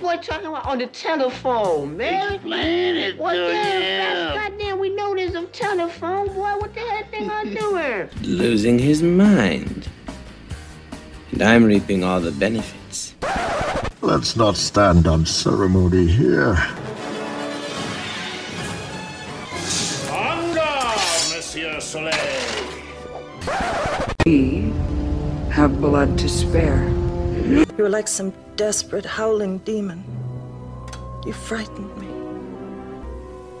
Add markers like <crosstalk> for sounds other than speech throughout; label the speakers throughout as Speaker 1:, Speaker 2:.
Speaker 1: boy talking about on the telephone, man?
Speaker 2: Explain it
Speaker 1: What
Speaker 2: to
Speaker 1: the
Speaker 2: you.
Speaker 1: hell? Goddamn, we know there's a telephone, boy. What the hell thing I doing?
Speaker 3: losing his mind. And I'm reaping all the benefits.
Speaker 4: Let's not stand on ceremony here.
Speaker 2: Monsieur Soleil.
Speaker 5: We have blood to spare.
Speaker 6: You were like some desperate howling demon. You frightened me.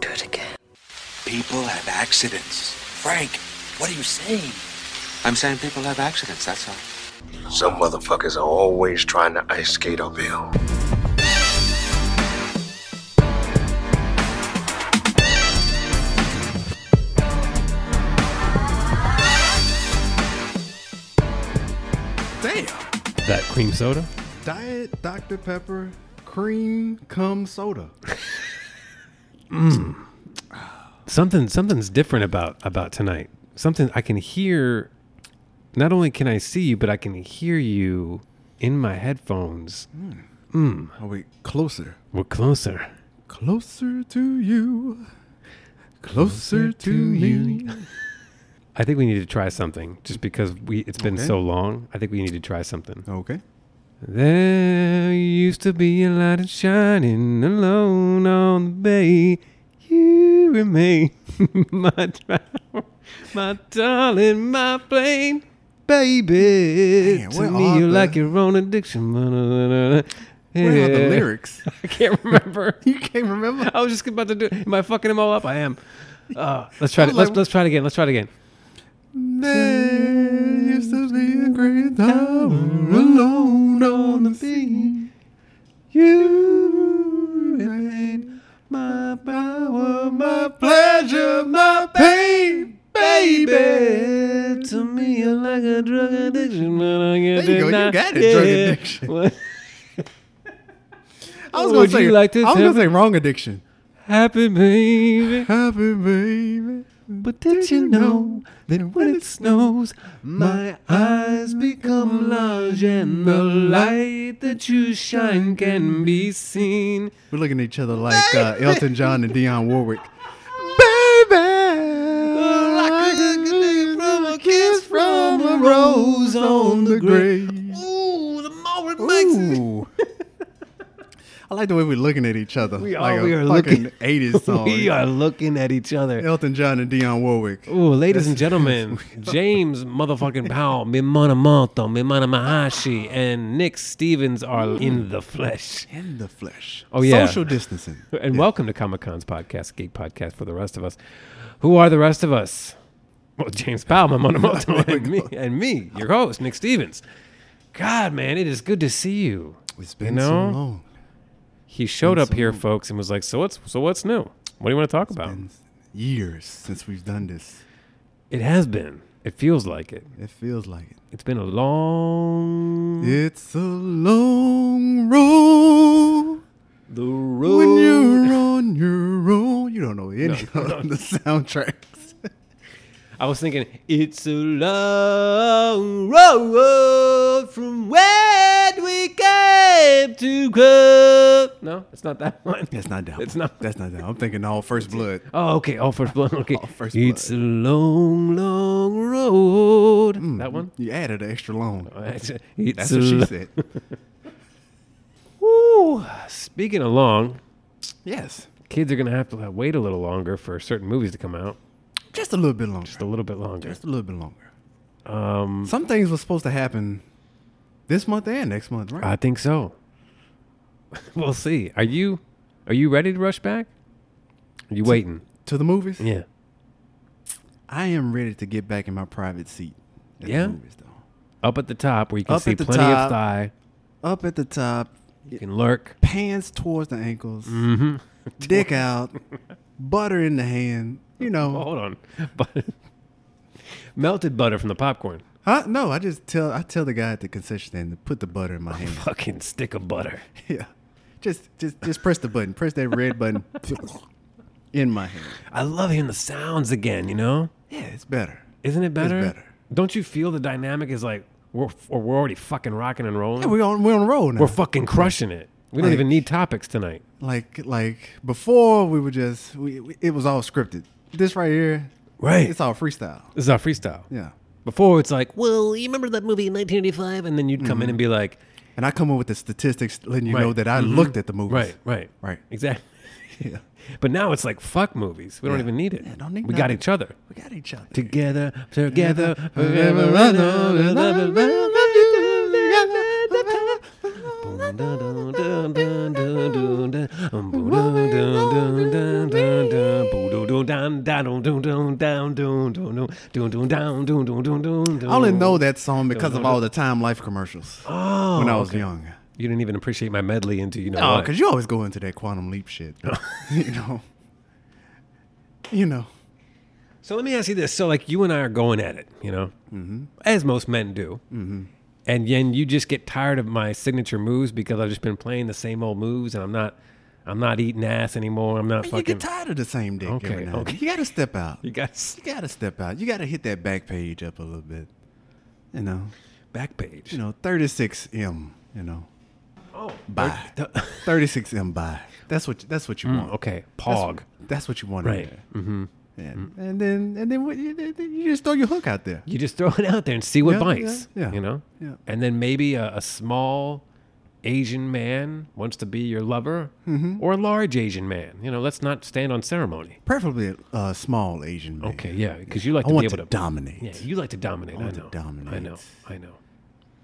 Speaker 5: Do it again.
Speaker 7: People have accidents. Frank, what are you saying? I'm saying people have accidents, that's all.
Speaker 8: Some motherfuckers are always trying to ice skate uphill.
Speaker 7: Damn!
Speaker 9: That cream soda?
Speaker 10: Diet Dr. Pepper cream cum soda.
Speaker 9: Something something's different about about tonight. Something I can hear not only can I see you, but I can hear you in my headphones.
Speaker 10: Hmm.
Speaker 9: Hmm.
Speaker 10: Are we closer?
Speaker 9: We're closer.
Speaker 10: Closer to you. Closer to me.
Speaker 9: I think we need to try something just because we it's been
Speaker 10: Okay.
Speaker 9: so long. I think we need to try something.
Speaker 10: Oh, Okay.
Speaker 9: There used to be a light that's shining alone on the bay. You remain <laughs> my trial, my darling, my plane, baby.
Speaker 10: Man, where
Speaker 9: to me,
Speaker 10: are
Speaker 9: you're
Speaker 10: the-
Speaker 9: like your own addiction. <laughs>
Speaker 10: Where are
Speaker 9: Yeah.
Speaker 10: the lyrics? <laughs>
Speaker 9: I can't remember. <laughs>
Speaker 10: You can't remember?
Speaker 9: I was just about to do. Am I fucking them all up? I am. Uh, let's try
Speaker 10: I
Speaker 9: it.
Speaker 10: was
Speaker 9: Let's,
Speaker 10: like-
Speaker 9: let's try it again. Let's try it again.
Speaker 10: There used to be a great tower alone on the sea. You remain my power, my pleasure, my pain, baby.
Speaker 9: To me, you're like a drug addiction. There
Speaker 10: There you go. You got it, drug addiction. I was
Speaker 9: Would
Speaker 10: going to say,
Speaker 9: you like to
Speaker 10: I was
Speaker 9: tell
Speaker 10: going to say wrong addiction.
Speaker 9: Happy baby.
Speaker 10: Happy baby.
Speaker 9: But did you know that when it snows, my eyes become large and the light that you shine can be seen?
Speaker 10: We're looking at each other like uh, Elton John and Dionne Warwick. Baby,
Speaker 9: From a kiss from a rose on the grave. Ooh, the more it makes me.
Speaker 10: Ooh. <laughs> I like the way we're looking at each other.
Speaker 9: We are-
Speaker 10: like
Speaker 9: we
Speaker 10: a
Speaker 9: are
Speaker 10: fucking
Speaker 9: looking- <laughs>
Speaker 10: 80s song.
Speaker 9: We are looking at each other.
Speaker 10: Elton John and Dionne Warwick.
Speaker 9: Ooh, ladies and <laughs> gentlemen, James motherfucking Powell, <laughs> Mimana Monto, Mimana Mahashi, and Nick Stevens are in the flesh.
Speaker 10: In the flesh.
Speaker 9: Oh, <laughs> yeah.
Speaker 10: Social distancing.
Speaker 9: And welcome to Comic Con's podcast, Geek Podcast for the rest of us. Who are the rest of us? Well, James Powell, <laughs> Mimana Monto, and me, and me, your host, Nick Stevens. God, man, it is good to see you.
Speaker 10: It's been
Speaker 9: You know?
Speaker 10: so long.
Speaker 9: He showed up here, folks, and was like, "So what's so what's new? What do you want to talk about?"
Speaker 10: Been years since we've done this.
Speaker 9: It has been. It feels like it.
Speaker 10: It feels like it.
Speaker 9: It's been a long
Speaker 10: It's a long road.
Speaker 9: the
Speaker 10: When
Speaker 9: road.
Speaker 10: you're on your own, you don't know any of the soundtracks.
Speaker 9: I was thinking, it's a long road from where we came to go. No, it's not that <laughs> one.
Speaker 10: That's not down.
Speaker 9: It's not.
Speaker 10: That's not down. I'm thinking all First Blood.
Speaker 9: Oh, okay. All first blood. Okay.
Speaker 10: First
Speaker 9: it's
Speaker 10: Blood.
Speaker 9: a long, long road. That one.
Speaker 10: Mm.
Speaker 9: Uh,
Speaker 10: You added an extra long.
Speaker 9: <laughs> It's
Speaker 10: Hmm. That's
Speaker 9: a
Speaker 10: what she
Speaker 9: lo-
Speaker 10: said.
Speaker 9: Woo. Speaking of long,
Speaker 10: Yes,
Speaker 9: kids are gonna have to wait a little longer for certain movies to come out.
Speaker 10: just a little bit longer.
Speaker 9: Just a little bit longer.
Speaker 10: Just a little bit longer. Um, some things were supposed to happen this month and next month, right?
Speaker 9: I think so. <laughs> we'll see. Are you are you ready to rush back? Are you waiting?
Speaker 10: to the movies.
Speaker 9: Yeah.
Speaker 10: I am ready to get back in my private seat. At
Speaker 9: Yeah?
Speaker 10: The movies, though.
Speaker 9: Up at the top where you can
Speaker 10: Up
Speaker 9: see
Speaker 10: at the
Speaker 9: plenty of
Speaker 10: top.
Speaker 9: thigh.
Speaker 10: Up at the top,
Speaker 9: You can lurk. <laughs>
Speaker 10: pants towards the ankles,
Speaker 9: Mm-hmm.
Speaker 10: <laughs> dick out, butter in the hand. You know,
Speaker 9: <laughs> Hold on. But melted butter from the popcorn.
Speaker 10: Huh? No, I just tell I tell the guy at the concession stand to put the butter in my
Speaker 9: <laughs>
Speaker 10: hand. <laughs>
Speaker 9: Fucking stick of butter.
Speaker 10: yeah, just just just press the button. Press that red button <laughs> in my hand.
Speaker 9: I love hearing the sounds again, you know?
Speaker 10: Yeah, it's better.
Speaker 9: Isn't it better?
Speaker 10: better.
Speaker 9: Don't you feel the dynamic is like we're or we're already fucking rocking and rolling?
Speaker 10: Yeah, we on we're on a roll now.
Speaker 9: we're fucking crushing it. We don't
Speaker 10: Like-
Speaker 9: even need topics tonight.
Speaker 10: Like like before, we were just we, we- it was all scripted. This right here,
Speaker 9: Right.
Speaker 10: It's all freestyle.
Speaker 9: This is our freestyle.
Speaker 10: Yeah,
Speaker 9: Before it's like, well, you remember that movie in 1985, and then you'd come
Speaker 10: Mm-hmm.
Speaker 9: in and be like,
Speaker 10: and I come up with the statistics letting you
Speaker 9: Right.
Speaker 10: know that I
Speaker 9: Mhm.
Speaker 10: looked at the movies.
Speaker 9: right, right,
Speaker 10: Right.
Speaker 9: exactly.
Speaker 10: <laughs> Yeah.
Speaker 9: But now it's like, fuck movies. We don't
Speaker 10: Yeah.
Speaker 9: even need it.
Speaker 10: Yeah, don't need
Speaker 9: we got
Speaker 10: nothing.
Speaker 9: each other.
Speaker 10: We got each other.
Speaker 9: Together, together, forever.
Speaker 10: I only know that song because of all the Time Life commercials
Speaker 9: Oh,
Speaker 10: when I was
Speaker 9: okay.
Speaker 10: young.
Speaker 9: You didn't even appreciate my medley into you know.
Speaker 10: Oh,
Speaker 9: what.
Speaker 10: because you always go into that quantum leap shit.
Speaker 9: <laughs>
Speaker 10: <laughs> you know. You know.
Speaker 9: So let me ask you this: So like you and I are going at it, you know,
Speaker 10: Mm-hmm.
Speaker 9: as most men do, and then you just get tired of my signature moves because I've just been playing the same old moves, and I'm not, I'm not eating ass anymore. I'm not
Speaker 10: You
Speaker 9: fucking.
Speaker 10: get tired of the same dick
Speaker 9: Okay,
Speaker 10: every now and
Speaker 9: okay.
Speaker 10: then. You gotta step out.
Speaker 9: you
Speaker 10: You
Speaker 9: got
Speaker 10: gotta step out. You gotta hit that back page up a little bit. You know.
Speaker 9: back page.
Speaker 10: You know, 36M, you know.
Speaker 9: oh,
Speaker 10: Bye.
Speaker 9: third- <laughs>
Speaker 10: 36M by. That's what that's what you want.
Speaker 9: Mm, okay,
Speaker 10: That's-
Speaker 9: pog.
Speaker 10: That's, what you want
Speaker 9: Right. Mm-hmm.
Speaker 10: in there. And, and then and then what you, you just throw your hook out there.
Speaker 9: You just throw it out there and see what
Speaker 10: Yeah,
Speaker 9: bites.
Speaker 10: yeah, yeah,
Speaker 9: you know,
Speaker 10: yeah.
Speaker 9: and then maybe a, a small Asian man wants to be your lover,
Speaker 10: Mm-hmm.
Speaker 9: or a large Asian man. You know, let's not stand on ceremony.
Speaker 10: Preferably a uh, small Asian man.
Speaker 9: Okay, yeah, because you like
Speaker 10: I
Speaker 9: to
Speaker 10: want
Speaker 9: be able
Speaker 10: to
Speaker 9: to
Speaker 10: dominate.
Speaker 9: Yeah, you like to dominate. I,
Speaker 10: want to
Speaker 9: know. I
Speaker 10: dominate.
Speaker 9: know. I know.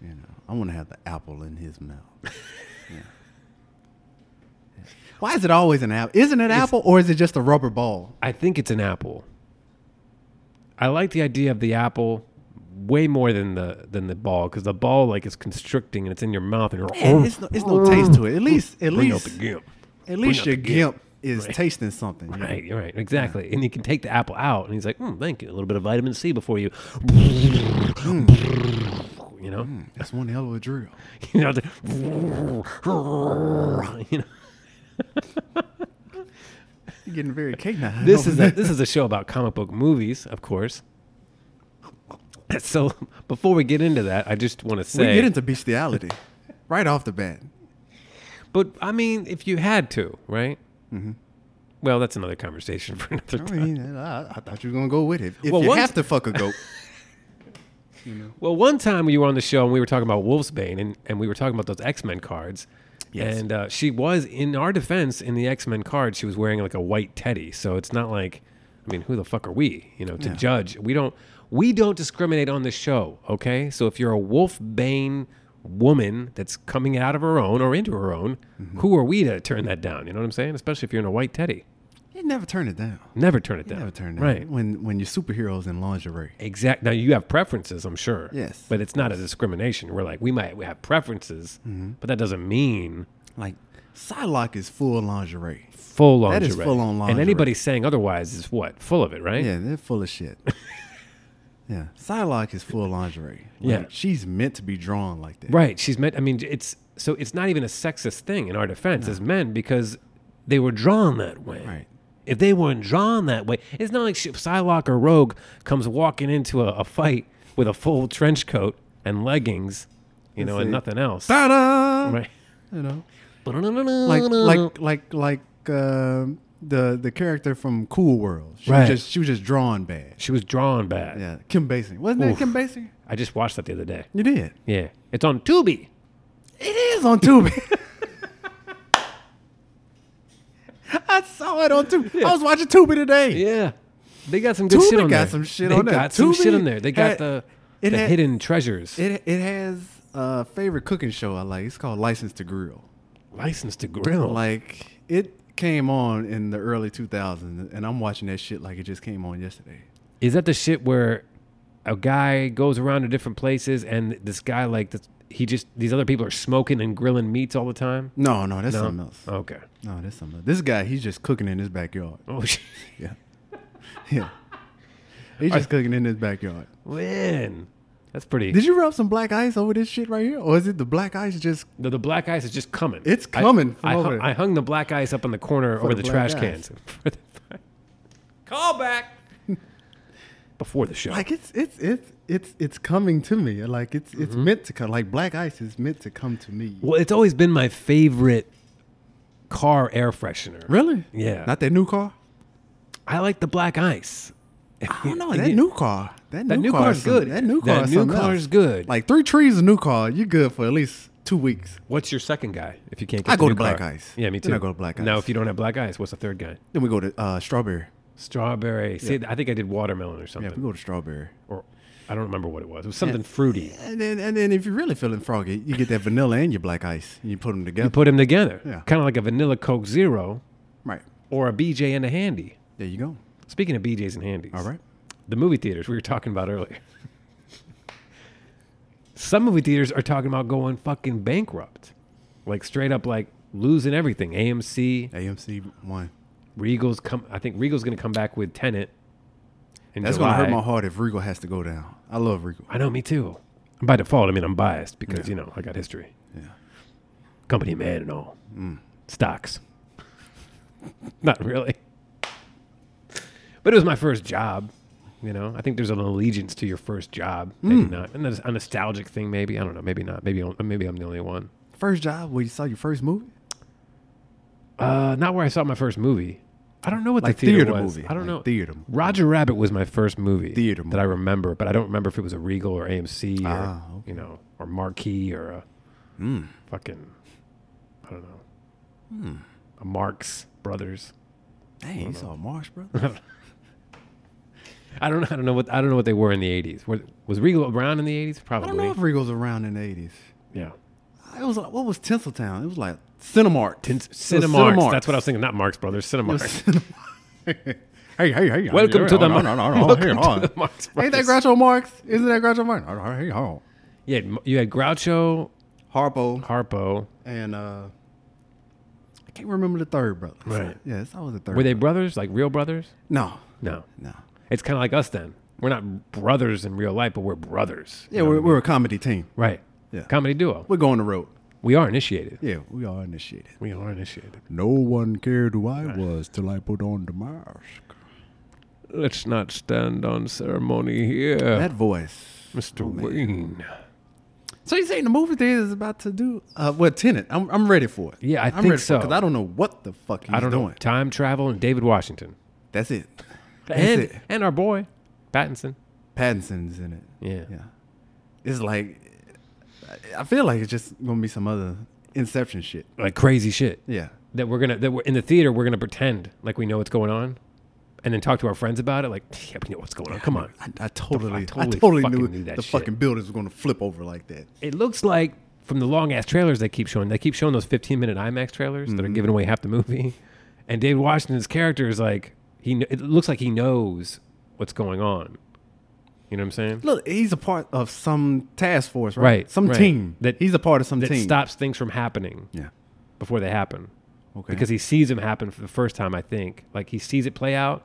Speaker 10: You know, I want to have the apple in
Speaker 9: <laughs>
Speaker 10: his mouth. Yeah. Why is it always an apple? Isn't it apple or is it just a rubber ball?
Speaker 9: I think it's an apple. I like the idea of the apple way more than the than the ball because the ball like is constricting and it's in your mouth and you're
Speaker 10: Man, it's, no, it's no taste to it. At least, at
Speaker 9: Bring out
Speaker 10: least,
Speaker 9: the gimp.
Speaker 10: at least
Speaker 9: out
Speaker 10: your
Speaker 9: the gimp.
Speaker 10: gimp is
Speaker 9: Right.
Speaker 10: tasting something. you know?
Speaker 9: Right, you're right, exactly. And you can take the apple out, and he's like, mm, "Thank you, a little bit of vitamin C before you."
Speaker 10: Hmm.
Speaker 9: <laughs> You know,
Speaker 10: That's one hell of a drill.
Speaker 9: <laughs> you know, the- <laughs> you know.
Speaker 10: You're getting very
Speaker 9: <laughs>
Speaker 10: canine.
Speaker 9: this
Speaker 10: <laughs>
Speaker 9: is a, this is a show about comic book movies, of course. <laughs> So before we get into that, I just want to
Speaker 10: we
Speaker 9: say,
Speaker 10: get into bestiality right off the bat.
Speaker 9: but I mean, if you had to, right? Well, that's another conversation for <laughs> another
Speaker 10: I
Speaker 9: time.
Speaker 10: mean, I, I thought Mm-hmm. you were gonna go with it. If
Speaker 9: Well,
Speaker 10: you
Speaker 9: once-
Speaker 10: have to fuck
Speaker 9: <laughs>
Speaker 10: a goat,
Speaker 9: Well, one time you were on the show and we were talking about Wolfsbane and, and we were talking about those X Men cards.
Speaker 10: Yes.
Speaker 9: And uh, she was, in our defense, in the X Men card, she was wearing like a white teddy. So it's not like, I mean, who the fuck are we, you know, to judge? We don't, we don't discriminate on the show, okay? So if you're a Wolfsbane woman that's coming out of her own or into her own,
Speaker 10: Mm-hmm.
Speaker 9: who are we to turn that down? You know what I'm saying? Especially if you're in a white teddy.
Speaker 10: you never turn it down.
Speaker 9: Never turn it
Speaker 10: You
Speaker 9: down.
Speaker 10: never turn it down.
Speaker 9: Right.
Speaker 10: When when your superheroes in lingerie.
Speaker 9: Exact. Now you have preferences, I'm sure.
Speaker 10: Yes.
Speaker 9: But it's not a discrimination. We're like we might we have preferences,
Speaker 10: Mm-hmm.
Speaker 9: but that doesn't mean
Speaker 10: Like Psylocke is full lingerie.
Speaker 9: full lingerie.
Speaker 10: That is full-on
Speaker 9: And
Speaker 10: lingerie.
Speaker 9: anybody saying otherwise is what full of it, right?
Speaker 10: Yeah, they're full
Speaker 9: <laughs>
Speaker 10: of shit. yeah, Psylocke is full lingerie. Like,
Speaker 9: Yeah.
Speaker 10: she's meant to be drawn like that.
Speaker 9: Right. She's meant. I mean, it's so it's not even a sexist thing in our defense as men because they were drawn that way.
Speaker 10: Right.
Speaker 9: If they weren't drawn that way, it's not like she- Psylocke or Rogue comes walking into a, a fight with a full trench coat and leggings, you know,
Speaker 10: That's
Speaker 9: and
Speaker 10: it.
Speaker 9: nothing else.
Speaker 10: Ta-da!
Speaker 9: Right.
Speaker 10: You know, like like like like um, the the character from Cool World. She
Speaker 9: Right.
Speaker 10: was just she was just drawn bad.
Speaker 9: She was drawn bad.
Speaker 10: Yeah, Kim Basinger wasn't
Speaker 9: Oof.
Speaker 10: that Kim Basinger?
Speaker 9: I just watched that the other day.
Speaker 10: You did.
Speaker 9: Yeah. It's on Tubi.
Speaker 10: It is on Tubi. <laughs> I saw it on Tubi. I was watching Tubi today.
Speaker 9: Yeah. They got some good
Speaker 10: Tubi
Speaker 9: shit on
Speaker 10: got
Speaker 9: there.
Speaker 10: some shit
Speaker 9: they
Speaker 10: on there.
Speaker 9: got some
Speaker 10: Tubi
Speaker 9: shit on there. They got
Speaker 10: had-
Speaker 9: the,
Speaker 10: it
Speaker 9: the
Speaker 10: had-
Speaker 9: hidden treasures.
Speaker 10: It it has a favorite cooking show I like. It's called License to Grill.
Speaker 9: License to grill.
Speaker 10: Like it came on in the early 2000s, and I'm watching that shit like it just came on yesterday.
Speaker 9: Is that the shit where a guy goes around to different places and this guy like this, he just these other people are smoking and grilling meats all the time?
Speaker 10: No, no, Oh. that's something else.
Speaker 9: Okay.
Speaker 10: No, that's something else. This guy, he's just cooking in his backyard.
Speaker 9: Oh <laughs> shit.
Speaker 10: Yeah, <laughs> yeah. He's just cooking in his backyard.
Speaker 9: Man. That's pretty
Speaker 10: Did you rub some black ice over this shit right here, or is it the black ice just?
Speaker 9: the, the black ice is just coming.
Speaker 10: It's
Speaker 9: I-
Speaker 10: coming from
Speaker 9: I,
Speaker 10: over
Speaker 9: hung,
Speaker 10: there.
Speaker 9: I hung the black ice up in the corner over
Speaker 10: the
Speaker 9: the,
Speaker 10: black
Speaker 9: trash
Speaker 10: ice.
Speaker 9: cans. <laughs> For the- Call back <laughs> before the show.
Speaker 10: Like it's it's it's it's it's coming to Mm-hmm. me. Like it's it's meant to come. Like black ice is meant to come to me.
Speaker 9: well, it's always been my favorite car air freshener.
Speaker 10: Really?
Speaker 9: Yeah.
Speaker 10: Not that new car.
Speaker 9: I like the black ice. <laughs>
Speaker 10: I don't know that new car. That new,
Speaker 9: That new
Speaker 10: car
Speaker 9: car's
Speaker 10: is some-
Speaker 9: good.
Speaker 10: That new car.
Speaker 9: That
Speaker 10: is
Speaker 9: new
Speaker 10: something
Speaker 9: car
Speaker 10: else.
Speaker 9: is good.
Speaker 10: Like three trees, a new car. You're good for at least two weeks.
Speaker 9: What's your second guy? If you can't, get
Speaker 10: I
Speaker 9: the
Speaker 10: go
Speaker 9: new
Speaker 10: to Black
Speaker 9: car?
Speaker 10: Ice.
Speaker 9: Yeah, me too.
Speaker 10: Then I go to Black
Speaker 9: Now,
Speaker 10: Ice.
Speaker 9: if you don't have black ice, what's the third guy?
Speaker 10: Then we go to uh, Strawberry.
Speaker 9: Strawberry. See, I think I did watermelon or
Speaker 10: Yeah,
Speaker 9: something.
Speaker 10: we go to Strawberry.
Speaker 9: or I don't remember what it was. It was something fruity.
Speaker 10: And then, and then if you're really feeling froggy, you get that vanilla and your black ice. And you put them together.
Speaker 9: You put them together.
Speaker 10: Yeah.
Speaker 9: Kind of like a vanilla Coke Zero
Speaker 10: right.
Speaker 9: or a BJ and a handy.
Speaker 10: There you go.
Speaker 9: Speaking of BJs and handies.
Speaker 10: All right.
Speaker 9: The movie theaters we were talking about earlier. <laughs> Some movie theaters are talking about going fucking bankrupt. Like straight up like losing everything. AMC,
Speaker 10: AMC one.
Speaker 9: Regal's come I think Regal's going to come back with Tenant. In
Speaker 10: That's gonna hurt
Speaker 9: July.
Speaker 10: my heart if Regal has to go down. I love Regal.
Speaker 9: I know, me too. By default, I mean I'm biased because you know I got history.
Speaker 10: Yeah.
Speaker 9: Company man and all. Stocks. <laughs> Not really. But it was my first job. You know, I think there's an allegiance to your first job. Maybe not. And that's a nostalgic thing, maybe. I don't know. Maybe not. Maybe I'm- maybe I'm the only one.
Speaker 10: First job where you saw your first movie.
Speaker 9: Uh, not where I saw my first movie. I don't know what
Speaker 10: Like
Speaker 9: the theater,
Speaker 10: theater
Speaker 9: was.
Speaker 10: movie.
Speaker 9: I don't
Speaker 10: Like
Speaker 9: know.
Speaker 10: theater movie.
Speaker 9: Roger Rabbit was my first movie
Speaker 10: Theater
Speaker 9: that I remember, but I don't remember if it was a Regal or AMC or
Speaker 10: Ah, okay. Hmm.
Speaker 9: you know or Marquee or a fucking I don't know a Marx Brothers.
Speaker 10: Dang, you saw Marsh, brother.
Speaker 9: I don't know. I don't know what I don't know what they were in the eighties. Was Regal around in the eighties?
Speaker 10: <laughs> I
Speaker 9: Probably.
Speaker 10: don't know if Regal's around in the eighties.
Speaker 9: yeah.
Speaker 10: It was like what was Tinseltown? It was like Cinemark.
Speaker 9: Tin-
Speaker 10: It was
Speaker 9: Cinemarks. That's what I was thinking. Not Marx Brothers.
Speaker 10: It was
Speaker 9: Cinemarks.
Speaker 10: Cinemark. <laughs> hey, hey, hey!
Speaker 9: Welcome to the
Speaker 10: Mar-
Speaker 9: Mar- Welcome to
Speaker 10: <laughs>
Speaker 9: the Marx
Speaker 10: Ain't that
Speaker 9: Brothers.
Speaker 10: Groucho Marx? Isn't that Groucho Marx? All right, Hey, hold on.
Speaker 9: Yeah. m- You had Groucho,
Speaker 10: Harpo
Speaker 9: Harpo.
Speaker 10: and uh, I can't remember the third brother.
Speaker 9: Right.
Speaker 10: Yeah, it's always the third.
Speaker 9: Were they
Speaker 10: brother.
Speaker 9: brothers? Like real brothers?
Speaker 10: No,
Speaker 9: No.
Speaker 10: no.
Speaker 9: It's kind of like us then. We're not brothers in real life, but we're brothers.
Speaker 10: Yeah, we're, we're a comedy team.
Speaker 9: Right.
Speaker 10: Yeah.
Speaker 9: Comedy duo.
Speaker 10: We're going the road.
Speaker 9: We are initiated.
Speaker 10: Yeah, we are initiated.
Speaker 9: We are initiated.
Speaker 10: No one cared who I was till I put on the mask.
Speaker 9: Let's not stand on ceremony here,
Speaker 10: That voice.
Speaker 9: Mr. Wayne.
Speaker 10: So you saying the movie theater is about to do? Uh, well, Tenant. I'm I'm ready for it.
Speaker 9: Yeah, I
Speaker 10: I'm
Speaker 9: think so.
Speaker 10: Because I don't know what the fuck he's
Speaker 9: I don't know.
Speaker 10: doing.
Speaker 9: Time travel and David Washington.
Speaker 10: That's it. That's
Speaker 9: And,
Speaker 10: it.
Speaker 9: and our boy, Pattinson.
Speaker 10: Pattinson's in it.
Speaker 9: Yeah.
Speaker 10: Yeah. It's like I- I feel like it's just gonna be some other Inception shit.
Speaker 9: Like crazy shit.
Speaker 10: Yeah.
Speaker 9: That we're going to, that we're in the theater, we're going to pretend like we know what's going on and then talk to our friends about it. Like, yeah, we know what's going on. Come on.
Speaker 10: I, I totally, I
Speaker 9: totally
Speaker 10: totally,
Speaker 9: fucking
Speaker 10: knew,
Speaker 9: knew that
Speaker 10: the
Speaker 9: shit.
Speaker 10: fucking buildings were gonna flip over like that.
Speaker 9: it looks like from the long ass trailers they keep showing, they keep showing those 15 minute IMAX trailers that are giving away half the movie. And David Washington's character is like, he kn- it looks like he knows what's going on. You know what I'm saying?
Speaker 10: Look, he's a part of some task force, right?
Speaker 9: Right,
Speaker 10: Some
Speaker 9: right.
Speaker 10: team.
Speaker 9: That-
Speaker 10: That he's a part of some
Speaker 9: That
Speaker 10: team.
Speaker 9: stops things from happening
Speaker 10: Yeah.
Speaker 9: before they happen.
Speaker 10: Okay.
Speaker 9: Because he sees them happen for the first time, I think. Like he sees it play out.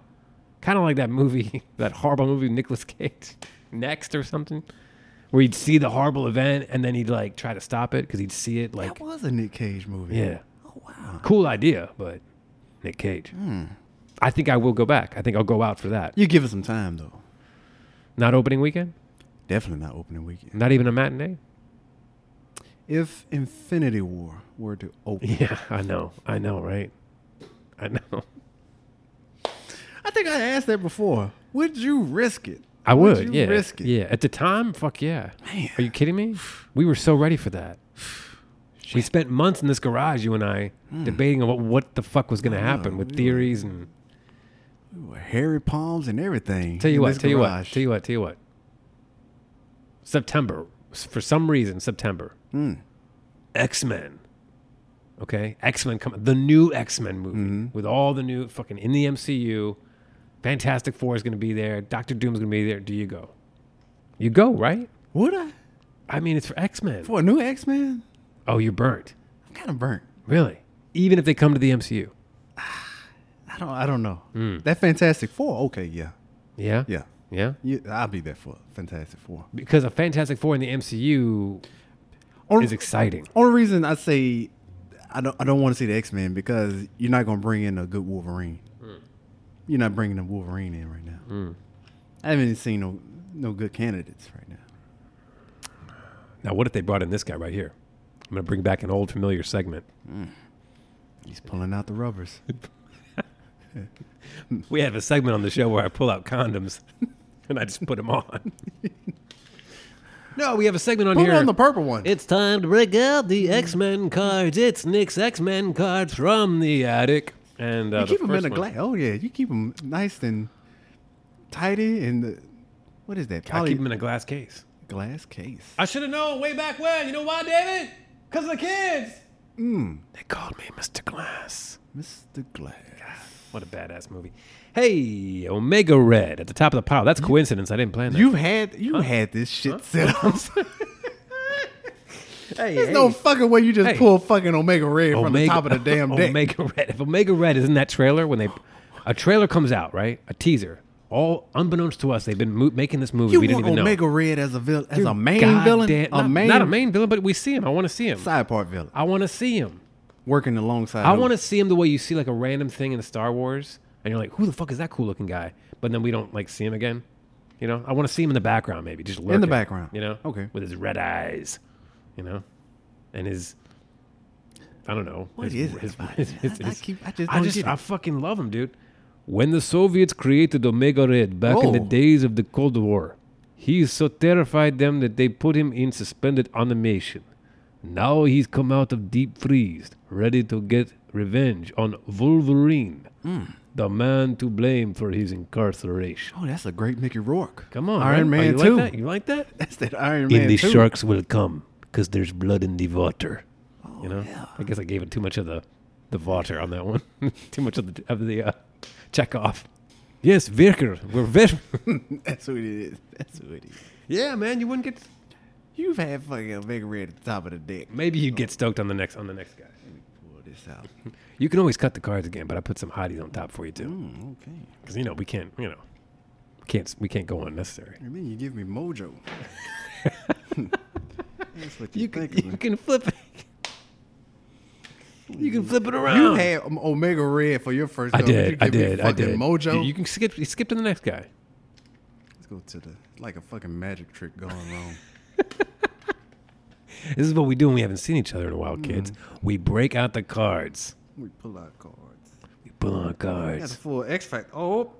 Speaker 9: Kind of like that movie, <laughs> that horrible movie, with Nicolas Cage, <laughs> Next or something, where he'd see the horrible event and then he'd like try to stop it because he'd see it like
Speaker 10: that was a Nick Cage movie.
Speaker 9: Yeah. Oh wow. Hmm. Cool idea, but Nick Cage. I think I will go back. I think I'll go out for that.
Speaker 10: You give it some time though.
Speaker 9: Not opening weekend.
Speaker 10: Definitely not opening weekend.
Speaker 9: Not even a matinee.
Speaker 10: If Infinity War were to open,
Speaker 9: Yeah, I know. I know, right? I know.
Speaker 10: I think I asked that before. Would you risk it?
Speaker 9: <laughs> I would.
Speaker 10: you
Speaker 9: yeah.
Speaker 10: risk it?
Speaker 9: Yeah. At the time, fuck yeah.
Speaker 10: Man.
Speaker 9: Are you kidding <sighs> me? We were so ready for that. We spent months in this garage, you and I, debating on what, what the fuck was going to happen with theories and
Speaker 10: Harry palms and everything.
Speaker 9: Tell you
Speaker 10: in
Speaker 9: what,
Speaker 10: this
Speaker 9: tell you what,
Speaker 10: garage.
Speaker 9: tell you what, tell you what. September, s- for some reason, September.
Speaker 10: Mm.
Speaker 9: X Men. Okay, X Men come the new X Men movie
Speaker 10: Mm-hmm.
Speaker 9: with all the new fucking in the MCU. Fantastic Four is going to be there. Doctor Doom's going to be there. Do you go? You go, right?
Speaker 10: Would I?
Speaker 9: I mean, it's for X Men.
Speaker 10: For a new X Men?
Speaker 9: Oh, you're burnt.
Speaker 10: I'm kind of burnt.
Speaker 9: Really? Even if they come to the MCU.
Speaker 10: I don't. I don't know.
Speaker 9: Mm.
Speaker 10: That Fantastic Four. Okay, yeah,
Speaker 9: Yeah.
Speaker 10: yeah.
Speaker 9: Yeah.
Speaker 10: You, I'll be there for Fantastic Four.
Speaker 9: Because a Fantastic Four in the MCU
Speaker 10: Only,
Speaker 9: is exciting.
Speaker 10: only reason I say I don't. I don't want to see the X Men because you're not gonna bring in a good Wolverine.
Speaker 9: Mm.
Speaker 10: You're not bringing a Wolverine in right now. I haven't even seen no no good candidates right now.
Speaker 9: Now, what if they brought in this guy right here? I'm going to bring back an old familiar segment.
Speaker 10: He's pulling out the rubbers.
Speaker 9: We have a segment on the show where I pull out condoms <laughs> and I just put them on. no, we have a segment on
Speaker 10: Put
Speaker 9: here.
Speaker 10: on the purple one.
Speaker 9: It's time to break out the X Men cards. It's Nick's X Men cards from the attic. And uh,
Speaker 10: you
Speaker 9: the
Speaker 10: keep them in
Speaker 9: first
Speaker 10: a
Speaker 9: one-
Speaker 10: glass. Oh yeah, you keep them nice and tidy and the, what is that?
Speaker 9: I
Speaker 10: Poly
Speaker 9: keep them in a glass case.
Speaker 10: glass case.
Speaker 9: I should have known way back when. You know why, David? Because of the kids.
Speaker 10: Hmm.
Speaker 9: They called me Mr. Glass.
Speaker 10: Mr. Glass.
Speaker 9: What a badass movie. Hey, Omega Red at the top of the pile. That's coincidence. I didn't plan that.
Speaker 10: You had you had this shit set up. <laughs>
Speaker 9: hey,
Speaker 10: There's
Speaker 9: hey.
Speaker 10: no fucking way you just
Speaker 9: Hey.
Speaker 10: pull fucking Omega Red from the
Speaker 9: Omega-
Speaker 10: top of the
Speaker 9: <laughs>
Speaker 10: damn deck.
Speaker 9: Omega Red. If Omega Red is in that trailer, when they a trailer comes out, right? A teaser. All unbeknownst to us, they've been mo- making this movie.
Speaker 10: you
Speaker 9: we
Speaker 10: want
Speaker 9: didn't even
Speaker 10: Omega
Speaker 9: know.
Speaker 10: Red as a villain, as a main
Speaker 9: God
Speaker 10: villain,
Speaker 9: damn-
Speaker 10: a
Speaker 9: not,
Speaker 10: main,
Speaker 9: not a main villain, but we see him. I want to see him.
Speaker 10: side part villain,
Speaker 9: I want to see him.
Speaker 10: working alongside.
Speaker 9: I want to see him the way you see like a random thing in Star Wars, and you're like, "Who the fuck is that cool looking guy?" But then we don't like see him again. You know, I want to see him in the background, maybe just lurking,
Speaker 10: background.
Speaker 9: You know,
Speaker 10: Okay.
Speaker 9: with his red eyes, you know, and his. I don't know.
Speaker 10: What
Speaker 9: his,
Speaker 10: is it
Speaker 9: his-
Speaker 10: about
Speaker 9: his-
Speaker 10: it?
Speaker 9: his-
Speaker 10: I- I
Speaker 9: his-
Speaker 10: keep- I just
Speaker 9: I
Speaker 10: don't
Speaker 9: just,
Speaker 10: get
Speaker 9: I
Speaker 10: it.
Speaker 9: fucking love him, dude. When the Soviets created Omega Red back in the
Speaker 10: Whoa.
Speaker 9: days of the Cold War, he so terrified them that they put him in suspended animation. Now he's come out of deep freeze, ready to get revenge on Wolverine, the man to blame for his incarceration.
Speaker 10: Oh, that's a great Mickey Rourke.
Speaker 9: Come on,
Speaker 10: Iron
Speaker 9: right?
Speaker 10: Man
Speaker 9: oh, you
Speaker 10: two.
Speaker 9: Like that? You like that?
Speaker 10: <laughs> That's that Iron Man
Speaker 9: and the
Speaker 10: two.
Speaker 9: sharks will come because there's blood in the water.
Speaker 10: Oh,
Speaker 9: Oh, you know, I guess I gave it too much of the the water on that one, <laughs> too much of the of the uh, check off. Yes, Virker, we're Vir-
Speaker 10: <laughs> That's what it is. That's what it is.
Speaker 9: <laughs> Yeah, man, you wouldn't get.
Speaker 10: You've had fucking Omega Red at the top of the deck.
Speaker 9: Maybe you'd get stoked on the next on the next guy.
Speaker 10: Pull this out.
Speaker 9: You can always cut the cards again, but I put some hotties on top for you too,
Speaker 10: Hmm, Okay.
Speaker 9: because you know we can't, you know, can't we can't go unnecessary.
Speaker 10: I mean, you give me mojo. <laughs> That's what you,
Speaker 9: You can
Speaker 10: think.
Speaker 9: you can flip it. You can flip it around.
Speaker 10: You had um, Omega Red for your first.
Speaker 9: I
Speaker 10: dub, but
Speaker 9: did,
Speaker 10: You
Speaker 9: I
Speaker 10: give me
Speaker 9: did, I
Speaker 10: fucking
Speaker 9: did. You,
Speaker 10: Mojo.
Speaker 9: you can skip you skip to the next guy.
Speaker 10: Let's go to the like a fucking magic trick going wrong.
Speaker 9: This is what we do when we haven't seen each other in a while, kids. We break out the cards.
Speaker 10: we pull out cards.
Speaker 9: We pull on
Speaker 10: That's a
Speaker 9: cards.
Speaker 10: full X Factor. Oh,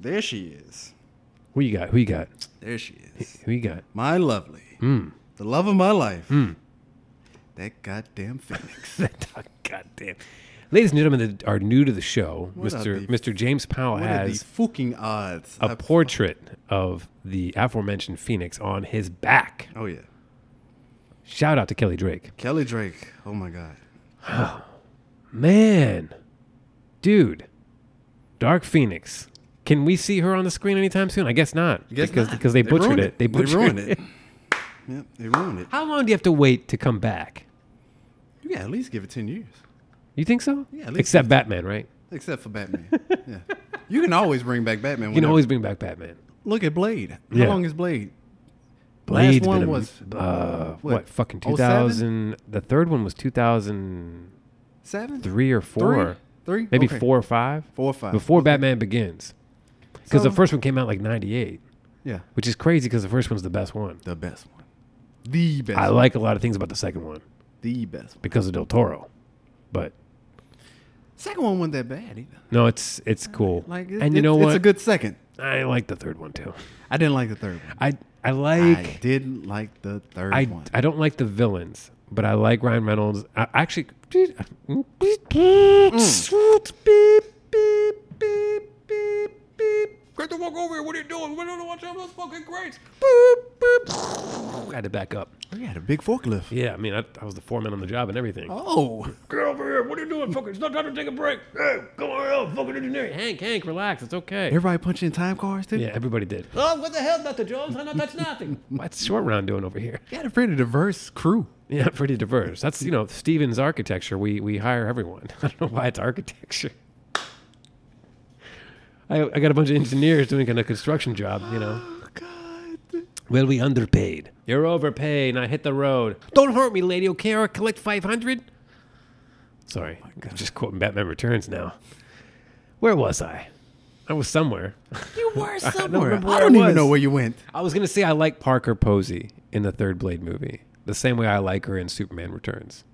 Speaker 10: there she is.
Speaker 9: Who you got? Who you got?
Speaker 10: There she is.
Speaker 9: Who you got? <laughs>
Speaker 10: My lovely.
Speaker 9: Hmm.
Speaker 10: The love of my life. That
Speaker 9: <laughs>
Speaker 10: goddamn phoenix.
Speaker 9: God damn. Ladies and gentlemen that are new to the show,
Speaker 10: What are
Speaker 9: Mr.
Speaker 10: the-
Speaker 9: Mr. James Powell
Speaker 10: what are the
Speaker 9: has
Speaker 10: fucking odds?
Speaker 9: a
Speaker 10: I-
Speaker 9: portrait of the aforementioned Phoenix on his back.
Speaker 10: Oh yeah,
Speaker 9: Shout out to Kelly Drake.
Speaker 10: Kelly Drake. Oh my god.
Speaker 9: Man. Dude. Dark Phoenix. Can we see her on the screen anytime soon? I guess not.
Speaker 10: Guess
Speaker 9: because
Speaker 10: not.
Speaker 9: because they, butchered
Speaker 10: ruined
Speaker 9: it. They butchered
Speaker 10: ruined it. <laughs> yep, they ruined it.
Speaker 9: <laughs> How long do you have to wait to come back?
Speaker 10: You gotta at least give it
Speaker 9: <laughs>
Speaker 10: ten years.
Speaker 9: You think so?
Speaker 10: Yeah, at least
Speaker 9: Except Batman, right?
Speaker 10: Except for Batman. yeah. You can always bring back Batman.
Speaker 9: You can
Speaker 10: whenever.
Speaker 9: always bring back Batman.
Speaker 10: look at Blade. How
Speaker 9: Yeah.
Speaker 10: long is Blade?
Speaker 9: Blade's
Speaker 10: Last one
Speaker 9: been a-
Speaker 10: was
Speaker 9: uh, what,
Speaker 10: what,
Speaker 9: fucking
Speaker 10: 07?
Speaker 9: 2000. The third one was 2003
Speaker 10: seven,
Speaker 9: or 4.
Speaker 10: Three?
Speaker 9: Maybe
Speaker 10: Okay.
Speaker 9: 4 or 5.
Speaker 10: Four or five. Oh.
Speaker 9: Before Batman Begins. Because the
Speaker 10: So-
Speaker 9: first one came out like 98,
Speaker 10: Yeah,
Speaker 9: which is crazy because the first one's the best one.
Speaker 10: the best one. The best.
Speaker 9: I
Speaker 10: one.
Speaker 9: like a lot of things about the second one
Speaker 10: the best. One.
Speaker 9: because of Del Toro. But
Speaker 10: Second one wasn't that bad either.
Speaker 9: no, it's it's cool.
Speaker 10: Like, it-
Speaker 9: and you
Speaker 10: it's-
Speaker 9: know
Speaker 10: It's
Speaker 9: what?
Speaker 10: a good second.
Speaker 9: I like the third one too.
Speaker 10: I didn't like the third one.
Speaker 9: I I
Speaker 10: I
Speaker 9: like
Speaker 10: didn't like the third
Speaker 9: I,
Speaker 10: one.
Speaker 9: I don't like the villains, but I like Ryan Reynolds. I actually. Beep, beep, Mm. beep, beep, beep, beep. Get the fuck over here. What are you doing? We don't know what's up with those fucking crates. Boop, boop. I had to back up.
Speaker 10: we had a big forklift.
Speaker 9: Yeah, I mean, I, I was the foreman on the job and everything.
Speaker 10: Oh,
Speaker 9: Get over here. What are you doing? Fucking, it's not time to take a break. Hey, come on out. Fucking engineering. Hank, Hank, relax. It's okay.
Speaker 10: everybody punching time cars too.
Speaker 9: yeah, everybody did. Oh, what the hell, Dr. Jones? I know that's <laughs> nothing. What's Short Round doing over here? <laughs>
Speaker 10: You had a pretty diverse crew.
Speaker 9: Yeah, pretty diverse. That's you know Stevens Architecture. We we hire everyone. <laughs> I don't know why it's architecture. <laughs> I I got a bunch of engineers doing a construction job. You know.
Speaker 10: Oh God.
Speaker 9: Well, we underpaid. You're overpaid. Now hit the road. Don't hurt me, lady. Okay, or collect five hundred. Sorry, I'm just quoting Batman Returns now. Where was I? I was somewhere.
Speaker 10: You were somewhere. I
Speaker 9: remember
Speaker 10: don't,
Speaker 9: where I was.
Speaker 10: even know where you went.
Speaker 9: I was gonna say I like Parker Posey in the third Blade movie, the same way I like her in Superman Returns.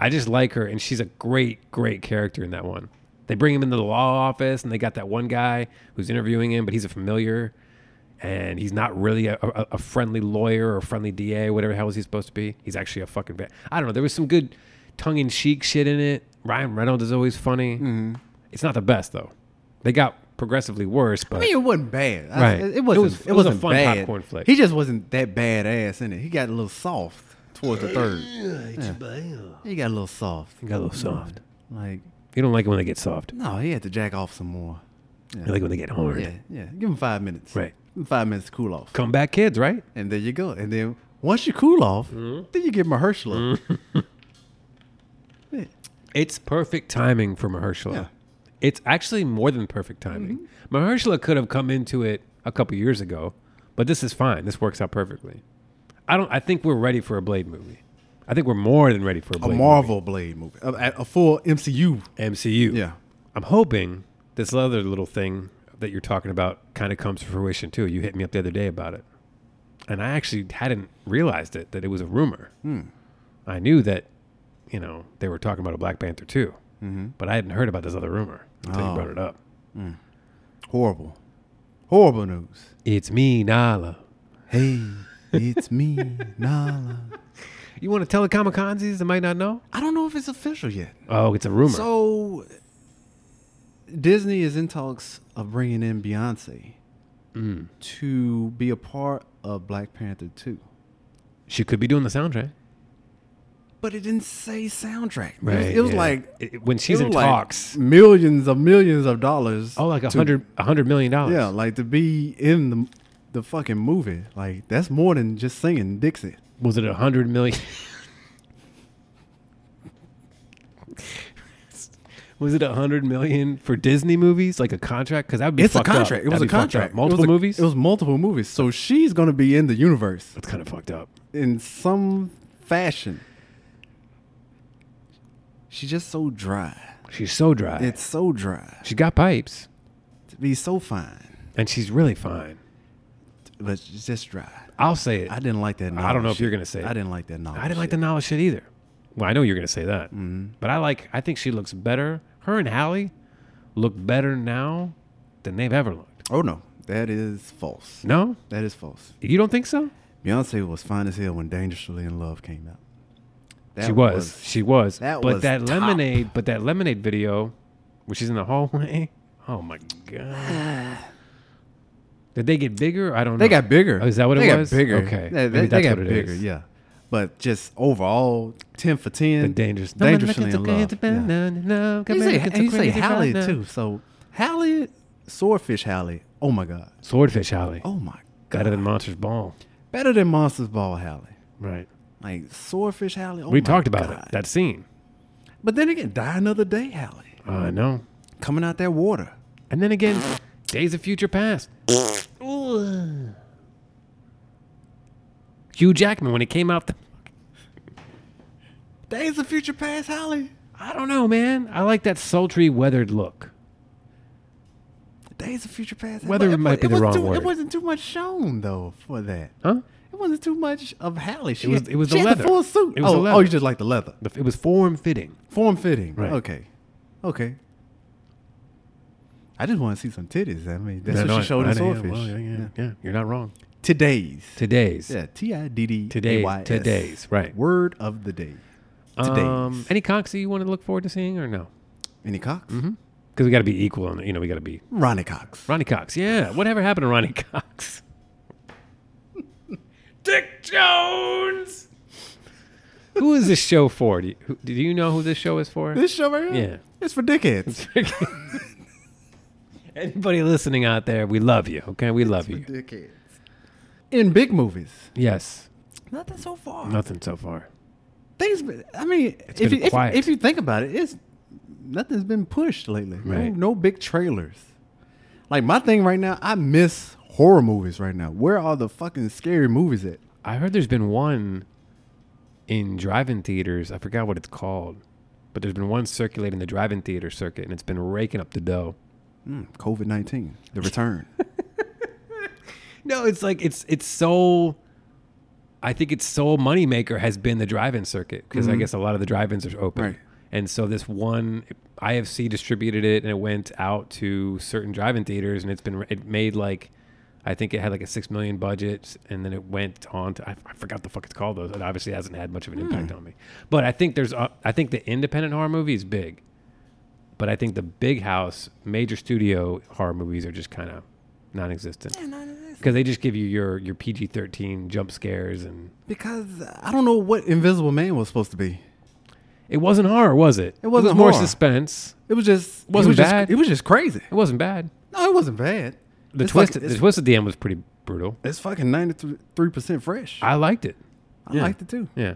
Speaker 9: I just like her, and she's a great, great character in that one. They bring him into the law office, and they got that one guy who's interviewing him, but he's a familiar, and he's not really a, a, a friendly lawyer or friendly DA, whatever the hell is he supposed to be. He's actually a fucking bad. I don't know. There was some good tongue-in-cheek shit in it. Ryan Reynolds is always funny. It's not the best though. They got progressively worse, but
Speaker 10: I mean, it wasn't bad. I-
Speaker 9: Right.
Speaker 10: It,
Speaker 9: It was-
Speaker 10: wasn't. It,
Speaker 9: it was
Speaker 10: was
Speaker 9: a
Speaker 10: not
Speaker 9: fun
Speaker 10: bad.
Speaker 9: popcorn flick.
Speaker 10: He just wasn't that badass in it. He got a little soft towards the third. Yeah. He got a little soft.
Speaker 9: He got a little soft.
Speaker 10: Like
Speaker 9: you don't like it when they get soft.
Speaker 10: no, he had to jack off some more. Yeah.
Speaker 9: You like when they get hard.
Speaker 10: Yeah, yeah. Give him five minutes.
Speaker 9: Right.
Speaker 10: Give him five minutes to cool off,
Speaker 9: Comeback kids, right?
Speaker 10: and there you go. And then once you cool off, then you give him a Herschel. <laughs>
Speaker 9: It's perfect timing for Mahershala.
Speaker 10: Yeah.
Speaker 9: It's actually more than perfect timing. Mahershala could have come into it a couple years ago, but this is fine. This works out perfectly. I don't. I think we're ready for a Blade movie. I think we're more than ready for a
Speaker 10: A
Speaker 9: Blade
Speaker 10: Marvel Blade movie, a, a- a full MCU.
Speaker 9: movie. MCU.
Speaker 10: Yeah.
Speaker 9: I'm hoping this other little thing that you're talking about kind of comes to fruition too. You hit me up the other day about it, and I actually hadn't realized it that it was a rumor.
Speaker 10: Hmm.
Speaker 9: I knew that, you know, they were talking about a Black Panther too, but I hadn't heard about this other rumor until you
Speaker 10: Mm-hmm. Oh.
Speaker 9: brought it up.
Speaker 10: Horrible, horrible news.
Speaker 9: It's me, Nala.
Speaker 10: Hey, it's me, Nala.
Speaker 9: You want to tell the kamikazes that might not know?
Speaker 10: I don't know if it's official yet.
Speaker 9: Oh, it's a rumor.
Speaker 10: So Disney is in talks of bringing in Beyonce
Speaker 9: Mm.
Speaker 10: to be a part of Black Panther 2.
Speaker 9: she could be doing the soundtrack.
Speaker 10: But it didn't say soundtrack. It was- It was,
Speaker 9: yeah.
Speaker 10: like
Speaker 9: It- it- when she's
Speaker 10: it
Speaker 9: in
Speaker 10: was like
Speaker 9: talks.
Speaker 10: millions of millions of dollars.
Speaker 9: Oh, like a
Speaker 10: to-
Speaker 9: hundred, a hundred million dollars.
Speaker 10: Yeah, like to be in the the fucking movie. Like that's more than just singing Dixie.
Speaker 9: was it a hundred million? was it a hundred million for Disney movies, like a contract? Because that would be
Speaker 10: It's a
Speaker 9: fucked up.
Speaker 10: contract. It was a
Speaker 9: That'd be fucked up.
Speaker 10: contract. It was
Speaker 9: Multiple
Speaker 10: a-
Speaker 9: movies.
Speaker 10: It was multiple movies. So she's gonna be in the universe
Speaker 9: That's kind of fucked up.
Speaker 10: in some fashion. She's just so dry.
Speaker 9: She's so dry.
Speaker 10: It's so dry
Speaker 9: she got pipes,
Speaker 10: to be so fine,
Speaker 9: and she's really fine.
Speaker 10: but she's just dry.
Speaker 9: I'll say it.
Speaker 10: I didn't like that. Knowledge
Speaker 9: I don't know if
Speaker 10: shit.
Speaker 9: you're gonna say it.
Speaker 10: I didn't like Mm-hmm. that knowledge.
Speaker 9: I didn't like the knowledge shit either. Well, I know you're gonna say that, but I like. I think she looks better. Her and Hallie look better now than they've ever looked.
Speaker 10: Oh no, that is false.
Speaker 9: No,
Speaker 10: That is false.
Speaker 9: you don't think so?
Speaker 10: Beyonce was fine as hell when "Dangerously in Love" came out. That
Speaker 9: she was. She was.
Speaker 10: that
Speaker 9: but
Speaker 10: was
Speaker 9: that
Speaker 10: top.
Speaker 9: lemonade. But that lemonade video, where she's in the hallway. <laughs> Oh my god. Did they get bigger? I don't know.
Speaker 10: They got bigger.
Speaker 9: Oh, is that what
Speaker 10: they
Speaker 9: it
Speaker 10: got
Speaker 9: was?
Speaker 10: Bigger.
Speaker 9: Okay.
Speaker 10: Yeah,
Speaker 9: Maybe
Speaker 10: they, they
Speaker 9: that's
Speaker 10: got
Speaker 9: what it
Speaker 10: bigger.
Speaker 9: is.
Speaker 10: Yeah. But just overall, ten for ten.
Speaker 9: The dangerous.
Speaker 10: Dangerously in love. Yeah.
Speaker 9: love.
Speaker 10: You say, and you say Hallie too. So Hallie, Swordfish Hallie. Oh my God.
Speaker 9: Swordfish Hallie.
Speaker 10: Oh my God.
Speaker 9: Better than Monsters Ball.
Speaker 10: Better than Monsters Ball Hallie.
Speaker 9: Right.
Speaker 10: Like Swordfish Hallie. Oh
Speaker 9: we
Speaker 10: my
Speaker 9: talked about
Speaker 10: God.
Speaker 9: it. That scene.
Speaker 10: But then again, Die Another Day Hallie.
Speaker 9: I know.
Speaker 10: Coming out that water.
Speaker 9: And then again, Days of Future Past.
Speaker 10: <laughs>
Speaker 9: Ooh. Hugh Jackman when it came out. The,
Speaker 10: Days of Future Past Hallie.
Speaker 9: I don't know, man. I like that sultry, weathered look.
Speaker 10: Days of Future Past.
Speaker 9: Weather
Speaker 10: But it-
Speaker 9: might be
Speaker 10: it
Speaker 9: the
Speaker 10: was
Speaker 9: wrong
Speaker 10: too,
Speaker 9: word.
Speaker 10: It wasn't too much shown though for that.
Speaker 9: Huh?
Speaker 10: It wasn't too much of Hallie. She
Speaker 9: was-
Speaker 10: had-
Speaker 9: it was
Speaker 10: she
Speaker 9: the
Speaker 10: had
Speaker 9: leather.
Speaker 10: full suit.
Speaker 9: It was the
Speaker 10: oh, oh,
Speaker 9: leather.
Speaker 10: you just like the leather.
Speaker 9: The- It was form fitting.
Speaker 10: Form fitting.
Speaker 9: Right.
Speaker 10: Okay. Okay. I just want to see some titties. I mean, that's
Speaker 9: No,
Speaker 10: what
Speaker 9: no,
Speaker 10: she showed
Speaker 9: I-
Speaker 10: in
Speaker 9: I- yeah,
Speaker 10: Swordfish.
Speaker 9: well, yeah, yeah, yeah. you're not wrong.
Speaker 10: Today's.
Speaker 9: Today's.
Speaker 10: Yeah, T I D D
Speaker 9: Today-
Speaker 10: A Y S.
Speaker 9: today's, right.
Speaker 10: Word of the day. Today's.
Speaker 9: Um, any Coxie you want to look forward to seeing or no?
Speaker 10: Any Cox? Mm-hmm.
Speaker 9: Because we got to be equal on, you know, we got to be.
Speaker 10: Ronnie Cox.
Speaker 9: Ronnie Cox. Yeah. Whatever happened to Ronnie <laughs> Cox? Dick Jones! who is this show for? Do you, who, do you know who this show is for?
Speaker 10: This show right here?
Speaker 9: Yeah.
Speaker 10: It's for dickheads.
Speaker 9: Anybody listening out there, we love you. Okay, we <laughs> love you.
Speaker 10: dickheads. In big movies.
Speaker 9: Yes.
Speaker 10: Nothing so far.
Speaker 9: Nothing so far.
Speaker 10: Things, been- I mean,
Speaker 9: It's
Speaker 10: if
Speaker 9: been
Speaker 10: you, if,
Speaker 9: quiet.
Speaker 10: if you think about it, it's nothing's been pushed lately. No-
Speaker 9: Right.
Speaker 10: No, big trailers. Like my thing right now, I miss horror movies right now. Where are the fucking scary movies at?
Speaker 9: I heard there's been one in drive-in theaters. I forgot what it's called, but there's been one circulating the drive-in theater circuit, and it's been raking up the dough.
Speaker 10: Hmm, COVID nineteen,
Speaker 9: <laughs>
Speaker 10: the return.
Speaker 9: No, it's like it's it's so I think its sole moneymaker has been the drive-in circuit because I
Speaker 11: Mhm.
Speaker 9: guess a lot of the drive-ins are open.
Speaker 11: Right.
Speaker 9: And so this one IFC distributed it and it went out to certain drive-in theaters and it's been it made like I think it had like a 6 million budget and then it went on to I, I forgot the fuck it's called though. It obviously hasn't had much of an impact on me. But I think there's a- I think the independent horror movie is big. But I think the big house, major studio horror movies are just kind of non-existent. Because they just give you your your PG-13 jump scares and
Speaker 10: Because I don't know what Invisible Man was supposed to be.
Speaker 9: It wasn't horror, was it?
Speaker 10: It wasn't
Speaker 9: was more
Speaker 10: horror.
Speaker 9: suspense.
Speaker 10: It was just
Speaker 9: Wasn't
Speaker 10: it was just-
Speaker 9: bad.
Speaker 10: it was just crazy.
Speaker 9: It wasn't bad.
Speaker 10: No, it wasn't bad.
Speaker 9: The
Speaker 10: It's
Speaker 9: twist
Speaker 10: fucking-
Speaker 9: the
Speaker 10: it's-
Speaker 9: twist at the end was pretty brutal.
Speaker 10: It's fucking ninety three percent fresh.
Speaker 9: I liked it.
Speaker 10: I liked it too.
Speaker 9: Yeah.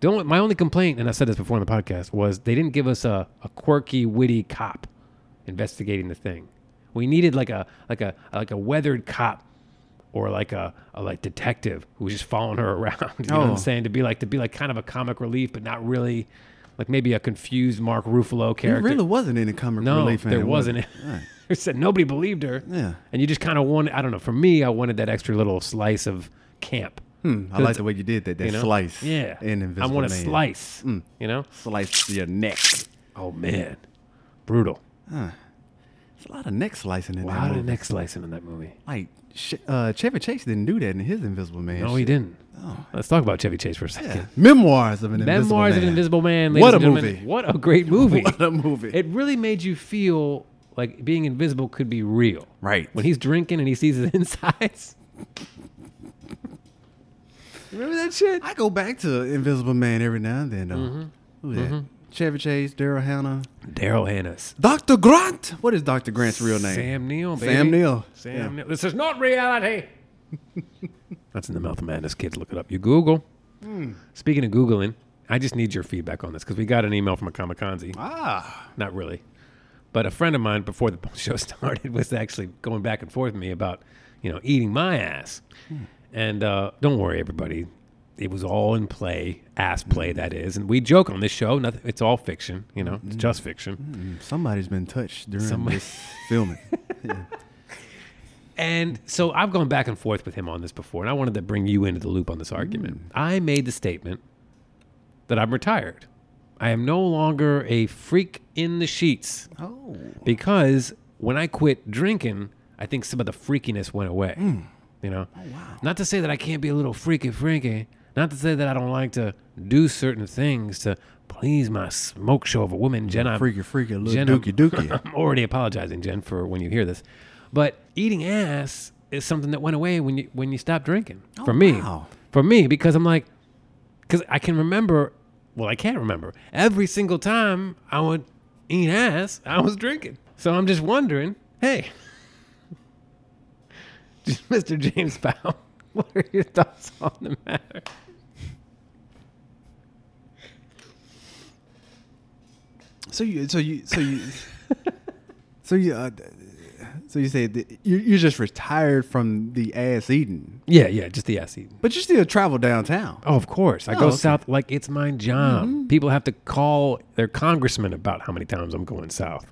Speaker 9: The only, my only complaint, and I said this before on the podcast, was they didn't give us a, a quirky, witty cop investigating the thing. We needed like a like a like a weathered cop or like a, a like detective who was just following her <laughs> around. You know what
Speaker 11: Oh.
Speaker 9: I'm saying? To be like to be like kind of a comic relief, but not really like maybe a confused Mark Ruffalo character.
Speaker 10: There really wasn't any comic
Speaker 9: no,
Speaker 10: relief. in
Speaker 9: there
Speaker 10: it, was
Speaker 9: wasn't.
Speaker 10: there?
Speaker 9: <laughs>
Speaker 10: Right.
Speaker 9: It said nobody believed her.
Speaker 10: Yeah.
Speaker 9: And you just kind of wanted, I don't know, for me, I wanted that extra little slice of camp.
Speaker 10: Hmm, I like the way you did that. That
Speaker 9: You know?
Speaker 10: slice.
Speaker 9: Yeah.
Speaker 10: In Invisible
Speaker 9: I want a
Speaker 10: Man. Mm.
Speaker 9: slice. You know?
Speaker 10: Slice your neck.
Speaker 9: Oh, man. Brutal.
Speaker 10: Huh. It's a lot of neck slicing in
Speaker 9: A
Speaker 10: that
Speaker 9: lot
Speaker 10: movie.
Speaker 9: of neck slicing in that movie.
Speaker 10: Like, sh- uh, Chevy Chase didn't do that in his Invisible Man.
Speaker 9: No, he
Speaker 10: shit.
Speaker 9: didn't. Let's talk about Chevy Chase for a second.
Speaker 10: Memoirs of an Invisible Man.
Speaker 9: Memoirs of an Invisible Man. ladies
Speaker 10: What a
Speaker 9: and gentlemen.
Speaker 10: movie.
Speaker 9: What a great movie.
Speaker 10: <laughs> What a movie.
Speaker 9: It really made you feel like being invisible could be real.
Speaker 10: Right.
Speaker 9: When he's drinking and he sees his <laughs> insides.
Speaker 10: Remember that shit? I go back to Invisible Man every now and then, though. Who that?
Speaker 9: Mhm.
Speaker 10: Chevy Chase, Daryl Hannah.
Speaker 9: Daryl Hannah's.
Speaker 10: Dr. Grant. What is Dr. Grant's real name?
Speaker 9: Sam Neill, baby.
Speaker 10: Sam Neill.
Speaker 9: Sam Neill. This is not reality. <laughs> That's in the mouth of madness, kids. Look it up. You Google.
Speaker 10: Hmm.
Speaker 9: Speaking of Googling, I just need your feedback on this because we got an email from a kamikaze.
Speaker 10: Ah.
Speaker 9: Not really. But a friend of mine before the <laughs> show started was actually going back and forth with me about, you know, eating my ass. And uh, don't worry, everybody. It was all in play, ass play, that is. And we joke on this show. Nothing, it's all fiction, you know, it's just fiction.
Speaker 10: Mm, Somebody's been touched during
Speaker 9: Somebody-
Speaker 10: this
Speaker 9: <laughs>
Speaker 10: filming.
Speaker 9: And so I've gone back and forth with him on this before, and I wanted to bring you into the loop on this argument.
Speaker 10: Mm.
Speaker 9: I made the statement that I'm retired. I am no longer a freak in the sheets.
Speaker 10: Oh.
Speaker 9: Because when I quit drinking, I think some of the freakiness went away.
Speaker 10: Mm.
Speaker 9: You know?
Speaker 10: Oh,
Speaker 9: Not to say that I can't be a little freaky freaky. Not to say that I don't like to do certain things to please my smoke show of a woman, Jen. I'm-
Speaker 10: Freaky, freaky, little
Speaker 9: Jen,
Speaker 10: dookie, dookie.
Speaker 9: <laughs> I'm already apologizing, Jen, for when you hear this. But eating ass is something that went away when you when you stopped drinking. for me,
Speaker 10: Oh, wow.
Speaker 9: for me, because I'm like, because I can remember. Well, I can't remember every single time I would eat ass. I was drinking, so I'm just wondering, hey, <laughs> Mr. James Powell, <laughs> what are your thoughts on the matter?
Speaker 10: So you, so you, so you, so you, uh, so you say that you- you're just retired from the ass eating,
Speaker 9: Yeah, yeah, just the ass eating.
Speaker 10: but you still travel downtown.
Speaker 9: Oh, Mm-hmm. of course. I
Speaker 10: Oh,
Speaker 9: go
Speaker 10: okay.
Speaker 9: south like it's my job. People have to call their congressman about how many times I'm going south.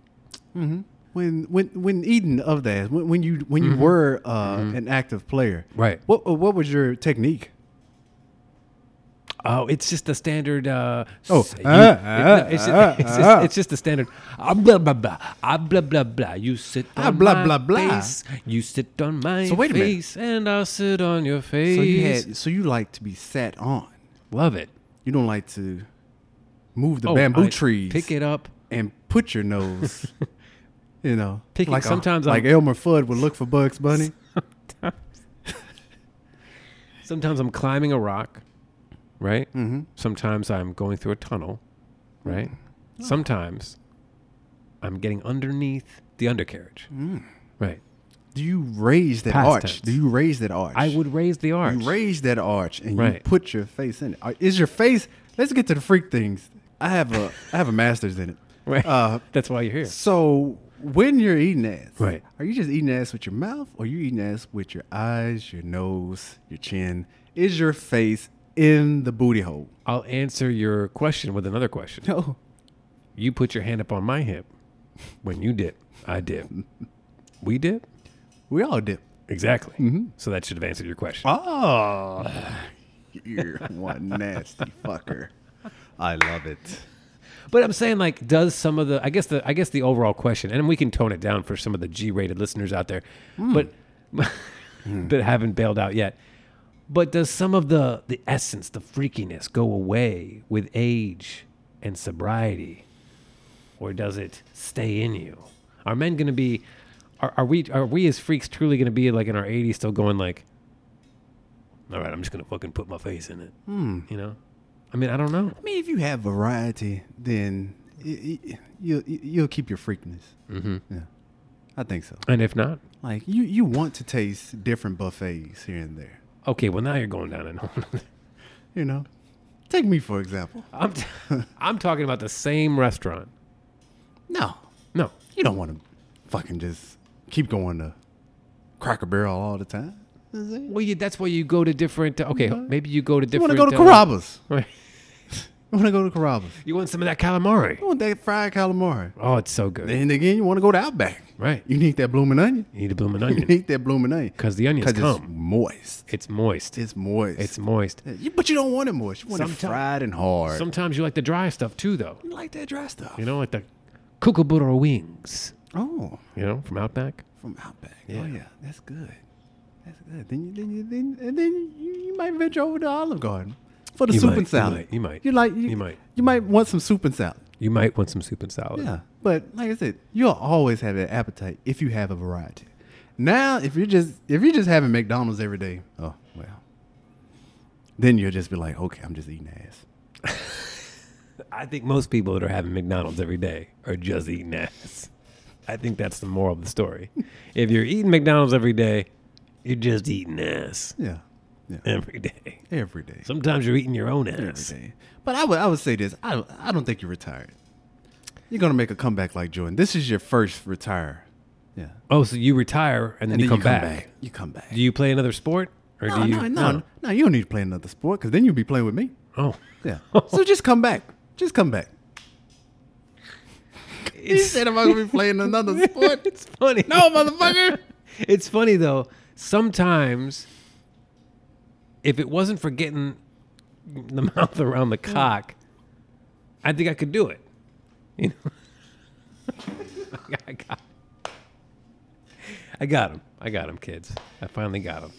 Speaker 10: Mm-hmm. When when when eating of the ass, when, when you when you were uh, an active player,
Speaker 9: Right.
Speaker 10: What uh, what was your technique?
Speaker 9: Oh, it's just the standard. Uh,
Speaker 10: Oh,
Speaker 9: s- you- it-
Speaker 10: uh, uh,
Speaker 9: no, <laughs> it's,
Speaker 10: uh,
Speaker 9: just, it's,
Speaker 10: uh.
Speaker 9: just, it's just the standard. Ah, blah blah blah. Ah, blah blah blah. You sit on
Speaker 10: Ah, blah,
Speaker 9: my
Speaker 10: blah, blah.
Speaker 9: face. You sit on my
Speaker 10: So wait a minute.
Speaker 9: face, and I'll sit on your face.
Speaker 10: So you had so you like to be sat on.
Speaker 9: love it.
Speaker 10: You don't like to move the
Speaker 9: Oh,
Speaker 10: bamboo
Speaker 9: I
Speaker 10: trees
Speaker 9: Pick it up.
Speaker 10: and put your
Speaker 9: <laughs>
Speaker 10: nose. you know,
Speaker 9: Picking-
Speaker 10: like a-
Speaker 9: sometimes
Speaker 10: like
Speaker 9: I'm-
Speaker 10: Elmer Fudd would look for Bugs Bunny.
Speaker 9: Sometimes I'm climbing a rock, right? Mm-hmm. Sometimes I'm going through a tunnel, right?
Speaker 10: Mm. Oh.
Speaker 9: Sometimes I'm getting underneath the undercarriage,
Speaker 10: Mm.
Speaker 9: right?
Speaker 10: Do you raise that
Speaker 9: Past
Speaker 10: arch?
Speaker 9: tense.
Speaker 10: Do you raise that arch?
Speaker 9: I would raise the arch.
Speaker 10: You raise that arch and you
Speaker 9: Right.
Speaker 10: put your face in it. Uh, Is your face? Let's get to the freak things. I
Speaker 9: <laughs>
Speaker 10: have a I have a master's in it.
Speaker 9: <laughs> Right.
Speaker 10: Uh,
Speaker 9: <laughs> That's why you're here.
Speaker 10: so when you're eating ass,
Speaker 9: Right.
Speaker 10: Are you just eating ass with your mouth, or you eating ass with your eyes, your nose, your chin? Is your face in the booty
Speaker 9: <laughs>
Speaker 10: hole?
Speaker 9: I'll answer your question with another question.
Speaker 10: No.
Speaker 9: You put your hand up on
Speaker 10: <laughs>
Speaker 9: my hip when you dip. I dip. We dip.
Speaker 10: We all dip.
Speaker 9: Exactly.
Speaker 10: Mm-hmm.
Speaker 9: So that should have answered your question.
Speaker 10: Oh,
Speaker 9: Ah.
Speaker 10: <laughs> you're one nasty
Speaker 9: <laughs>
Speaker 10: fucker. I love it.
Speaker 9: But I'm saying, like, does some of the I guess the I guess the overall question, and we can tone it down for some of the G-rated listeners out there, but <laughs> that haven't bailed out yet. But does some of the the essence, the freakiness, go away with age and sobriety, or does it stay in you? Are men going to be? Are, are we are we as freaks truly going to be like in our 80s, still going like? All right, I'm just going to fucking put my face in it.
Speaker 10: Hmm.
Speaker 9: You know, I mean, I don't know.
Speaker 10: I mean, if you have variety, then y- y- you you'll keep your freakness.
Speaker 9: Mm-hmm.
Speaker 10: Yeah, I think so.
Speaker 9: And if not,
Speaker 10: Like you, you want to taste different buffets here and there.
Speaker 9: okay, well now you're going down and
Speaker 10: You know, take me for example.
Speaker 9: <laughs> I'm t- I'm talking about the same restaurant.
Speaker 10: No,
Speaker 9: no,
Speaker 10: you don't want to fucking just keep going to Cracker Barrel all the time.
Speaker 9: Well, you, that's why you go to different. uh, Okay, maybe Mm-hmm. you go to
Speaker 10: You want
Speaker 9: different.
Speaker 10: to go to
Speaker 9: uh,
Speaker 10: Carrabba's.
Speaker 9: Right.
Speaker 10: You want to go to Carrabba's.
Speaker 9: You want some of that calamari?
Speaker 10: You want that fried calamari.
Speaker 9: Oh, it's so good.
Speaker 10: And again, you want to go to Outback.
Speaker 9: Right.
Speaker 10: You need that blooming onion.
Speaker 9: You need a <laughs> blooming
Speaker 10: You
Speaker 9: onion
Speaker 10: need that blooming onion.
Speaker 9: because the onions
Speaker 10: 'Cause
Speaker 9: come.
Speaker 10: it's moist.
Speaker 9: It's moist.
Speaker 10: It's moist.
Speaker 9: It's moist.
Speaker 10: You- but you don't want it moist. You want it
Speaker 9: Sometime-
Speaker 10: fried and hard.
Speaker 9: Sometimes you like the dry stuff too, though.
Speaker 10: you like that dry stuff.
Speaker 9: You know, like the kookaburra wings.
Speaker 10: Oh,
Speaker 9: You know, from Outback.
Speaker 10: from Outback.
Speaker 9: Yeah.
Speaker 10: Oh yeah, that's good. That's good. Then you then you then and then you, you might venture over to Olive Garden for the
Speaker 9: You
Speaker 10: soup
Speaker 9: might,
Speaker 10: and
Speaker 9: you
Speaker 10: salad.
Speaker 9: might, you might,
Speaker 10: You like you,
Speaker 9: you might. Oh,
Speaker 10: You might want some soup and salad.
Speaker 9: You might want some soup and salad.
Speaker 10: Yeah. But like I said, you'll always have an appetite if you have a variety. Now, if you're just if you're just having McDonald's every day, oh well. Then you'll just be like, okay, I'm just eating ass.
Speaker 9: I think most people that are having McDonald's every day are just eating ass. I think that's the moral of the story. if you're eating McDonald's every day, you're just eating ass
Speaker 10: Yeah.
Speaker 9: every day.
Speaker 10: Every day.
Speaker 9: Sometimes you're eating your own ass.
Speaker 10: Every day. But I would I would say this. I don't I don't think you're retired. You're gonna make a comeback like Jordan. This is your first retire. Yeah.
Speaker 9: Oh, so you retire and then, you, come back.
Speaker 10: You come back.
Speaker 9: Do you play another sport? Or
Speaker 10: no,
Speaker 9: do you
Speaker 10: no, no, no, You don't need to play another sport because then you'll be playing with me.
Speaker 9: Oh. <laughs>
Speaker 10: Yeah. so just come back. Just come back. You said am I gonna be playing another sport?
Speaker 9: <laughs> It's funny.
Speaker 10: No, motherfucker.
Speaker 9: It's funny though. Sometimes if it wasn't for getting the <laughs> mouth around the cock, I think I could do it. You know. <laughs> I got I got him. I got him, kids. I finally got him.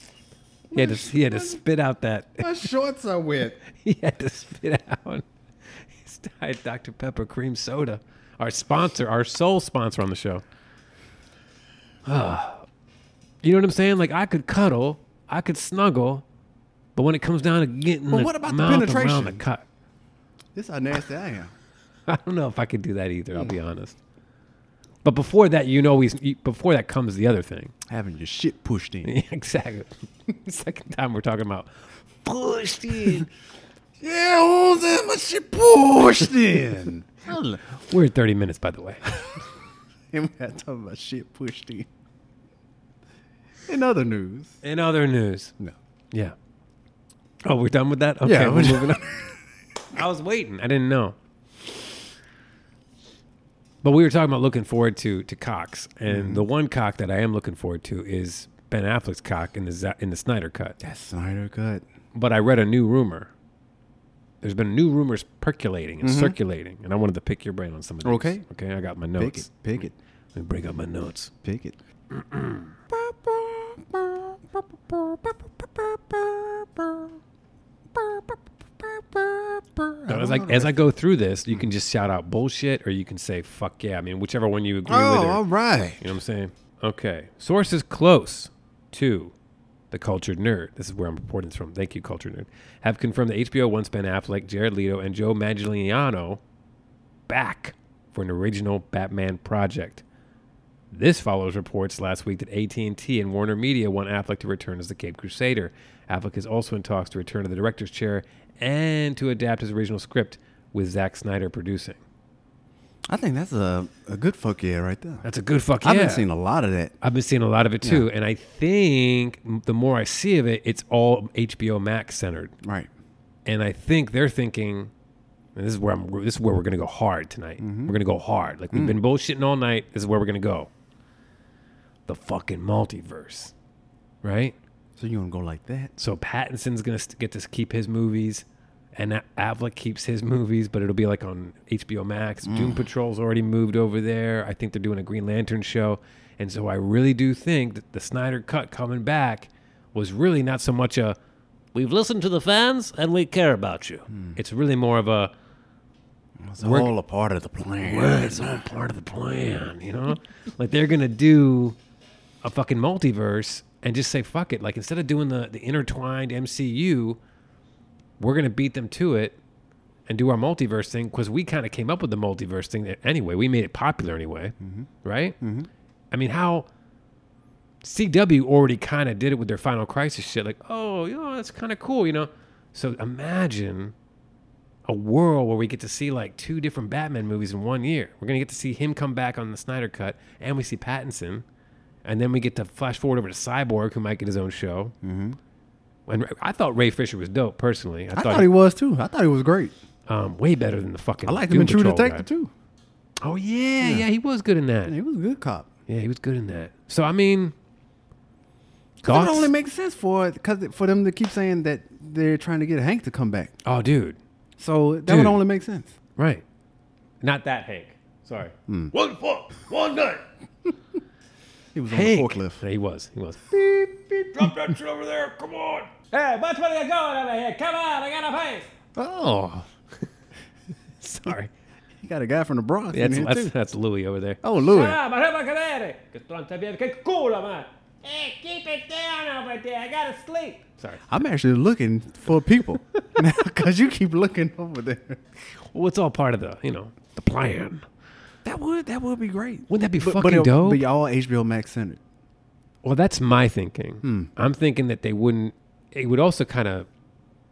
Speaker 9: He had to, he had to spit out that
Speaker 10: My shorts are wet.
Speaker 9: <laughs> he had to spit out <laughs> his diet Dr. Pepper cream soda. Our sponsor, our sole sponsor on the show. <sighs> Ah. you know what I'm saying? Like I could cuddle, I could snuggle, but when it comes down to getting
Speaker 10: But
Speaker 9: the
Speaker 10: what about the
Speaker 9: mouth around
Speaker 10: penetration?
Speaker 9: the cut, <laughs>
Speaker 10: This is how nasty I am.
Speaker 9: I don't know if I could do that either. I'll be honest. But before that, you know, we before that comes the other thing. <laughs>
Speaker 10: Having your shit pushed in.
Speaker 9: Yeah, exactly. Second time we're talking about <laughs> pushed in.
Speaker 10: Yeah, who's in my shit pushed
Speaker 9: <laughs>
Speaker 10: in? Hell,
Speaker 9: we're at 30 minutes, by the way. <laughs>
Speaker 10: <laughs> and we're not talking about shit pushed in. In other news,
Speaker 9: In other news,
Speaker 10: no.
Speaker 9: Yeah. Oh, we're done with that? Okay,
Speaker 10: Yeah,
Speaker 9: we're
Speaker 10: we're
Speaker 9: moving on. I was waiting. I didn't know. But we were talking about looking forward to to Cox, and the one cock that I am looking forward to is Ben Affleck's cock in the Z- in the Snyder cut.
Speaker 10: That Snyder cut.
Speaker 9: But I read a new rumor. There's been new rumors percolating and circulating, and I wanted to pick your brain on some of these.
Speaker 10: Okay.
Speaker 9: Okay, I got my
Speaker 10: Pick
Speaker 9: notes.
Speaker 10: it, pick it,
Speaker 9: Let me bring up my notes.
Speaker 10: pick it.
Speaker 9: No, as I as I go through this, you can just shout out bullshit, or you can say fuck yeah. I mean, whichever one you agree with.
Speaker 10: Oh,
Speaker 9: or-
Speaker 10: all right.
Speaker 9: You know what I'm saying? Okay. Sources close to the Cultured Nerd. This is where I'm reporting this from. Thank you, Cultured Nerd. Have confirmed that HBO once Ben Affleck, Jared Leto, and Joe Manganiello back for an original Batman project. This follows reports last week that AT&T and Warner Media want Affleck to return as the Cape Crusader. Affleck is also in talks to return to the director's chair and to adapt his original script with Zack Snyder producing.
Speaker 10: I think that's a, a good fuck yeah right there.
Speaker 9: That's a good fuck
Speaker 10: I've
Speaker 9: yeah.
Speaker 10: been seeing a lot of that.
Speaker 9: I've been seeing a lot of it too, and I think m- the more I see of it, it's all HBO Max centered,
Speaker 10: Right.
Speaker 9: and I think they're thinking, and this is where I'm. This is where we're gonna go hard tonight. We're gonna go hard. Like we've been bullshitting all night. This is where we're gonna go. The fucking multiverse. right?
Speaker 10: So you're gonna go like that?
Speaker 9: So Pattinson's gonna st- get to keep his movies, and A- Affleck keeps his movies, but it'll be like on HBO Max. Doom Patrol's already moved over there. I think they're doing a Green Lantern show, and so I really do think that the Snyder Cut coming back was really not so much a we've listened to the fans and we care about you. It's really more of a
Speaker 10: It's
Speaker 9: We're-
Speaker 10: all a part of the plan.
Speaker 9: Right, it's all part of the plan, you know? like they're gonna do a fucking multiverse and just say fuck it. Like instead of doing the, the intertwined MCU, we're gonna beat them to it and do our multiverse thing because we kind of came up with the multiverse thing anyway. We made it popular anyway, right? I mean, how CW already kind of did it with their Final Crisis shit. Like, oh, you know, that's kind of cool, you know. So imagine a world where we get to see like two different Batman movies in one year. We're gonna get to see him come back on the Snyder Cut, and we see Pattinson, and then we get to flash forward over to Cyborg, who might get his own show. Mm-hmm. And I thought Ray Fisher was dope personally.
Speaker 10: I thought he was too. I thought he was great.
Speaker 9: um, way better than the fucking.
Speaker 10: I liked
Speaker 9: Doom
Speaker 10: him in True
Speaker 9: Patrol
Speaker 10: Detective
Speaker 9: guy.
Speaker 10: too.
Speaker 9: Oh yeah, yeah, he was good in that.
Speaker 10: He was a good cop.
Speaker 9: Yeah, he was good in that. So I mean,
Speaker 10: Cause
Speaker 9: thoughts?
Speaker 10: it only makes sense for because for them to keep saying that they're trying to get Hank to come back.
Speaker 9: oh, dude,
Speaker 10: So that
Speaker 9: Dude.
Speaker 10: would only make sense.
Speaker 9: right? Hmm. Not that Hank. Sorry,
Speaker 2: One foot, one night.
Speaker 10: He was on
Speaker 9: Hank.
Speaker 10: the forkliff.
Speaker 9: Yeah, <laughs> he was. He was.
Speaker 2: Drop that shit over there. Come on.
Speaker 9: Hey, much money going over here. Come on, I gotta pay. Oh, <laughs> sorry.
Speaker 10: He got a guy from the Bronx in
Speaker 9: That's
Speaker 10: here
Speaker 9: that's,
Speaker 10: too.
Speaker 9: that's Louis over there.
Speaker 10: Oh, Louis.
Speaker 9: ma che vuoi cadere? Che stronza via, che culo, man. Hey, keep it down over there. I gotta sleep. Sorry.
Speaker 10: I'm actually looking for people <laughs> because you keep looking over there.
Speaker 9: Well, it's all part of the, you know, the plan.
Speaker 10: That would that would be great.
Speaker 9: Wouldn't that be
Speaker 10: But, but
Speaker 9: fucking
Speaker 10: it
Speaker 9: dope?
Speaker 10: be all HBO Max centered.
Speaker 9: Well, that's my thinking.
Speaker 10: Hmm.
Speaker 9: I'm thinking that they wouldn't. It would also kind of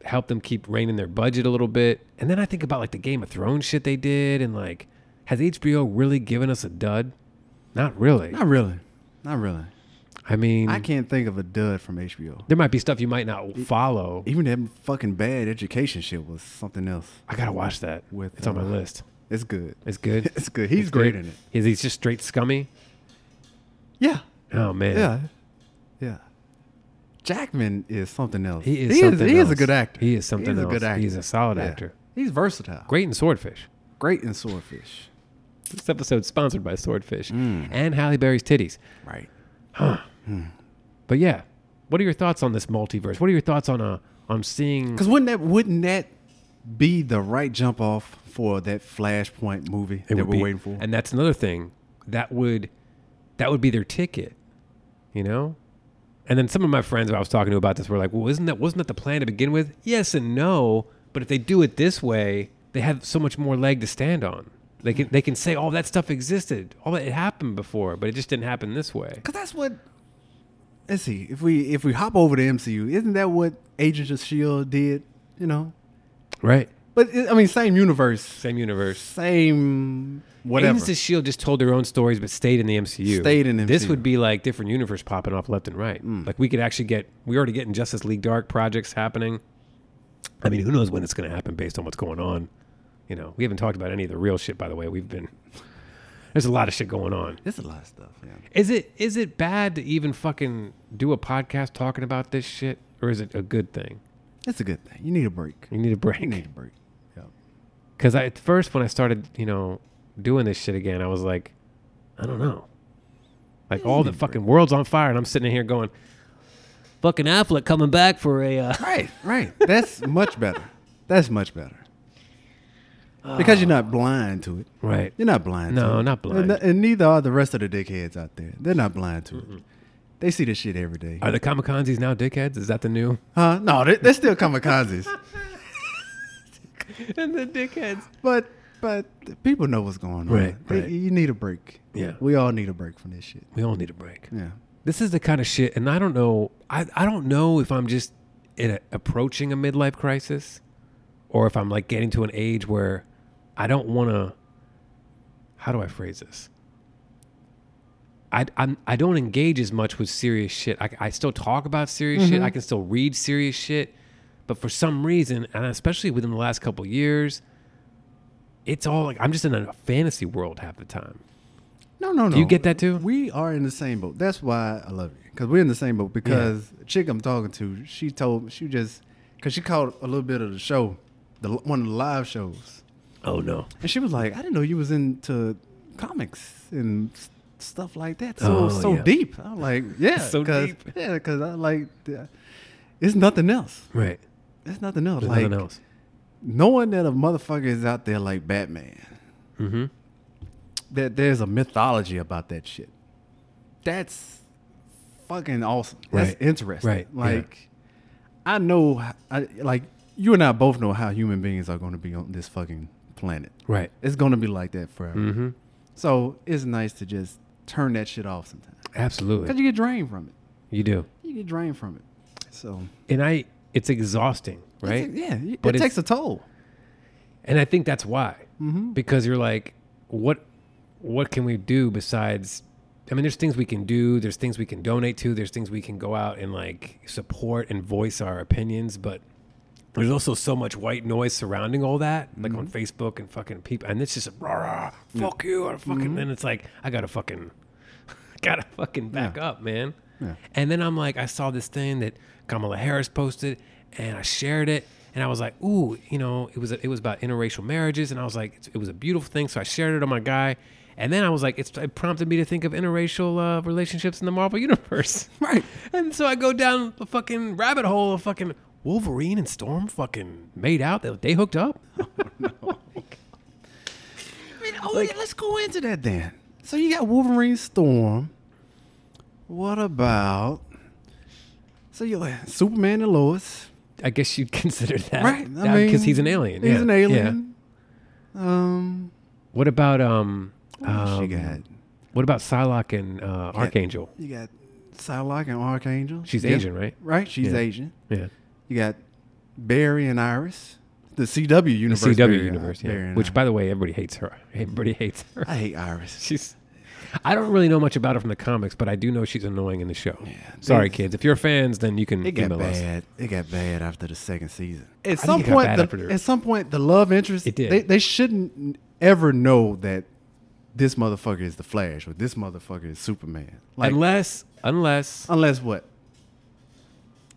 Speaker 9: help them keep reining their budget a little bit. And then I think about like the Game of Thrones shit they did, and like, has HBO really given us a dud? Not really.
Speaker 10: Not really. Not really.
Speaker 9: I mean,
Speaker 10: I can't think of a dud from HBO.
Speaker 9: there might be stuff you might not follow.
Speaker 10: Even that fucking bad education shit was something else.
Speaker 9: I gotta watch that.
Speaker 10: With,
Speaker 9: it's on my
Speaker 10: uh,
Speaker 9: list.
Speaker 10: It's good.
Speaker 9: It's good.
Speaker 10: <laughs> It's good. He's great in it.
Speaker 9: Is he's just straight scummy?
Speaker 10: Yeah.
Speaker 9: Oh man.
Speaker 10: Yeah. Yeah. Jackman is something else.
Speaker 9: He is.
Speaker 10: He
Speaker 9: something
Speaker 10: is, he is a
Speaker 9: else.
Speaker 10: good actor.
Speaker 9: He is something
Speaker 10: He's
Speaker 9: else.
Speaker 10: a good actor.
Speaker 9: He's a solid
Speaker 10: Yeah.
Speaker 9: actor.
Speaker 10: He's versatile.
Speaker 9: Great in Swordfish.
Speaker 10: Great in Swordfish.
Speaker 9: This episode sponsored by Swordfish
Speaker 10: Hmm.
Speaker 9: and Halle Berry's titties.
Speaker 10: Right.
Speaker 9: But yeah, what are your thoughts on this multiverse? What are your thoughts on uh on seeing?
Speaker 10: Because wouldn't that wouldn't that be the right jump off for that Flashpoint movie
Speaker 9: It
Speaker 10: that
Speaker 9: would
Speaker 10: we're
Speaker 9: be-
Speaker 10: waiting for?
Speaker 9: And that's another thing that would that would be their ticket, you know. And then some of my friends I was talking to about this were like, "Well, isn't that wasn't that the plan to begin with?" Yes and no, but if they do it this way, they have so much more leg to stand on. They can they can say all that stuff existed, all that it happened before, but it just didn't happen this way.
Speaker 10: Because that's what. Let's see if we if we hop over to MCU, isn't that what Agents of Shield E did? You know,
Speaker 9: Right.
Speaker 10: but it, I mean, same universe,
Speaker 9: Same universe.
Speaker 10: same whatever.
Speaker 9: Agents of Shield E just told their own stories, but stayed in the MCU.
Speaker 10: Stayed in
Speaker 9: This
Speaker 10: MCU.
Speaker 9: would be like different universe popping off left and right. Like we could actually get, we already getting Justice League Dark projects happening. I mean, who knows when it's going to happen based on what's going on? You know, we haven't talked about any of the real shit, by the way. We've been there's a lot of shit going on.
Speaker 10: It's a lot of stuff. Yeah.
Speaker 9: Is it is it bad to even fucking do a podcast talking about this shit, or is it a good thing?
Speaker 10: It's a good thing. You need a break.
Speaker 9: You need a break.
Speaker 10: You
Speaker 9: <laughs>
Speaker 10: need a break. Yeah.
Speaker 9: Because I, at first, when I started, you know, doing this shit again, I was like, I don't know. Like, all the fucking world's on fire, and I'm sitting here going, fucking Affleck coming back for a. Uh,
Speaker 10: Right. Right. That's much better. That's much better. Because you're not blind to it.
Speaker 9: <laughs> right.
Speaker 10: You're not blind.
Speaker 9: Oh. No,
Speaker 10: to it.
Speaker 9: not blind.
Speaker 10: And, and neither are the rest of the dickheads out there. They're not blind to it. They see this shit every day.
Speaker 9: Are the Kamikazes now dickheads? Is that the new?
Speaker 10: Huh? No, they, they're
Speaker 9: <laughs>
Speaker 10: still kamikazes.
Speaker 9: and <laughs> the dickheads.
Speaker 10: but but people know what's going on.
Speaker 9: Right,
Speaker 10: They-
Speaker 9: right.
Speaker 10: You need a break.
Speaker 9: Yeah.
Speaker 10: We all need a break from this shit.
Speaker 9: We all need a break.
Speaker 10: Yeah.
Speaker 9: This is the kind of shit, and I don't know. I, I don't know if I'm just in a, approaching a midlife crisis, or if I'm like getting to an age where I don't want to. How do I phrase this? I I'm, I don't engage as much with serious shit. I, I still talk about serious shit. I can still read serious shit, but for some reason, and especially within the last couple years, it's all like I'm just in a fantasy world half the time.
Speaker 10: No, no, no.
Speaker 9: Do you get that too?
Speaker 10: We are in the same boat. That's why I love you because we're in the same boat. Because the chick I'm talking to, she told she just because she caught a little bit of the show, the one of the live shows,
Speaker 9: Oh no.
Speaker 10: and she was like, "I didn't know you was into comics and s- stuff like that. So
Speaker 9: Oh,
Speaker 10: so
Speaker 9: yeah.
Speaker 10: deep."
Speaker 9: <laughs>
Speaker 10: I'm like, "Yeah,
Speaker 9: So
Speaker 10: 'cause-
Speaker 9: deep.
Speaker 10: Yeah, because I like, th- it's nothing else.
Speaker 9: Right.
Speaker 10: It's nothing else.
Speaker 9: There's
Speaker 10: like
Speaker 9: nothing else.
Speaker 10: knowing that a motherfucker is out there like Batman."
Speaker 9: Mm-hmm.
Speaker 10: that there's a mythology about that shit. That's fucking awesome.
Speaker 9: Right.
Speaker 10: That's interesting.
Speaker 9: Right, yeah.
Speaker 10: Like, I know, h- I, like, you and I both know how human beings are going to be on this fucking planet.
Speaker 9: Right.
Speaker 10: It's going to be like that forever.
Speaker 9: Mm-hmm.
Speaker 10: So it's nice to just turn that shit off sometimes. Because
Speaker 9: Absolutely.
Speaker 10: you get drained from it.
Speaker 9: You do.
Speaker 10: You get drained from it. So,
Speaker 9: And I it's exhausting, right?
Speaker 10: It's- yeah, it-
Speaker 9: But
Speaker 10: it
Speaker 9: it's-
Speaker 10: takes a toll.
Speaker 9: And I think that's why.
Speaker 10: Mm-hmm.
Speaker 9: Because you're like, what what can we do besides I mean, there's things we can do, there's things we can donate to, there's things we can go out and like support and voice our opinions, but there's also so much white noise surrounding all that, like on
Speaker 10: Mm-hmm.
Speaker 9: Facebook and fucking people and it's just rah, rah fuck you or fucking
Speaker 10: Mm-hmm.
Speaker 9: then it's like I gotta fucking <laughs> gotta fucking back up, man.
Speaker 10: Yeah.
Speaker 9: And then I'm like, I saw this thing that Kamala Harris posted, and I shared it, and I was like, ooh, you know, it was it was about interracial marriages, and I was like, it's, it was a beautiful thing, so I shared it on my guy, and then I was like, it's, it prompted me to think of interracial uh, relationships in the Marvel <laughs> universe, right? And so I go down the fucking rabbit hole of fucking Wolverine and Storm fucking made out that they hooked up.
Speaker 10: I mean, oh, yeah, let's go into that then. So you got Wolverine Storm. What about? So you Superman and Lois,
Speaker 9: I guess you'd <laughs> consider that,
Speaker 10: right?
Speaker 9: That- because he's an alien.
Speaker 10: He's
Speaker 9: yeah.
Speaker 10: an
Speaker 9: yeah.
Speaker 10: alien. Um,
Speaker 9: What about um?
Speaker 10: else she
Speaker 9: um,
Speaker 10: got?
Speaker 9: What about Psylocke and uh, Archangel?
Speaker 10: you got Psylocke and Archangel.
Speaker 9: She's
Speaker 10: Yeah.
Speaker 9: Asian, right?
Speaker 10: Right, she's
Speaker 9: Yeah.
Speaker 10: Asian.
Speaker 9: Yeah,
Speaker 10: You got Barry and Iris, the CW
Speaker 9: the
Speaker 10: universe.
Speaker 9: CW
Speaker 10: Barry and-
Speaker 9: universe.
Speaker 10: Barry
Speaker 9: Yeah.
Speaker 10: and
Speaker 9: Which,
Speaker 10: Iris.
Speaker 9: by the way, everybody hates her. <laughs> Everybody hates her.
Speaker 10: I hate Iris.
Speaker 9: <laughs> She's. I don't really know much about her from the comics, but I do know she's annoying in the show. Yeah, Sorry,
Speaker 10: they-
Speaker 9: kids. If you're fans, then you can
Speaker 10: It got
Speaker 9: email us.
Speaker 10: bad. It got bad after the second season.
Speaker 9: think
Speaker 10: At some
Speaker 9: it got
Speaker 10: point,
Speaker 9: bad
Speaker 10: the-
Speaker 9: after the-
Speaker 10: at some point, the love interest.
Speaker 9: It did.
Speaker 10: They, they shouldn't ever know that this motherfucker is the Flash or this motherfucker is Superman. Like
Speaker 9: unless, unless
Speaker 10: unless what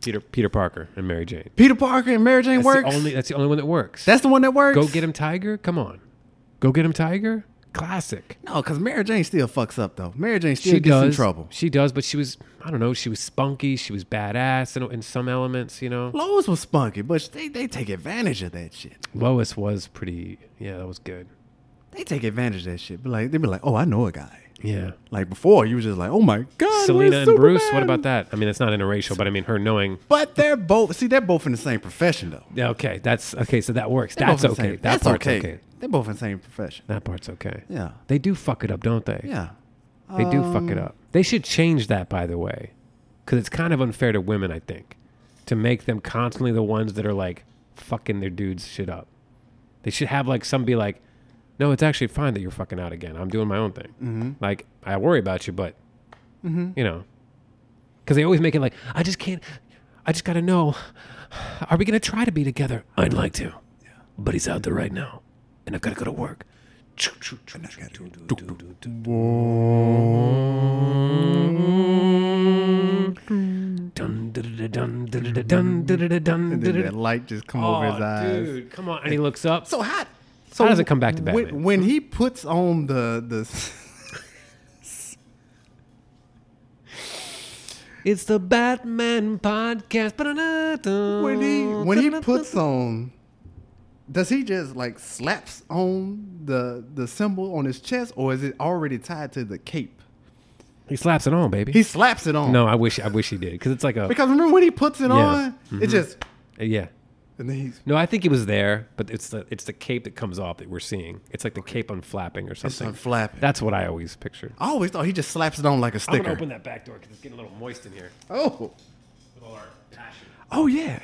Speaker 9: Peter Peter Parker and Mary Jane.
Speaker 10: Peter Parker and Mary Jane
Speaker 9: That's
Speaker 10: works.
Speaker 9: the only. That's the only one that works.
Speaker 10: that's the one that works.
Speaker 9: Go get him, Tiger. Come on. Go get him, Tiger. Classic.
Speaker 10: No, because Mary Jane still fucks up though. Mary Jane still
Speaker 9: she
Speaker 10: gets
Speaker 9: does
Speaker 10: in trouble.
Speaker 9: She does, but she was I don't know. She was spunky. She was badass in, in some elements. You know,
Speaker 10: Lois was spunky, but they, they take advantage of that shit.
Speaker 9: Lois was pretty. Yeah, that was good.
Speaker 10: They take advantage of that shit. But like they be like, oh, I know a guy.
Speaker 9: Yeah.
Speaker 10: Like before, you was just like, oh my god,
Speaker 9: Selena and
Speaker 10: where's
Speaker 9: Bruce. What
Speaker 10: Superman?
Speaker 9: about that? I mean, it's not interracial, but I mean, her knowing.
Speaker 10: But they're both see they're both in the same profession though.
Speaker 9: Yeah, okay, that's okay. So that works.
Speaker 10: They're
Speaker 9: That's
Speaker 10: both in the
Speaker 9: okay.
Speaker 10: same-
Speaker 9: That part's okay.
Speaker 10: They're both in the same profession.
Speaker 9: That part's okay.
Speaker 10: Yeah.
Speaker 9: They do fuck it up, don't they?
Speaker 10: Yeah. Um,
Speaker 9: They do fuck it up. They should change that, by the way, because it's kind of unfair to women. I think to make them constantly the ones that are like fucking their dudes shit up. They should have like some be like, "No, it's actually fine that you're fucking out again. I'm doing my own thing. Like I worry about you, but you know, because they always make it like I just can't. I just gotta know. Are we gonna try to be together? I'd like to, but he's out there right now, and I've gotta go to work. Dun, dun, dun, dun, dun, dun, dun, dun,
Speaker 10: And then that
Speaker 9: dun.
Speaker 10: light just come over his
Speaker 9: Oh,
Speaker 10: eyes.
Speaker 9: dude, come on! And he looks up.
Speaker 10: So how?
Speaker 9: How does it come back to
Speaker 10: when-
Speaker 9: Batman?
Speaker 10: When he puts on the the
Speaker 9: It's the Batman podcast.
Speaker 10: when he when he puts on, does he just like slaps on the the symbol on his chest, or is it already tied to the cape?
Speaker 9: he slaps it on, baby.
Speaker 10: He slaps it on.
Speaker 9: no, I wish I wish he did because it's like a
Speaker 10: because remember when he puts it
Speaker 9: Yeah. Mm-hmm.
Speaker 10: on, it just
Speaker 9: yeah.
Speaker 10: and then he's
Speaker 9: No, I think it was there, but it's the it's the cape that comes off that we're seeing. It's like the cape unflapping or something.
Speaker 10: unflapping.
Speaker 9: That's what I always pictured.
Speaker 10: I always thought he just slaps it on like a
Speaker 9: I'm
Speaker 10: sticker.
Speaker 9: gonna open that back door because it's getting a little moist in here.
Speaker 10: Oh,
Speaker 9: With all our passion.
Speaker 10: oh yeah.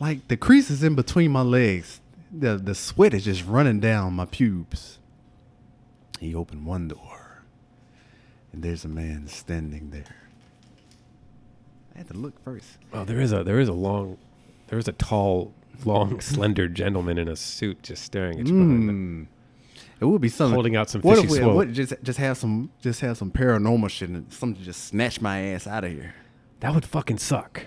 Speaker 10: Like the creases in between my legs, the the sweat is just running down my pubes. He opened one door, and there's a man standing there. I had to look first.
Speaker 9: Oh, there is a there is a long, there <laughs> Mm. is a tall, long, slender gentleman in a suit just staring at you. behind them.
Speaker 10: It would be something
Speaker 9: Holding out some
Speaker 10: What if
Speaker 9: fishy
Speaker 10: we-
Speaker 9: swole.
Speaker 10: What, just just have some just have some paranormal shit and something just snatch my ass out of here.
Speaker 9: That would fucking suck.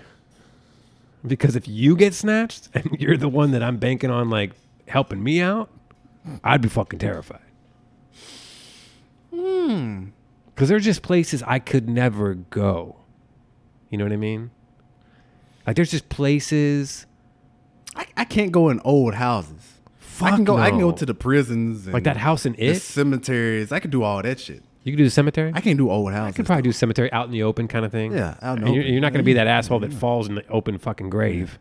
Speaker 9: Because if you get snatched and <laughs> you're the one that I'm banking on, like helping me out, I'd be fucking terrified.
Speaker 10: Hmm.
Speaker 9: Because there are just places I could never go. You know what I mean? Like there's just places
Speaker 10: I, I can't go in old houses. I can
Speaker 9: Fuck
Speaker 10: go. I can go
Speaker 9: no.
Speaker 10: to the prisons, and
Speaker 9: Like that house in
Speaker 10: the
Speaker 9: It?
Speaker 10: cemeteries. I can do all that shit.
Speaker 9: you could do the cemetery.
Speaker 10: I can do old houses.
Speaker 9: I could probably do cemetery out in the open kind of thing.
Speaker 10: Yeah, out in the
Speaker 9: And you're,
Speaker 10: open.
Speaker 9: you're not going to be that asshole that falls in the open fucking grave.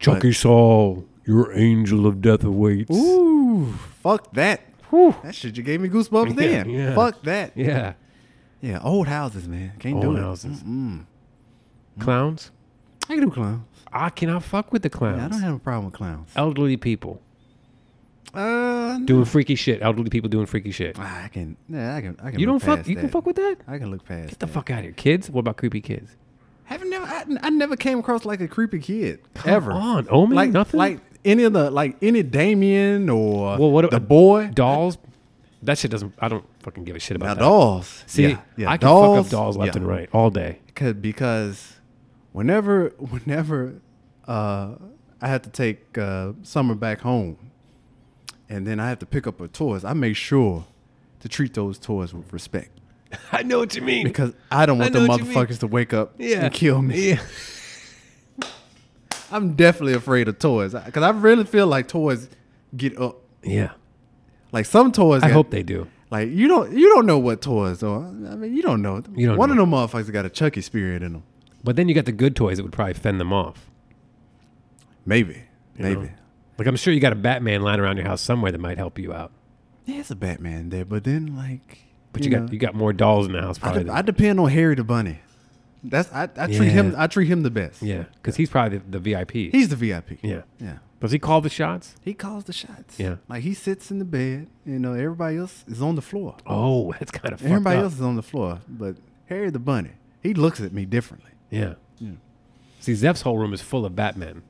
Speaker 9: Chucky Saul, your angel of death awaits.
Speaker 10: Ooh, fuck that. That shit, you gave me
Speaker 9: <laughs>
Speaker 10: goosebumps
Speaker 9: Yeah,
Speaker 10: then.
Speaker 9: yeah.
Speaker 10: Fuck that.
Speaker 9: Yeah.
Speaker 10: Yeah, old houses, man. Can't do
Speaker 9: Old
Speaker 10: it.
Speaker 9: houses.
Speaker 10: Mm-mm.
Speaker 9: Mm-hmm. Clowns?
Speaker 10: I can do clowns.
Speaker 9: I cannot fuck with the clowns.
Speaker 10: Yeah, I don't have a problem with clowns.
Speaker 9: elderly people
Speaker 10: Uh,
Speaker 9: doing freaky shit. Elderly people doing freaky shit.
Speaker 10: I can. Yeah, I can. I can.
Speaker 9: You don't
Speaker 10: look
Speaker 9: fuck.
Speaker 10: past
Speaker 9: You can
Speaker 10: that.
Speaker 9: fuck with that.
Speaker 10: I can look past.
Speaker 9: Get the fuck out of here, kids. What about creepy kids?
Speaker 10: Have never. I, I never came across like a creepy kid ever.
Speaker 9: on, Omen?
Speaker 10: Like
Speaker 9: Nothing?
Speaker 10: Like any of the like any Damien or
Speaker 9: Well, what
Speaker 10: the
Speaker 9: a-
Speaker 10: boy
Speaker 9: Dolls. That shit doesn't. I don't fucking give a shit
Speaker 10: now
Speaker 9: about that.
Speaker 10: dolls.
Speaker 9: See,
Speaker 10: yeah, yeah,
Speaker 9: I can fuck up dolls left
Speaker 10: yeah.
Speaker 9: and right all
Speaker 10: <laughs>
Speaker 9: day.
Speaker 10: Cause, because whenever <laughs> whenever uh, I have to take uh, Summer back home, and then I have to pick up her toys, I make sure to treat those toys with respect
Speaker 9: I know what you mean.
Speaker 10: because I don't
Speaker 9: I
Speaker 10: want the
Speaker 9: know what you mean.
Speaker 10: motherfuckers to wake up
Speaker 9: yeah,
Speaker 10: and kill me.
Speaker 9: Yeah.
Speaker 10: <laughs> I'm definitely afraid of toys because I really feel like toys get up.
Speaker 9: yeah.
Speaker 10: Like some toys,
Speaker 9: I
Speaker 10: got-
Speaker 9: hope they do.
Speaker 10: Like you don't you don't know what toys are. I mean, you don't know.
Speaker 9: You don't
Speaker 10: One
Speaker 9: know.
Speaker 10: of them motherfuckers got a Chucky spirit in them.
Speaker 9: But then you got the good toys that would probably fend them off.
Speaker 10: Maybe,
Speaker 9: you
Speaker 10: maybe.
Speaker 9: know? Like I'm sure you got a Batman lying around your house somewhere that might help you out.
Speaker 10: There's a Batman there, but then like,
Speaker 9: But you, got
Speaker 10: know,
Speaker 9: you got more dolls in the house
Speaker 10: I,
Speaker 9: probably.
Speaker 10: de-
Speaker 9: than-
Speaker 10: I depend on Harry the Bunny. That's I, I treat him.
Speaker 9: Yeah.
Speaker 10: I treat him the best.
Speaker 9: yeah, because he's probably the, the VIP.
Speaker 10: he's the VIP.
Speaker 9: yeah.
Speaker 10: yeah.
Speaker 9: Does he call the shots?
Speaker 10: He calls the shots.
Speaker 9: Yeah.
Speaker 10: like he sits in the bed. You know, everybody else is on the floor.
Speaker 9: Oh, <laughs> that's kind of
Speaker 10: everybody else is on the floor, but Harry the Bunny, he looks at me differently.
Speaker 9: Yeah. See, Zeph's whole room is full of Batman.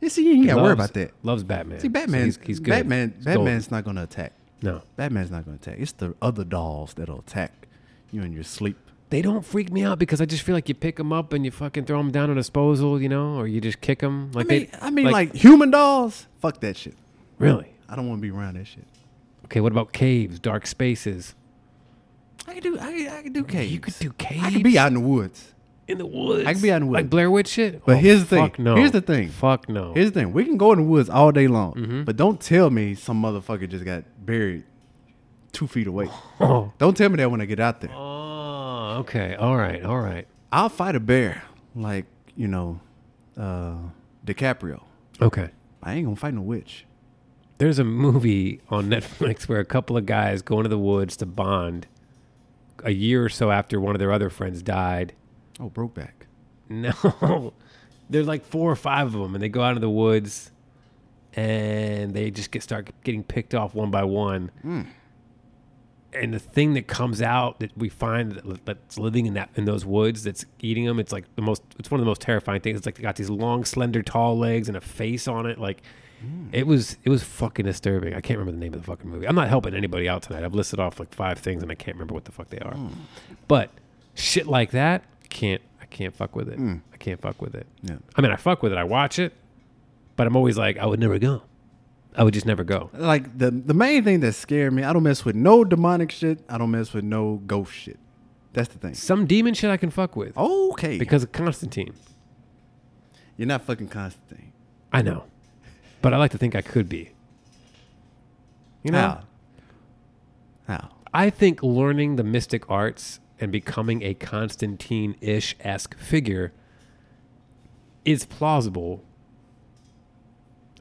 Speaker 10: You see, you ain't got to worry
Speaker 9: Loves-
Speaker 10: about that.
Speaker 9: Loves Batman.
Speaker 10: See,
Speaker 9: So
Speaker 10: Batman,
Speaker 9: he's, he's good.
Speaker 10: Batman,
Speaker 9: He's golden.
Speaker 10: Batman's not gonna attack.
Speaker 9: No,
Speaker 10: Batman's not gonna attack. It's the other dolls that'll attack you in your sleep.
Speaker 9: they don't freak me out because I just feel like you pick them up and you fucking throw them down on disposal, you know, or you just kick them. Like
Speaker 10: I mean,
Speaker 9: they,
Speaker 10: I mean, like, human dolls. Fuck that shit.
Speaker 9: really.
Speaker 10: I don't want to be around that shit.
Speaker 9: Okay, what about caves, dark spaces?
Speaker 10: I could do. I could, I could do caves.
Speaker 9: You could do caves.
Speaker 10: I could be out in the woods.
Speaker 9: in the woods.
Speaker 10: I could be out in the
Speaker 9: like
Speaker 10: woods.
Speaker 9: Blair Witch shit.
Speaker 10: But
Speaker 9: Oh,
Speaker 10: here's the thing.
Speaker 9: Fuck no.
Speaker 10: Here's the thing.
Speaker 9: Fuck no.
Speaker 10: Here's the thing: we can go in the woods all day long,
Speaker 9: Mm-hmm.
Speaker 10: but don't tell me some motherfucker just got buried two feet away.
Speaker 9: <laughs> oh.
Speaker 10: Don't tell me that when I get out there.
Speaker 9: Oh, okay. All right. All right.
Speaker 10: I'll fight a bear, like you know, uh, DiCaprio.
Speaker 9: Okay.
Speaker 10: I ain't gonna fight no witch.
Speaker 9: There's a movie on <laughs> Netflix where a couple of guys go into the woods to bond a year or so after one of their other friends died.
Speaker 10: Oh, Brokeback.
Speaker 9: <laughs> No, there's like four or five of them, and they go out into the woods and they just get start getting picked off one by one. And the thing that comes out that we find that, that's living in that in those woods that's eating them, it's like the most. It's one of the most terrifying things. It's like they got these long, slender, tall legs and a face on it. Like it was, it was fucking disturbing. I can't remember the name of the fucking movie. I'm not helping anybody out tonight. I've listed off like five things and I can't remember what the fuck they are. But shit like that can't. I can't fuck with it. I can't fuck with it.
Speaker 10: Yeah.
Speaker 9: I mean, I fuck with it. I watch it, but I'm always like, I would never go. I would just never go.
Speaker 10: Like the the main thing that scared me, I don't mess with no demonic shit. I don't mess with no ghost shit. That's the thing.
Speaker 9: Some demon shit I can fuck with
Speaker 10: Oh, Okay,
Speaker 9: because of Constantine.
Speaker 10: you're not fucking Constantine.
Speaker 9: I know, but I like to think I could be. You know,
Speaker 10: How? How?
Speaker 9: I think learning the mystic arts and becoming a Constantine ish esque figure is plausible.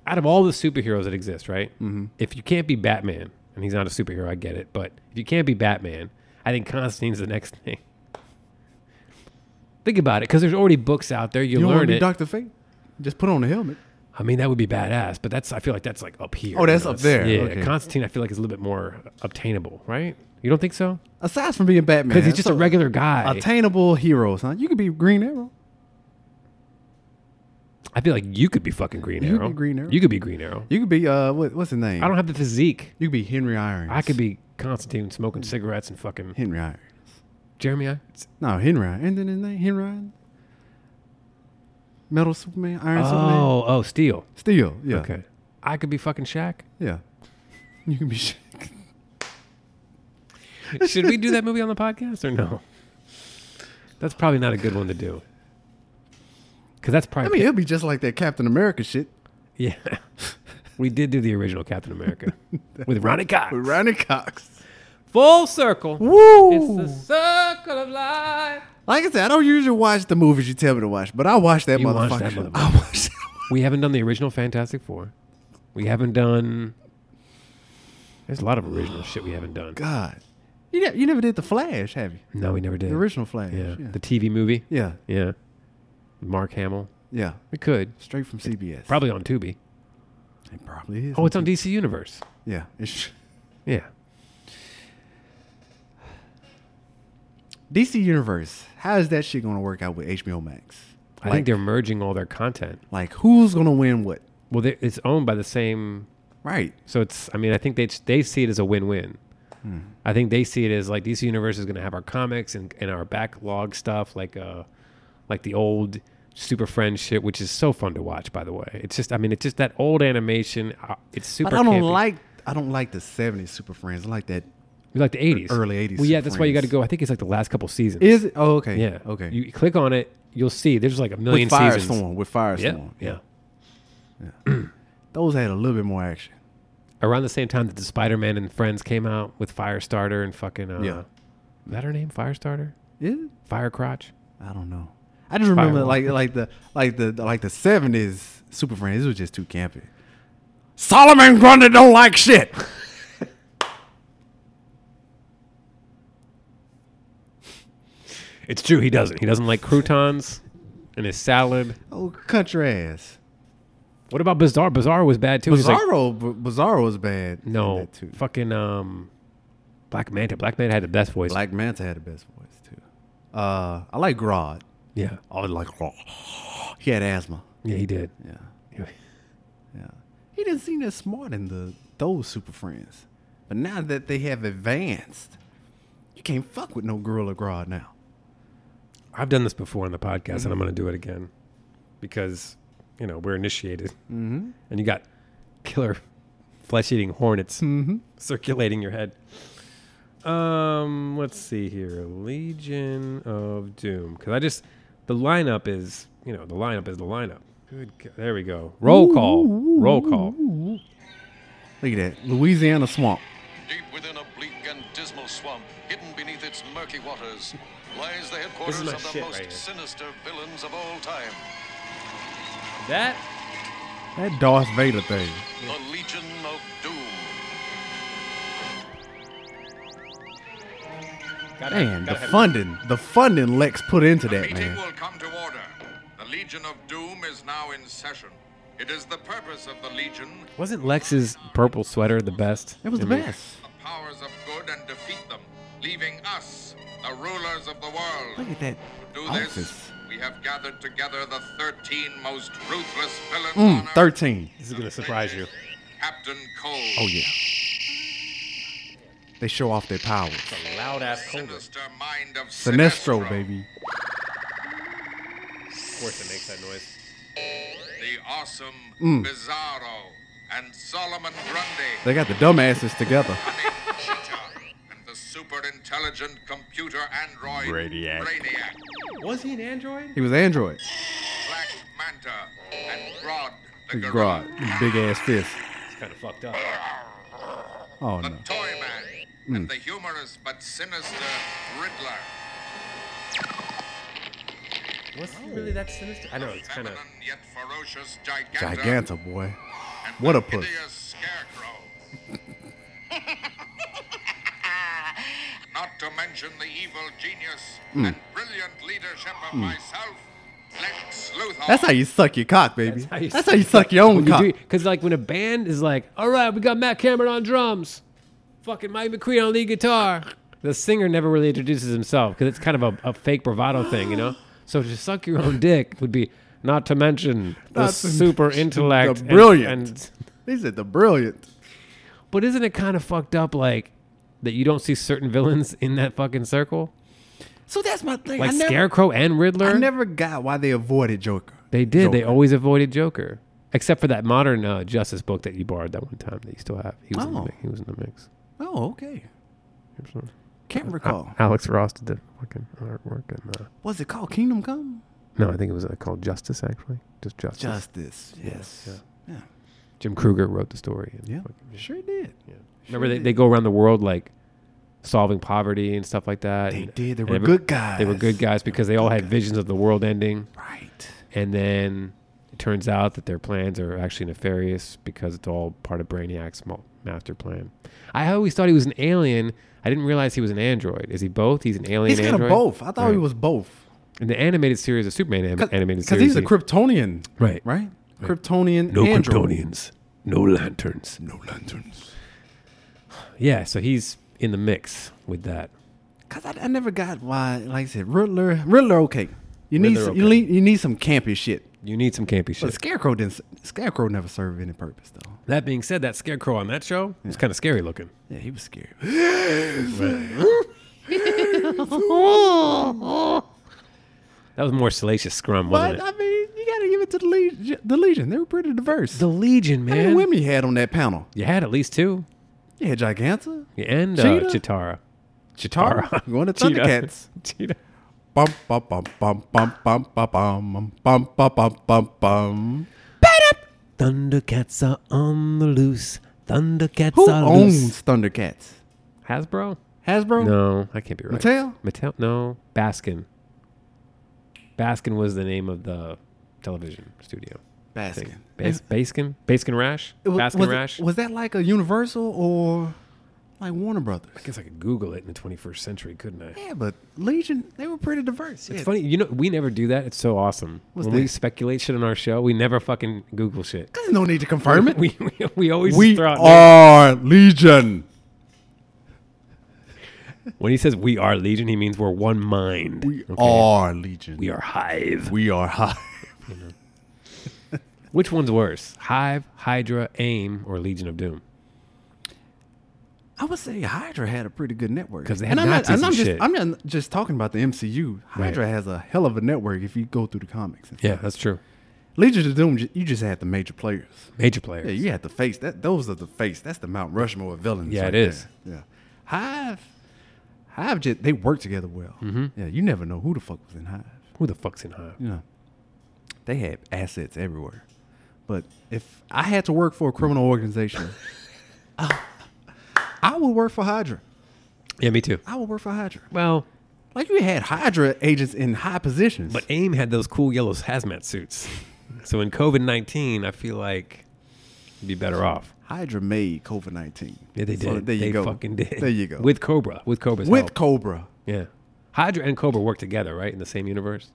Speaker 9: Out of all the superheroes that exist, right? Mm-hmm. If you can't be Batman, and he's not a superhero, I get it, but if you can't be Batman, I think Constantine's the next <laughs> thing. Think about it, because there's already books out there. You,
Speaker 10: You, don't want
Speaker 9: learn
Speaker 10: to
Speaker 9: it.
Speaker 10: be Doctor Fate? Just put on a helmet.
Speaker 9: I mean, that would be badass, but that's I feel like that's like up here.
Speaker 10: Oh,
Speaker 9: you
Speaker 10: that's
Speaker 9: know,
Speaker 10: up
Speaker 9: it's-
Speaker 10: there.
Speaker 9: Yeah,
Speaker 10: Okay.
Speaker 9: Constantine, I feel like is a little bit more obtainable, right? You don't think so?
Speaker 10: Aside from being Batman,
Speaker 9: Because he's just
Speaker 10: so
Speaker 9: a regular guy.
Speaker 10: attainable hero, son. You could be Green Arrow.
Speaker 9: I I feel like you could be fucking Green
Speaker 10: You could
Speaker 9: Arrow.
Speaker 10: be Green Arrow.
Speaker 9: You could be Green Arrow.
Speaker 10: You could be uh, what, what's his name?
Speaker 9: I don't have the physique.
Speaker 10: You could be Henry Irons.
Speaker 9: I could be Constantine smoking cigarettes and fucking
Speaker 10: Henry Irons.
Speaker 9: Jeremy Irons.
Speaker 10: No, Henry. Irons. And then his name Henry. Irons? Metal Superman, Iron Superman.
Speaker 9: Oh, oh, Steel.
Speaker 10: Steel. Yeah.
Speaker 9: Okay. I could be fucking Shaq.
Speaker 10: Yeah. <laughs> You can be. <laughs> Sh-
Speaker 9: Should we do that movie on the podcast or no? That's probably not a good one to do. Because that's
Speaker 10: I
Speaker 9: probably
Speaker 10: mean, it'll be just like that Captain America shit.
Speaker 9: yeah. <laughs> we did do the original Captain <laughs> America with Ronnie Cox.
Speaker 10: With Ronnie Cox.
Speaker 9: Full circle.
Speaker 10: Woo!
Speaker 9: It's the circle of life.
Speaker 10: Like I said, I don't usually watch the movies you tell me to watch, but I watch that
Speaker 9: You watch
Speaker 10: motherfucker.
Speaker 9: that motherfucker.
Speaker 10: <laughs> I watch
Speaker 9: We haven't done the original Fantastic Four. We haven't done. There's a lot of original shit we haven't done.
Speaker 10: God. You, ne- you never did The Flash, have you?
Speaker 9: No, we never did.
Speaker 10: The original Flash.
Speaker 9: yeah.
Speaker 10: Yeah.
Speaker 9: The TV movie.
Speaker 10: yeah.
Speaker 9: Yeah. Mark Hamill.
Speaker 10: Yeah.
Speaker 9: We could.
Speaker 10: Straight from CBS.
Speaker 9: Probably on Tubi.
Speaker 10: It probably is.
Speaker 9: Oh, it's on DC Universe.
Speaker 10: Yeah. It's,
Speaker 9: Yeah.
Speaker 10: DC Universe. How is that shit going to work out with HBO Max?
Speaker 9: I think they're merging all their content.
Speaker 10: Like, who's going to win what?
Speaker 9: Well, they- it's owned by the same.
Speaker 10: Right.
Speaker 9: So it's. I mean, I think they they see it as a win-win.
Speaker 10: Hmm.
Speaker 9: I think they see it as like DC Universe is going to have our comics and, and our backlog stuff, like uh, like the old Super Friends shit, which is so fun to watch. By the way, it's just. I mean, it's just that old animation. Uh, it's super.
Speaker 10: But I don't
Speaker 9: campy.
Speaker 10: like. I don't like the '70s Super Friends. I like that.
Speaker 9: You like the eighties,
Speaker 10: Er, early 80s
Speaker 9: Well, yeah, that's why you got
Speaker 10: Friends.
Speaker 9: to go. I think it's like the last couple seasons.
Speaker 10: Is it? Oh, okay.
Speaker 9: Yeah.
Speaker 10: Okay.
Speaker 9: You click on it, you'll see. There's like a million
Speaker 10: with Firestorm.
Speaker 9: seasons.
Speaker 10: With
Speaker 9: Yeah,
Speaker 10: Firestorm.
Speaker 9: yeah.
Speaker 10: Those had a little bit more action.
Speaker 9: Around the same time that the Spider-Man and Friends came out with Firestarter and fucking uh,
Speaker 10: Yeah.
Speaker 9: Is that her name? Firestarter,
Speaker 10: Is it?
Speaker 9: Firecrotch.
Speaker 10: I don't know. I just remember
Speaker 9: Firewall.
Speaker 10: like like the like the like the seventies Super Friends. It was just too campy. Solomon Grundy don't
Speaker 9: <laughs>
Speaker 10: like shit.
Speaker 9: It's true. He doesn't. He doesn't like croutons and his salad.
Speaker 10: Oh, country ass.
Speaker 9: What about Bizarre? Bizarre was bad too. He's like,
Speaker 10: Bizarro, B- Bizarro was bad. in
Speaker 9: no,
Speaker 10: that too.
Speaker 9: fucking um, Black Manta. Black Manta had the best voice.
Speaker 10: Black Manta had the best voice too. Uh, I like Grodd. Oh,
Speaker 9: yeah,
Speaker 10: I like Grodd. He had asthma.
Speaker 9: yeah, he did.
Speaker 10: Yeah,
Speaker 9: Yeah.
Speaker 10: yeah. He didn't seem that smart in the those Super Friends, but now that they have advanced, you can't fuck with no Gorilla Grodd now.
Speaker 9: I've done this before on the podcast, and I'm
Speaker 10: Mm-hmm.
Speaker 9: going to do it again because you know we're initiated, mm-hmm. and you got killer <laughs> flesh-eating hornets
Speaker 10: Mm-hmm.
Speaker 9: circulating your head. Um, let's see here, Legion of Doom, because I just the lineup is you know the lineup is the lineup. Good, go- there we go. Roll call, roll call.
Speaker 10: Look at that Louisiana swamp.
Speaker 12: Deep within a bleak and dismal swamp, hidden beneath its murky waters, lies the headquarters
Speaker 9: my
Speaker 12: of the
Speaker 9: shit
Speaker 12: most
Speaker 9: right here.
Speaker 12: sinister villains of all time,
Speaker 9: That
Speaker 10: That Darth Vader thing.
Speaker 12: the Legion of Doom.
Speaker 9: gotta,
Speaker 10: Man, the
Speaker 9: gotta have-
Speaker 10: funding, the funding Lex put into that,
Speaker 7: Meeting
Speaker 10: man.
Speaker 7: will come to order. The Legion of Doom is now in session. It is the purpose of the Legion
Speaker 9: wasn't Lex's purple sweater the best.
Speaker 10: It was the
Speaker 9: I mean,
Speaker 10: best.
Speaker 7: the powers of good and defeat them, leaving us, the rulers of the world.
Speaker 10: Look at that
Speaker 7: to do
Speaker 10: office.
Speaker 7: this, we have gathered together the 13 most ruthless villains on
Speaker 10: Mm,
Speaker 7: earth.
Speaker 10: 13.
Speaker 9: This is gonna surprise you.
Speaker 7: Captain Cole.
Speaker 10: Oh, yeah. They show off their powers.
Speaker 9: Loud ass colder. Of
Speaker 7: Sinister mind of
Speaker 10: Sinestro, baby.
Speaker 9: course, it makes that noise.
Speaker 7: The awesome
Speaker 10: Mm.
Speaker 7: Bizarro and Solomon Grundy.
Speaker 10: They got the dumbasses together.
Speaker 7: and the super intelligent computer android Brainiac.
Speaker 9: Was he an android?
Speaker 10: He was Android.
Speaker 7: Black Manta, and Grodd the
Speaker 10: Look at
Speaker 7: gorilla.
Speaker 10: Grodd. Big ass fist.
Speaker 9: It's kind of fucked up.
Speaker 10: Oh,
Speaker 7: The
Speaker 10: no. Hmm.
Speaker 7: Toy Man, and the humorous but sinister Riddler.
Speaker 9: Was he really that sinister? I know it's kind of.
Speaker 7: Feminine yet ferocious Giganta.
Speaker 10: Giganta, boy.
Speaker 7: and
Speaker 10: What
Speaker 7: the
Speaker 10: a puss.
Speaker 7: hideous
Speaker 10: <laughs>
Speaker 7: Scarecrow. Not to mention the evil genius
Speaker 10: Hmm.
Speaker 7: and brilliant leadership of myself, Lex Luthor.
Speaker 10: That's how you suck your cock, baby.
Speaker 9: how you
Speaker 10: That's how you suck your own cock.
Speaker 9: Because like when a band is like, all right, we got Matt Cameron on drums, fucking Mike McCree on lead guitar. The singer never really introduces himself because it's kind of a, a fake bravado thing, you know. So to suck your own dick would be, Not to mention the
Speaker 10: Not to
Speaker 9: super
Speaker 10: mention
Speaker 9: intellect,
Speaker 10: <laughs> the
Speaker 9: and-
Speaker 10: brilliant.
Speaker 9: and
Speaker 10: He said the brilliant.
Speaker 9: But isn't it kind of fucked up, like that you don't see certain villains in that fucking circle,
Speaker 10: So that's my thing.
Speaker 9: like
Speaker 10: I never,
Speaker 9: Scarecrow and Riddler?
Speaker 10: I never got why they avoided Joker.
Speaker 9: They did. They always avoided Joker, except for that modern uh, Justice book that you borrowed that one time that you still have. He was, in, the,
Speaker 10: Oh.
Speaker 9: mi- he was in the mix.
Speaker 10: Oh, okay.
Speaker 9: Absolutely.
Speaker 10: Can't recall.
Speaker 9: Alex Ross did the fucking artwork and uh,
Speaker 10: Was it called Kingdom Come?
Speaker 9: no, I think it was uh, called Justice actually, just Justice.
Speaker 10: Justice. Yes. Yeah.
Speaker 9: Jim Kruger wrote the story. And
Speaker 10: Yeah. Sure did.
Speaker 9: Yeah. Remember they, they go around the world like solving poverty and stuff like that. They
Speaker 10: did. They were good guys.
Speaker 9: They were good guys because they all had visions of the world ending. Right. And then it turns out that their plans are actually nefarious because it's all part of Brainiac's mo- master plan. I always thought he was an alien. I didn't realize he was an android. Is he both? He's an alien.
Speaker 10: He's kind
Speaker 9: android?
Speaker 10: of both. I thought he
Speaker 9: Right.
Speaker 10: was both.
Speaker 9: in the animated series, the Superman anim- animated
Speaker 10: Because
Speaker 9: series.
Speaker 10: he's a
Speaker 9: he-
Speaker 10: Kryptonian.
Speaker 9: Right.
Speaker 10: Right? Kryptonian. android.
Speaker 9: No lanterns. No lanterns. Yeah, so he's in the mix with that.
Speaker 10: Cause I, I never got why. Like I said, Riddler, Riddler, okay. You need
Speaker 9: Riddler,
Speaker 10: some, you need you need some campy shit.
Speaker 9: You need some campy shit.
Speaker 10: But Scarecrow didn't. s- Scarecrow never served any purpose though.
Speaker 9: That being said, that scarecrow on that show was kind of scary looking.
Speaker 10: Yeah, he
Speaker 9: <gasps>
Speaker 10: was scary.
Speaker 9: That was more salacious scrum, wasn't
Speaker 10: But
Speaker 9: it?
Speaker 10: I mean, you gotta give it to the Legion. The Legion, they were pretty diverse. The
Speaker 9: Legion,
Speaker 10: How many
Speaker 9: man.
Speaker 10: women you had on that panel?
Speaker 9: You had at least two.
Speaker 10: You had Giganta,
Speaker 9: Yeah, and uh,
Speaker 10: Cheetah?
Speaker 9: Chitara. <laughs>
Speaker 10: Chitara, going to
Speaker 9: Cheetah.
Speaker 10: <laughs> Thundercats.
Speaker 9: Cheetah.
Speaker 10: Bum bum bum bum bum bum bum bum bum bum bum bum bum.
Speaker 9: Thundercats are on the loose. Thundercats
Speaker 10: Who
Speaker 9: are
Speaker 10: owns Thundercats?
Speaker 9: Hasbro?
Speaker 10: Hasbro?
Speaker 9: No, I can't be right.
Speaker 10: Mattel?
Speaker 9: Mattel? No, Baskin. Baskin was the name of the television studio. I think.
Speaker 10: Baskin.
Speaker 9: Bas- Baskin? Baskin Rash?
Speaker 10: It wa-
Speaker 9: Baskin
Speaker 10: was it-
Speaker 9: Rash?
Speaker 10: was that like a Universal or like Warner Brothers?
Speaker 9: I guess I could Google it in the 21st century, couldn't I?
Speaker 10: Yeah, but Legion, they were pretty diverse.
Speaker 9: It's funny, you know, we never do that. It's so awesome.
Speaker 10: What's
Speaker 9: when we
Speaker 10: that?
Speaker 9: speculate shit on our show, we never fucking Google shit. <laughs>
Speaker 10: There's no need to confirm it.
Speaker 9: We, we, we always
Speaker 10: We
Speaker 9: throw out
Speaker 10: are Legion.
Speaker 9: When he says we are legion, he means we're one mind. We
Speaker 10: are legion.
Speaker 9: We are hive.
Speaker 10: We are hive.
Speaker 9: Which one's worse, Hive, Hydra, AIM, or Legion of Doom?
Speaker 10: I would say Hydra had a pretty good network
Speaker 9: 'Cause they had
Speaker 10: And I'm
Speaker 9: Nazis
Speaker 10: not, and
Speaker 9: and
Speaker 10: I'm just,
Speaker 9: shit.
Speaker 10: I'm not just talking about the MCU. Hydra has a hell of a network if you go through the comics.
Speaker 9: Yeah, that's true.
Speaker 10: Legion of Doom, ju- you just had the major players.
Speaker 9: Major players.
Speaker 10: Yeah, you had the face. That those are the face. That's the Mount Rushmore of villains.
Speaker 9: Yeah,
Speaker 10: right
Speaker 9: it is.
Speaker 10: there. Yeah, Hive, Hive just they work together well.
Speaker 9: Mm-hmm.
Speaker 10: Yeah, you never know who the fuck was in Hive.
Speaker 9: Who the fuck's in Hive?
Speaker 10: Yeah, they had assets everywhere. But if I had to work for a criminal
Speaker 9: <laughs>
Speaker 10: organization, I, I would work for Hydra.
Speaker 9: Yeah, me too.
Speaker 10: I would work for Hydra.
Speaker 9: Well,
Speaker 10: Like you had Hydra agents in high positions.
Speaker 9: but AIM had those cool yellow hazmat suits. so in COVID nineteen, I feel like you'd be better off.
Speaker 10: Hydra made COVID nineteen.
Speaker 9: Yeah, they did.
Speaker 10: there you
Speaker 9: they
Speaker 10: go.
Speaker 9: fucking did.
Speaker 10: There you go.
Speaker 9: With Cobra. With Cobra's
Speaker 10: with
Speaker 9: help.
Speaker 10: Cobra.
Speaker 9: yeah. Hydra and Cobra work together, right? In the same universe.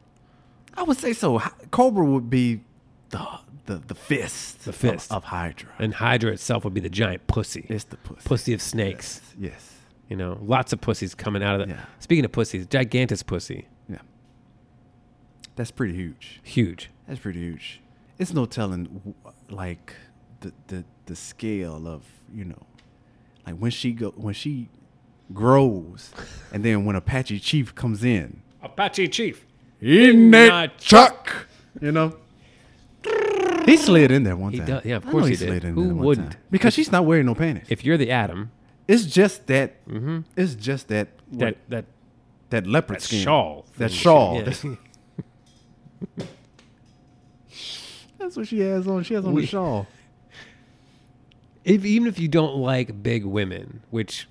Speaker 10: I would say so. Hy- Cobra would be the the, the fist.
Speaker 9: The fist.
Speaker 10: of, of Hydra.
Speaker 9: And Hydra itself would be the giant pussy.
Speaker 10: It's the pussy.
Speaker 9: Pussy of snakes.
Speaker 10: Yes.
Speaker 9: You know, lots of pussies coming out of that. Speaking of pussies, Gigantus pussy.
Speaker 10: Yeah. That's pretty huge.
Speaker 9: Huge.
Speaker 10: That's pretty huge. It's no telling, wh- like the the the scale of you know, like when she go when she grows, and then when Apache Chief comes in,
Speaker 9: Apache chief.
Speaker 10: in
Speaker 9: that <laughs>
Speaker 10: truck, you know. He slid in there one
Speaker 9: He
Speaker 10: time.
Speaker 9: does- yeah, of
Speaker 10: I know
Speaker 9: course
Speaker 10: he,
Speaker 9: he did.
Speaker 10: slid in
Speaker 9: Who
Speaker 10: there one
Speaker 9: wouldn't?
Speaker 10: time. Because she's not wearing no panties.
Speaker 9: If you're the Atom,
Speaker 10: It's just that. It's just that.
Speaker 9: Mm-hmm. that that
Speaker 10: that leopard
Speaker 9: that
Speaker 10: skin.
Speaker 9: shawl.
Speaker 10: That
Speaker 9: thing.
Speaker 10: shawl.
Speaker 9: Yeah.
Speaker 10: That's, <laughs> that's what she has on. She has on
Speaker 9: We-
Speaker 10: a shawl.
Speaker 9: if even if you don't like big women, which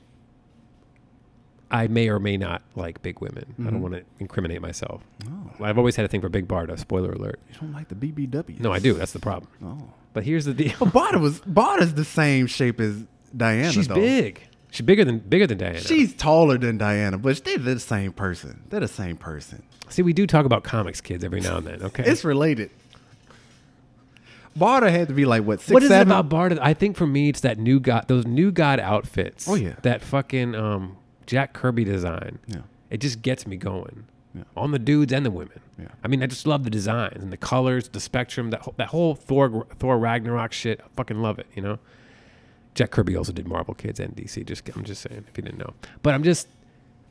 Speaker 9: I may or may not like big women. I
Speaker 10: Mhm.
Speaker 9: don't want to incriminate myself.
Speaker 10: Oh.
Speaker 9: I've always had a thing for Big Barda. Spoiler alert.
Speaker 10: You don't like the BBW.
Speaker 9: No, I do. That's the problem.
Speaker 10: Oh.
Speaker 9: But here's the deal.
Speaker 10: Barda was Barda's the same shape as
Speaker 9: <laughs>
Speaker 10: Diana.
Speaker 9: She's
Speaker 10: though.
Speaker 9: big. She's bigger than bigger than Diana.
Speaker 10: She's taller than Diana, but they're the same person. They're the same person.
Speaker 9: See, we do talk about comics, kids, every now and then. Okay.
Speaker 10: It's related. Barda had to be like what six
Speaker 9: what is
Speaker 10: seven?
Speaker 9: it about Barda? I think for me, it's that new god, those new god outfits.
Speaker 10: Oh, yeah.
Speaker 9: that fucking um, Jack Kirby design.
Speaker 10: Yeah.
Speaker 9: it just gets me going. on the dudes and the women. I mean, I just love the designs and the colors, the spectrum, that whole, that whole Thor Thor Ragnarok shit. I fucking love it, you know. Jack Kirby also did Marvel Kids and DC. Just I'm just saying if you didn't know, but I'm just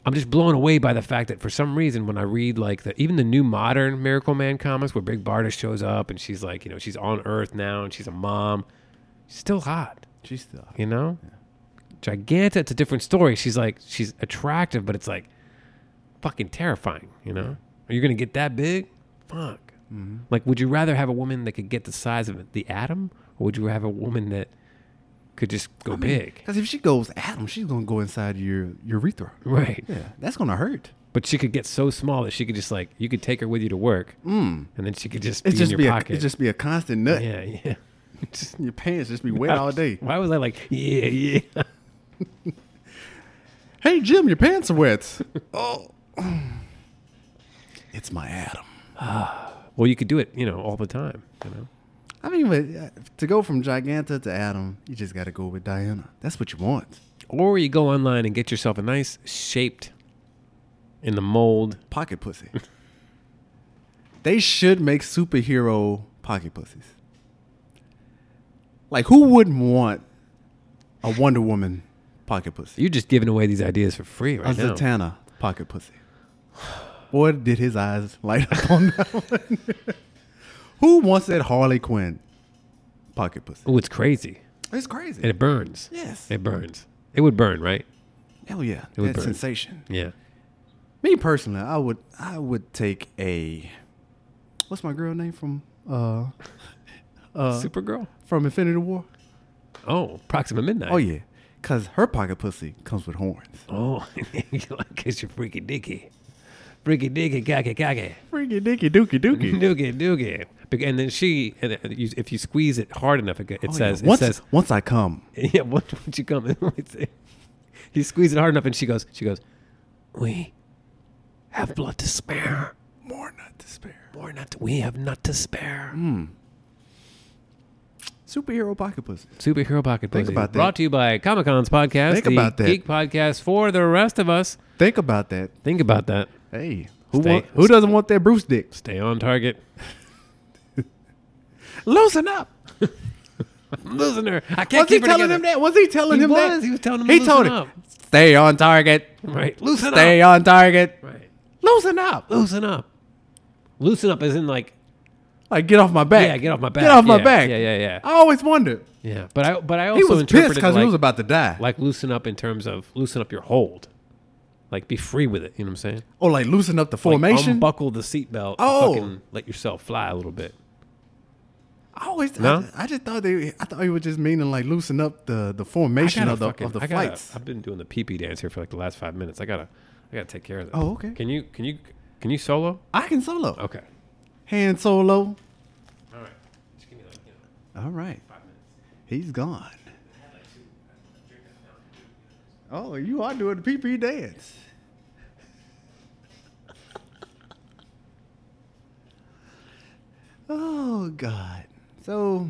Speaker 9: I'm just blown away by the fact that for some reason when I read like the even the new modern Miracle Man comics where Big Barda shows up and she's like you know she's on Earth now and she's a mom, she's still hot.
Speaker 10: She's still
Speaker 9: you know, Giganta. It's a different story. She's like she's attractive, but it's like fucking terrifying. You know, are you gonna get that big? Fuck.
Speaker 10: Mhm.
Speaker 9: Like, would you rather have a woman that could get the size of the atom, or would you have a woman that could just go big?
Speaker 10: <laughs> Because if she goes at him, she's gonna go inside your urethra.
Speaker 9: Right.
Speaker 10: Yeah. That's gonna hurt.
Speaker 9: But she could get so small that she could just like you could take her with you to work,
Speaker 10: Mm.
Speaker 9: and then she could just
Speaker 10: It's
Speaker 9: be
Speaker 10: just
Speaker 9: in your
Speaker 10: be
Speaker 9: pocket.
Speaker 10: a it's just be a constant nut.
Speaker 9: Yeah,
Speaker 10: <laughs>
Speaker 9: yeah.
Speaker 10: your pants just be wet all day.
Speaker 9: Why was I like, yeah,
Speaker 10: <laughs>
Speaker 9: yeah?
Speaker 10: hey Jim, your pants are wet. <laughs> oh, it's my atom.
Speaker 9: well, you could do it, you know, all the time. You know,
Speaker 10: I mean, but uh, to go from Giganta to Adam, you just got to go with Diana. That's what you want.
Speaker 9: or you go online and get yourself a nice shaped, in the mold <laughs>
Speaker 10: pocket pussy. They should make superhero pocket pussies. Like, who wouldn't want a Wonder Woman pocket pussy?
Speaker 9: You're just giving away these ideas for free right
Speaker 10: a
Speaker 9: now.
Speaker 10: Zatanna pocket pussy. Boy, did his eyes light up on that <laughs> one. who wants that Harley Quinn pocket pussy?
Speaker 9: Oh, it's crazy.
Speaker 10: It's crazy.
Speaker 9: And it burns.
Speaker 10: Yes.
Speaker 9: It burns. It would burn, right?
Speaker 10: Hell yeah.
Speaker 9: It would
Speaker 10: That
Speaker 9: burn.
Speaker 10: sensation.
Speaker 9: Yeah.
Speaker 10: Me personally, I would I would take a what's my girl name from uh uh
Speaker 9: Supergirl?
Speaker 10: from Infinity War?
Speaker 9: Oh, Proxima Midnight.
Speaker 10: Oh yeah. Cause her pocket pussy comes with horns.
Speaker 9: <laughs> Oh, you're like, it's your freaky dicky. Freaky dicky, cocky, cocky.
Speaker 10: Freaky dicky dookie <laughs> dookie.
Speaker 9: Dookie, dookie. Bec- And then she, and it- you- if you squeeze it hard enough, it, go- it
Speaker 10: Oh, yeah.
Speaker 9: says, it
Speaker 10: once,
Speaker 9: says,
Speaker 10: once I come.
Speaker 9: <laughs> yeah, what would you come in? <laughs> It's- you squeeze it hard enough, and she goes, she goes, we have blood to spare.
Speaker 10: More not to spare.
Speaker 9: More not. To, we have not to spare.
Speaker 10: Hmm. Superhero pocket pussy.
Speaker 9: Superhero Pocket
Speaker 10: Think
Speaker 9: Pussy.
Speaker 10: about that.
Speaker 9: Brought to you by Comic Con's podcast,
Speaker 10: Think
Speaker 9: the
Speaker 10: about that.
Speaker 9: geek podcast for the rest of us.
Speaker 10: Think about that.
Speaker 9: Think about that.
Speaker 10: Hey. Who
Speaker 9: Stay-
Speaker 10: want, who doesn't want that Bruce dick?
Speaker 9: Stay on target. <laughs>
Speaker 10: Loosen up.
Speaker 9: I'm losing her. I can't
Speaker 10: Was he
Speaker 9: keep her
Speaker 10: telling
Speaker 9: together.
Speaker 10: him that? Was he telling
Speaker 9: He
Speaker 10: him
Speaker 9: was.
Speaker 10: that?
Speaker 9: He was telling him
Speaker 10: He
Speaker 9: to
Speaker 10: told
Speaker 9: loosen
Speaker 10: him. Stay on target.
Speaker 9: Right. Loosen
Speaker 10: Stay
Speaker 9: up.
Speaker 10: on target.
Speaker 9: Right.
Speaker 10: Loosen up.
Speaker 9: Loosen up. Loosen up is in like
Speaker 10: Like get off my back.
Speaker 9: Yeah, get off my back.
Speaker 10: Get off my
Speaker 9: Yeah,
Speaker 10: back.
Speaker 9: yeah, yeah, yeah.
Speaker 10: I always wondered.
Speaker 9: yeah. But I but I also
Speaker 10: He was
Speaker 9: interpreted
Speaker 10: pissed because
Speaker 9: like,
Speaker 10: he was about to die.
Speaker 9: like loosen up in terms of loosen up your hold. Like be free with it, you know what I'm saying?
Speaker 10: Oh, like loosen up the
Speaker 9: Like um,
Speaker 10: formation.
Speaker 9: unbuckle the seatbelt.
Speaker 10: Oh.
Speaker 9: and fucking let yourself fly a little bit.
Speaker 10: I always.
Speaker 9: No?
Speaker 10: I, I just thought they. I thought he was just meaning like loosen up the the formation
Speaker 9: gotta
Speaker 10: of the
Speaker 9: fucking-
Speaker 10: of the
Speaker 9: I gotta-
Speaker 10: flights.
Speaker 9: I've been doing the pee pee dance here for like the last five minutes. I gotta, I gotta take care of this.
Speaker 10: Oh, okay.
Speaker 9: Can you, can you, can you solo?
Speaker 10: I can solo.
Speaker 9: Okay.
Speaker 10: Hand solo.
Speaker 9: All right. Just give me like, you know,
Speaker 10: All right. He's gone. Oh, you are doing the PP dance. <laughs> oh God. So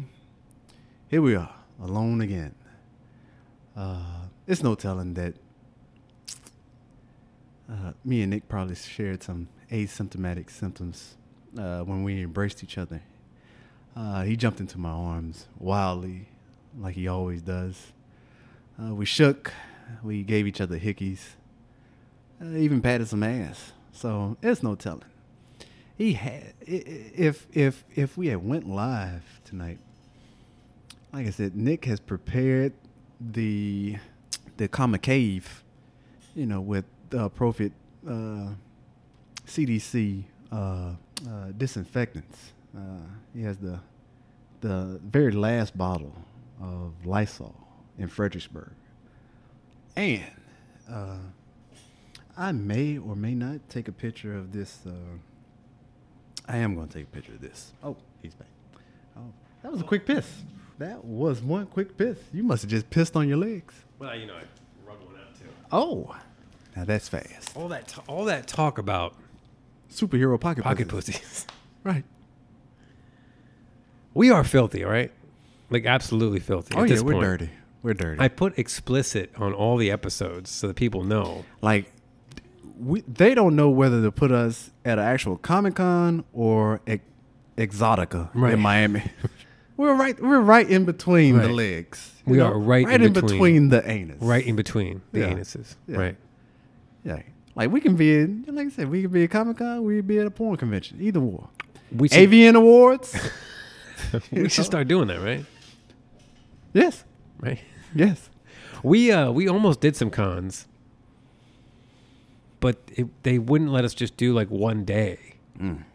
Speaker 10: here we are, alone again. Uh, it's no telling that uh, me and Nick probably shared some asymptomatic symptoms uh, when we embraced each other. Uh, he jumped into my arms wildly, like he always does. Uh, we shook, we gave each other hickeys, uh, even patted some ass. So it's no telling. He had i- i- if if if we had went live tonight, like I said, Nick has prepared the the comic cave, you know, with the appropriate uh, CDC uh, uh, disinfectants. Uh, he has the the very last bottle of Lysol in Fredericksburg, and uh, I may or may not take a picture of this. Uh, I am going to take a picture of this. Oh, he's back. Oh, that was a quick piss. That was one quick piss. You must have just pissed on your legs.
Speaker 9: well, you know, I rug one out too.
Speaker 10: Oh, now that's fast.
Speaker 9: All that, t- all that talk about
Speaker 10: Superhero pocket
Speaker 9: pocket
Speaker 10: pussies.
Speaker 9: pussies. <laughs>
Speaker 10: Right.
Speaker 9: we are filthy, all right? Like absolutely filthy.
Speaker 10: Oh
Speaker 9: at
Speaker 10: yeah,
Speaker 9: this
Speaker 10: we're
Speaker 9: point.
Speaker 10: dirty. We're dirty.
Speaker 9: I put explicit on all the episodes so that people know.
Speaker 10: like we they don't know whether to put us at an actual Comic Con or ex- Exotica
Speaker 9: Right. <laughs>
Speaker 10: in Miami. we're right. We're right in between the
Speaker 9: Right.
Speaker 10: legs. you
Speaker 9: We
Speaker 10: know?
Speaker 9: are right,
Speaker 10: right in between. the anus.
Speaker 9: Right in between the
Speaker 10: Yeah.
Speaker 9: anuses.
Speaker 10: Yeah.
Speaker 9: Right.
Speaker 10: Yeah. Like we can be, in, like I said, we can be at Comic Con, we can be at a porn convention, either war.
Speaker 9: We should-
Speaker 10: AVN
Speaker 9: <laughs>
Speaker 10: Awards.
Speaker 9: we should start doing that, right?
Speaker 10: Yes.
Speaker 9: Right.
Speaker 10: Yes.
Speaker 9: We uh we almost did some cons, but it, they wouldn't let us just do like one day.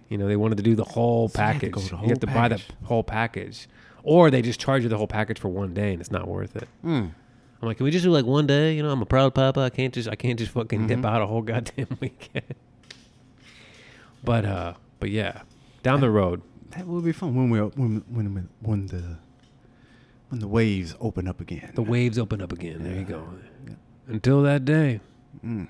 Speaker 9: You know, they wanted to do the whole
Speaker 11: Mm. So you have to
Speaker 9: package.
Speaker 11: go the
Speaker 9: You have to,
Speaker 11: whole
Speaker 9: buy the whole package, or they just charge you the whole package for one day, and it's not worth it.
Speaker 11: Mm.
Speaker 9: I'm like, can we just do like one day? You know, I'm a proud papa. I can't just I can't just fucking
Speaker 11: Mm-hmm.
Speaker 9: dip out a whole goddamn <laughs> weekend. but uh, but yeah, down the road,
Speaker 10: That will be fun when we when when when- when the when the waves open up again.
Speaker 9: the waves open up again. There you go. Until that day.
Speaker 11: Mm.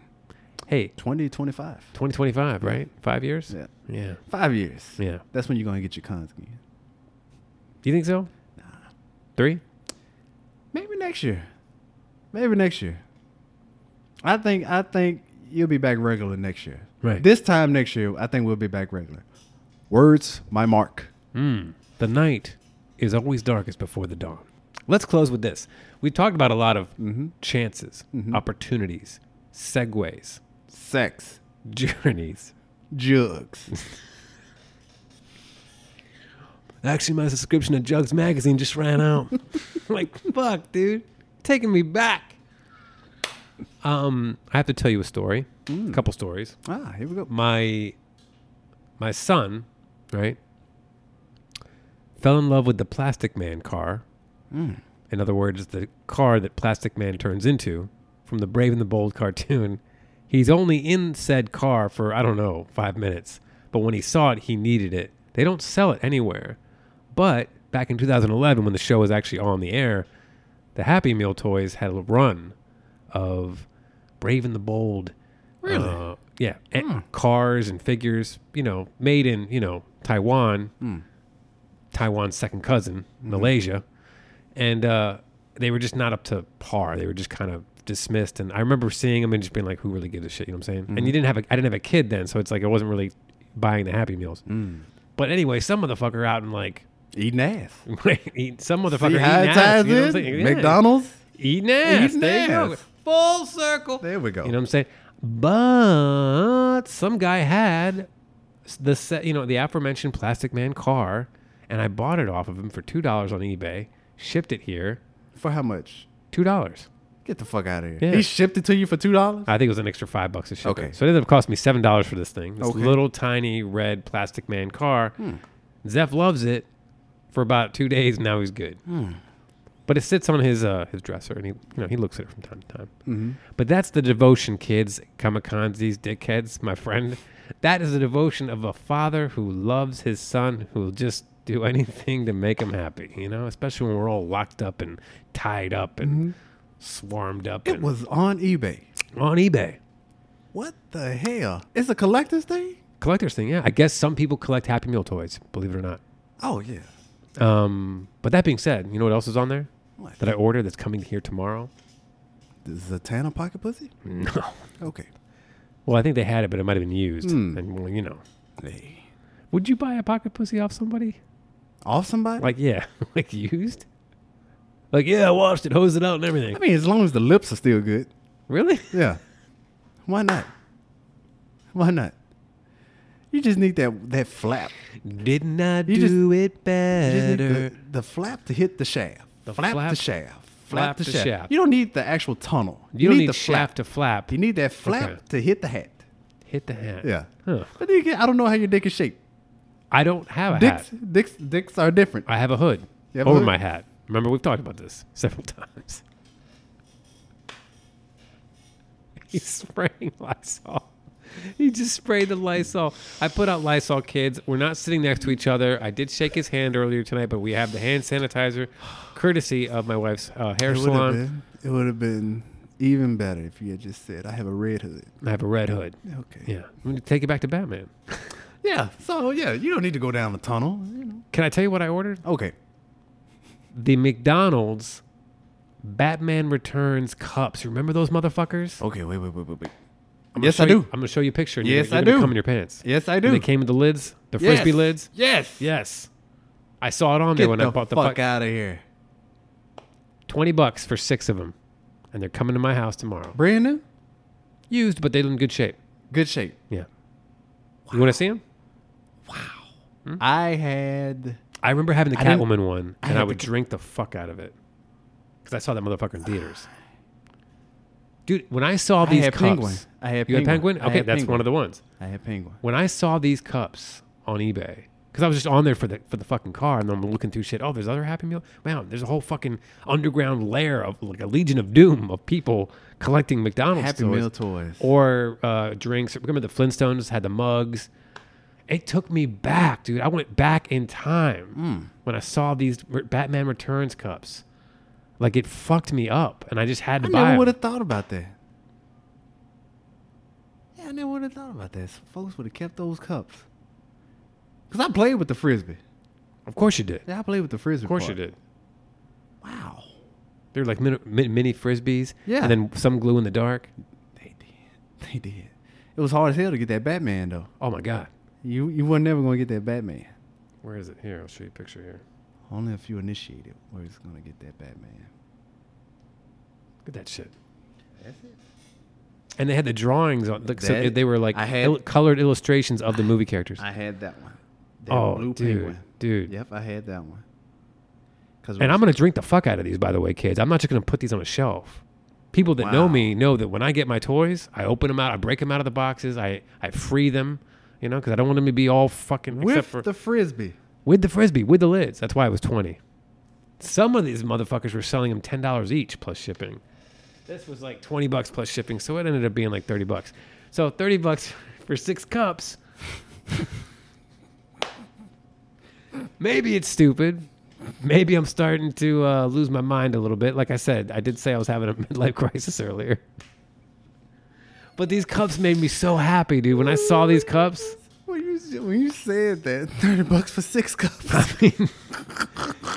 Speaker 9: Hey,
Speaker 10: 2025.
Speaker 9: 2025, right? Five years?
Speaker 10: Yeah.
Speaker 9: Yeah.
Speaker 10: Five years.
Speaker 9: Yeah.
Speaker 10: That's when you're gonna get your cons again.
Speaker 9: Do you think so? Three?
Speaker 10: Maybe next year. Maybe next year. I think I think you'll be back regular next year.
Speaker 9: Right.
Speaker 10: This time next year, I think we'll be back regular. Words, my mark.
Speaker 9: Mm. The night is always darkest before the dawn. Let's close with this. We've talked about a lot of mm-hmm, chances, opportunities, segues, <laughs>
Speaker 10: sex,
Speaker 9: journeys,
Speaker 10: jugs.
Speaker 9: <laughs> Actually, my subscription to Jugs Magazine just ran out. <laughs> like, fuck, dude. Taking me back. Um, I have to tell you a story. A couple stories.
Speaker 10: Ah, here we go.
Speaker 9: My my son, right, fell in love with the Plastic Man car.
Speaker 11: Mm.
Speaker 9: In other words, the car that Plastic Man turns into from the Brave and the Bold cartoon. <laughs> He's only in said car for, I don't know, five minutes. But when he saw it, he needed it. They don't sell it anywhere. But back in 2011, when the show was actually on the air, the Happy Meal toys had a run of Brave and the Bold.
Speaker 11: Really?
Speaker 9: uh, yeah. and
Speaker 10: hmm.
Speaker 9: Cars and figures, you know, made in, you know, Taiwan.
Speaker 10: Hmm.
Speaker 9: Taiwan's second cousin, Malaysia, and uh, they were just not up to par. They were just kind of dismissed. And I remember seeing them and just being like, "Who really gives a shit?" You know what I'm saying?
Speaker 10: Hmm.
Speaker 9: And you didn't have a, I didn't have a kid then, so it's like I wasn't really buying the Happy Meals.
Speaker 10: Hmm.
Speaker 9: But anyway, some motherfucker out in like <laughs>
Speaker 10: eating ass.
Speaker 9: eat some motherfucker
Speaker 10: See
Speaker 9: eating
Speaker 10: how it
Speaker 9: ass.
Speaker 10: ties
Speaker 9: You know what I'm
Speaker 10: in?
Speaker 9: saying? Yeah.
Speaker 10: McDonald's?
Speaker 9: eating ass.
Speaker 10: Eating
Speaker 9: there you go.
Speaker 10: ass.
Speaker 9: Full circle.
Speaker 10: There we go.
Speaker 9: You know what I'm saying? But some guy had s- the se- you know the aforementioned Plastic Man car, and I bought it off of him for two dollars on eBay. Shipped it here
Speaker 10: for how much?
Speaker 9: Two dollars.
Speaker 10: Get the fuck out of here.
Speaker 9: Yeah.
Speaker 10: He shipped it to you for two dollars.
Speaker 9: I think it was an extra five bucks to ship
Speaker 10: Okay.
Speaker 9: it. So it ended up costing me seven dollars for this thing. This
Speaker 10: Okay.
Speaker 9: little tiny red Plastic Man car.
Speaker 10: Hmm.
Speaker 9: Zeph loves it for about two days. and Now he's good.
Speaker 10: Hmm.
Speaker 9: But it sits on his uh, his dresser, and he you know he looks at it from time to time.
Speaker 10: Mm-hmm.
Speaker 11: Mhm.
Speaker 9: But that's the devotion, kids, kamikazes, dickheads, my friend. That is the devotion of a father who loves his son, who will just do <laughs> anything to make him happy. You know, especially when we're all locked up and tied up and swarmed up.
Speaker 10: Mm-hmm. It was on eBay.
Speaker 9: on eBay.
Speaker 10: What the hell? It's a collector's thing?
Speaker 9: Collector's thing, yeah. I guess some people collect Happy Meal toys, believe it or not.
Speaker 10: Oh yeah.
Speaker 9: Um, but that being said, you know what else is on there
Speaker 10: What?
Speaker 9: that I ordered that's coming here tomorrow?
Speaker 10: This is a Tana pocket pussy?
Speaker 9: No.
Speaker 10: Okay.
Speaker 9: Well, I think they had it, but it might have been used.
Speaker 10: Hmm.
Speaker 9: And well, you know,
Speaker 10: Hey.
Speaker 9: would you buy a pocket pussy off somebody?
Speaker 10: Off somebody?
Speaker 9: Like yeah, <laughs> like used? Like yeah, I washed it, hosed it out, and everything.
Speaker 10: I mean, as long as the lips are still good.
Speaker 9: Really?
Speaker 10: Yeah. Why not? Why not? You just need that that flap.
Speaker 9: Didn't I
Speaker 10: do
Speaker 9: it better?
Speaker 10: the, the flap to hit the shaft.
Speaker 9: The
Speaker 10: flap,
Speaker 9: flap-
Speaker 10: the shaft.
Speaker 9: flap
Speaker 10: to
Speaker 9: to
Speaker 10: shaft.
Speaker 9: shaft.
Speaker 10: You don't need the actual tunnel.
Speaker 9: You, don't need
Speaker 10: the flap.
Speaker 9: shaft to flap.
Speaker 10: You need that flap
Speaker 9: Okay.
Speaker 10: to hit the hat.
Speaker 9: Hit the hat.
Speaker 10: Yeah.
Speaker 9: Huh.
Speaker 10: But then again, I don't know how your dick is shaped.
Speaker 9: I don't have a
Speaker 10: Dicks,
Speaker 9: hat.
Speaker 10: dicks, dicks are different.
Speaker 9: I have a hood
Speaker 10: You have a
Speaker 9: over
Speaker 10: hood?
Speaker 9: my hat. Remember, we've talked about this <laughs> several times. He's spraying Lysol. He just sprayed the Lysol. I put out Lysol, kids. We're not sitting next to each other. I did shake his hand earlier tonight, but we have the hand sanitizer, courtesy of my wife's uh, hair
Speaker 10: it
Speaker 9: salon.
Speaker 10: Would have been, it would have been even better if you had just said, "I have a red hood."
Speaker 9: I have a red hood.
Speaker 10: Okay.
Speaker 9: Yeah. I'm going to take it back to Batman.
Speaker 10: Yeah. So yeah, you don't need to go down the tunnel. You know.
Speaker 9: Can I tell you what I ordered?
Speaker 10: Okay.
Speaker 9: The McDonald's Batman Returns cups. Remember those motherfuckers?
Speaker 10: Okay. Wait. Wait. Wait. Wait. Wait.
Speaker 9: I'm gonna
Speaker 10: Yes,
Speaker 9: show
Speaker 10: I
Speaker 9: you-
Speaker 10: do.
Speaker 9: I'm going to show you a picture. and
Speaker 10: Yes,
Speaker 9: you're, you're
Speaker 10: I
Speaker 9: gonna
Speaker 10: do.
Speaker 9: Come in your pants.
Speaker 10: Yes, I
Speaker 9: And
Speaker 10: do.
Speaker 9: they came with the lids, the
Speaker 10: Yes.
Speaker 9: frisbee lids.
Speaker 10: Yes.
Speaker 9: Yes. I saw it on
Speaker 10: Get
Speaker 9: there when I
Speaker 10: the
Speaker 9: bought the
Speaker 10: fuck
Speaker 9: out of here. Twenty bucks for six of them, and they're coming to my house tomorrow.
Speaker 10: Brand new?
Speaker 9: Used, but they're in good shape.
Speaker 10: Good shape.
Speaker 9: Yeah. You want to see them? Hmm?
Speaker 10: I had.
Speaker 9: I remember having the
Speaker 10: I didn't-
Speaker 9: Catwoman one,
Speaker 10: I
Speaker 9: and
Speaker 10: had
Speaker 9: I
Speaker 10: the
Speaker 9: would drink the fuck out of it because I saw that motherfucker in theaters. <sighs> Dude, when I saw
Speaker 10: I
Speaker 9: these
Speaker 10: had
Speaker 9: cups,
Speaker 10: penguin. I had
Speaker 9: you had
Speaker 10: penguin.
Speaker 9: penguin.
Speaker 10: I
Speaker 9: Okay,
Speaker 10: had
Speaker 9: that's one
Speaker 10: penguin.
Speaker 9: of the ones.
Speaker 10: I had penguin.
Speaker 9: When I saw these cups on eBay, because I was just on there for the for the fucking car, and I'm looking through shit. Oh, there's other Happy Meal. Wow, there's a whole fucking underground layer of like a Legion of Doom of people collecting McDonald's
Speaker 10: Happy
Speaker 9: toys
Speaker 10: Meal toys.
Speaker 9: or uh, drinks. Remember the Flintstones had the mugs. It took me back, dude. I went back in time
Speaker 10: Hmm. Mm.
Speaker 9: when I saw these Re- Batman Returns cups. Like it fucked me up, and I just had to
Speaker 10: I
Speaker 9: buy.
Speaker 10: never
Speaker 9: 'em.
Speaker 10: would have thought about that. Yeah, I never would have thought about that. Some folks would have kept those cups. Cause I played with the frisbee.
Speaker 9: Of course you did.
Speaker 10: Yeah, I played with the frisbee.
Speaker 9: Of course
Speaker 10: part.
Speaker 9: you did. Wow. They're like mini, mi- mini frisbees.
Speaker 10: Yeah.
Speaker 9: And then some glue in the dark.
Speaker 10: They did. It was hard as hell to get that Batman though.
Speaker 9: Oh my god.
Speaker 10: You you were never gonna get that Batman.
Speaker 9: Where is it? Here, I'll show you a picture here.
Speaker 10: Only if you initiate it, where it's gonna get that Batman.
Speaker 9: Look at that shit. And they had the drawings on. Like, so
Speaker 10: That-
Speaker 9: they were like
Speaker 10: I had-
Speaker 9: il- colored illustrations of the movie characters.
Speaker 10: I had that one. That
Speaker 9: oh,
Speaker 10: blue
Speaker 9: dude,
Speaker 10: penguin.
Speaker 9: dude.
Speaker 10: Yep, I had that one. Cause
Speaker 9: And I'm gonna drink the fuck out of these, by the way, kids. I'm not just gonna put these on a shelf. People that know me know that when I get my toys, I open them out, I break them out of the boxes, I I free them, you know, because I don't want them to be all fucking
Speaker 10: with
Speaker 9: except for
Speaker 10: the frisbee.
Speaker 9: with the frisbee, with the lids. That's why it was twenty. Some of these motherfuckers were selling them ten dollars each plus shipping. This was like twenty bucks plus shipping, so it ended up being like thirty bucks. So thirty bucks <laughs> for six cups. Maybe it's stupid. Maybe I'm starting to uh, lose my mind a little bit. Like I said, I did say I was having a <laughs> midlife crisis earlier. But these cups made me so happy, dude. When I saw these cups,
Speaker 10: When you when you said that, <laughs> thirty bucks for six cups.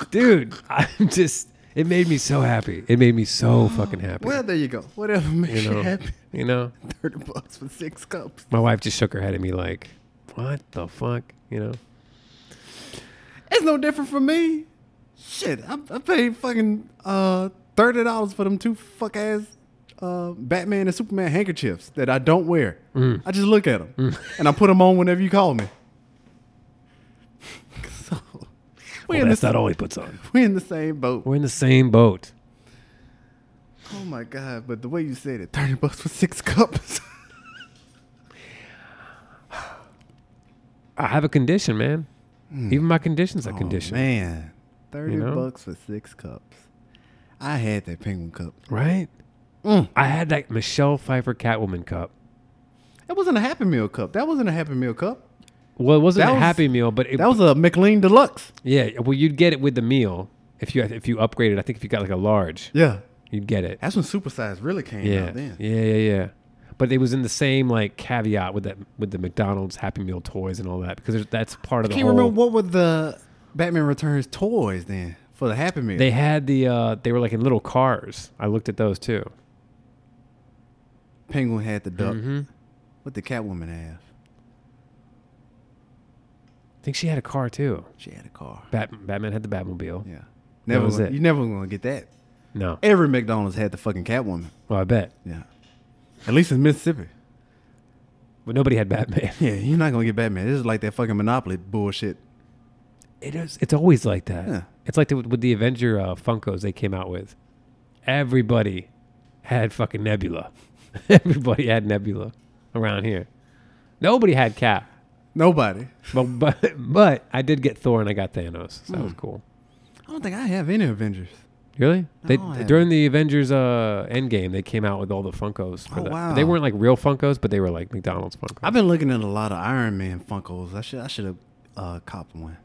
Speaker 9: <laughs> dude, I'm just. It made me so happy. It made me
Speaker 10: <gasps>
Speaker 9: so fucking happy.
Speaker 10: Well, there you go. Whatever makes
Speaker 9: You
Speaker 10: you,
Speaker 9: know,
Speaker 10: happy. <laughs>
Speaker 9: you know,
Speaker 10: Thirty bucks for six cups.
Speaker 9: my wife just shook her head at me like, "What the fuck?" You know.
Speaker 10: It's no different for me. Shit, I, I paid fucking uh thirty dollars for them two fuck ass uh, Batman and Superman handkerchiefs that I don't wear.
Speaker 9: Mm.
Speaker 10: I just look at them and I put them on whenever you call me. <laughs> so we
Speaker 9: Well,
Speaker 10: in
Speaker 9: that's
Speaker 10: the,
Speaker 9: not all he puts on.
Speaker 10: We in the same boat.
Speaker 9: We're in the same boat.
Speaker 10: Oh my god! But the way you said it, thirty bucks for six <laughs> cups.
Speaker 9: I have a condition, man. Even my condition's a
Speaker 10: Oh,
Speaker 9: condition.
Speaker 10: man. Thirty
Speaker 9: You know?
Speaker 10: bucks for six cups. I had that penguin cup.
Speaker 9: Right?
Speaker 10: Hmm.
Speaker 9: I had that Michelle Pfeiffer Catwoman cup.
Speaker 10: That wasn't a Happy Meal cup. That wasn't a Happy Meal cup.
Speaker 9: Well, it wasn't
Speaker 10: That
Speaker 9: a
Speaker 10: was-
Speaker 9: Happy Meal, but it,
Speaker 10: That was a McLean Deluxe.
Speaker 9: yeah. Well, you'd get it with the meal if you if you upgraded. I think if you got like a large,
Speaker 10: Yeah.
Speaker 9: you'd get it.
Speaker 10: That's when Super Size really came
Speaker 9: yeah,
Speaker 10: out then.
Speaker 9: yeah, yeah, yeah. But it was in the same like caveat with that with the McDonald's Happy Meal toys and all that because there's- that's part
Speaker 10: I
Speaker 9: of the
Speaker 10: can't
Speaker 9: whole.
Speaker 10: remember what were the Batman Returns toys then for the Happy Meal.
Speaker 9: They had the uh, they were like in little cars. I looked at those too.
Speaker 10: Penguin had the duck.
Speaker 9: Mm-hmm.
Speaker 10: What did Catwoman have?
Speaker 9: I think she had a car too.
Speaker 10: She had a car.
Speaker 9: Bat- Batman had the Batmobile.
Speaker 10: Yeah,
Speaker 9: never
Speaker 10: Never
Speaker 9: that was
Speaker 10: gonna-
Speaker 9: it.
Speaker 10: You never gonna get that.
Speaker 9: No.
Speaker 10: Every McDonald's had the fucking Catwoman.
Speaker 9: Well, I bet.
Speaker 10: Yeah. At least in Mississippi.
Speaker 9: But nobody had Batman. <laughs>
Speaker 10: Yeah, you're not gonna get Batman. This is like that fucking Monopoly bullshit.
Speaker 9: It is. It's always like that.
Speaker 10: Yeah.
Speaker 9: It's like the, with the Avenger uh, Funkos they came out with. Everybody had fucking Nebula. <laughs> Everybody had Nebula around here. Nobody had Cap.
Speaker 10: Nobody.
Speaker 9: But but, but I did get Thor and I got Thanos. So that was
Speaker 10: Hmm.
Speaker 9: cool.
Speaker 10: I don't think I have any Avengers.
Speaker 9: Really? They
Speaker 10: No, I haven't.
Speaker 9: during the Avengers uh, Endgame they came out with all the Funkos. For
Speaker 10: Oh,
Speaker 9: that.
Speaker 10: wow.
Speaker 9: They weren't like real Funkos, but they were like McDonald's Funkos.
Speaker 10: I've been looking at a lot of Iron Man Funkos. I should I should have uh, copped one.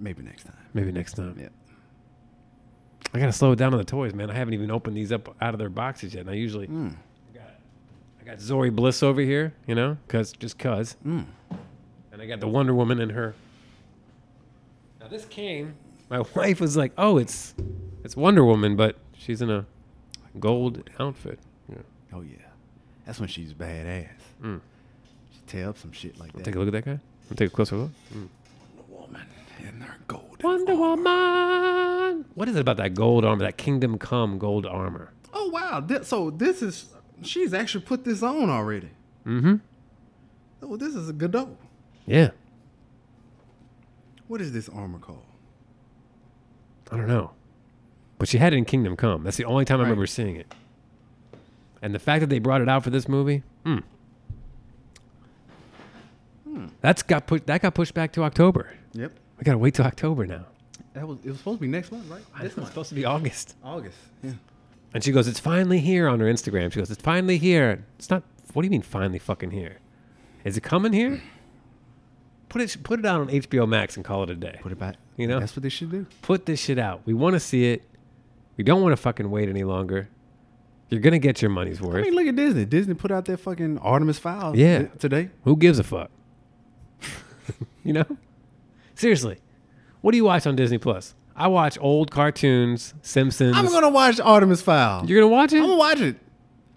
Speaker 10: Maybe next time.
Speaker 9: Maybe next time.
Speaker 10: Yep.
Speaker 9: I gotta slow down on the toys, man. I haven't even opened these up out of their boxes yet. And I usually
Speaker 10: Hmm.
Speaker 9: I got Zori Bliss over here, you know, cause just cause.
Speaker 10: Mm.
Speaker 9: And I got the Wonder Woman and her. Now this came. My <laughs> wife was like, "Oh, it's it's Wonder Woman, but she's in a gold outfit." Yeah.
Speaker 10: Oh yeah, that's when she's badass.
Speaker 9: Mm.
Speaker 10: She tear up some shit like that.
Speaker 9: Take a look at that guy. I'll take a closer look. Mm.
Speaker 11: Wonder Woman.
Speaker 9: What is it about that gold armor, that Kingdom Come gold armor?
Speaker 10: Oh wow! Thi- so this is she's actually put this on already.
Speaker 9: Mm-hmm.
Speaker 10: Oh, this is a Godot.
Speaker 9: Yeah.
Speaker 10: What is this armor called?
Speaker 9: I don't know. But she had it in Kingdom Come. That's the only time I remember seeing it. And the fact that they brought it out for this movie, mm,
Speaker 10: Hmm.
Speaker 9: that's got put that got pushed back to October.
Speaker 10: Yep.
Speaker 9: We gotta wait till October now.
Speaker 10: That was it was supposed to be next month, right? This was
Speaker 9: supposed to be August.
Speaker 10: August. Yeah.
Speaker 9: And she goes, It's finally here on her Instagram. She goes, It's finally here. It's not what do you mean finally fucking here? Is it coming here? Put it put it out on HBO Max and call it a day. Put
Speaker 10: it back.
Speaker 9: You know?
Speaker 10: That's what they should do.
Speaker 9: Put this shit out. We wanna see it. We don't wanna fucking wait any longer. You're gonna get your money's worth.
Speaker 10: I mean, look at Disney. Disney put out their fucking Artemis Fowl.
Speaker 9: yeah.
Speaker 10: t- today.
Speaker 9: Who gives a fuck? <laughs> you know? Seriously. What do you watch on Disney Plus? I watch old cartoons, Simpsons.
Speaker 10: I'm gonna watch Artemis Fowl.
Speaker 9: You're gonna watch it? I'm gonna
Speaker 10: watch it.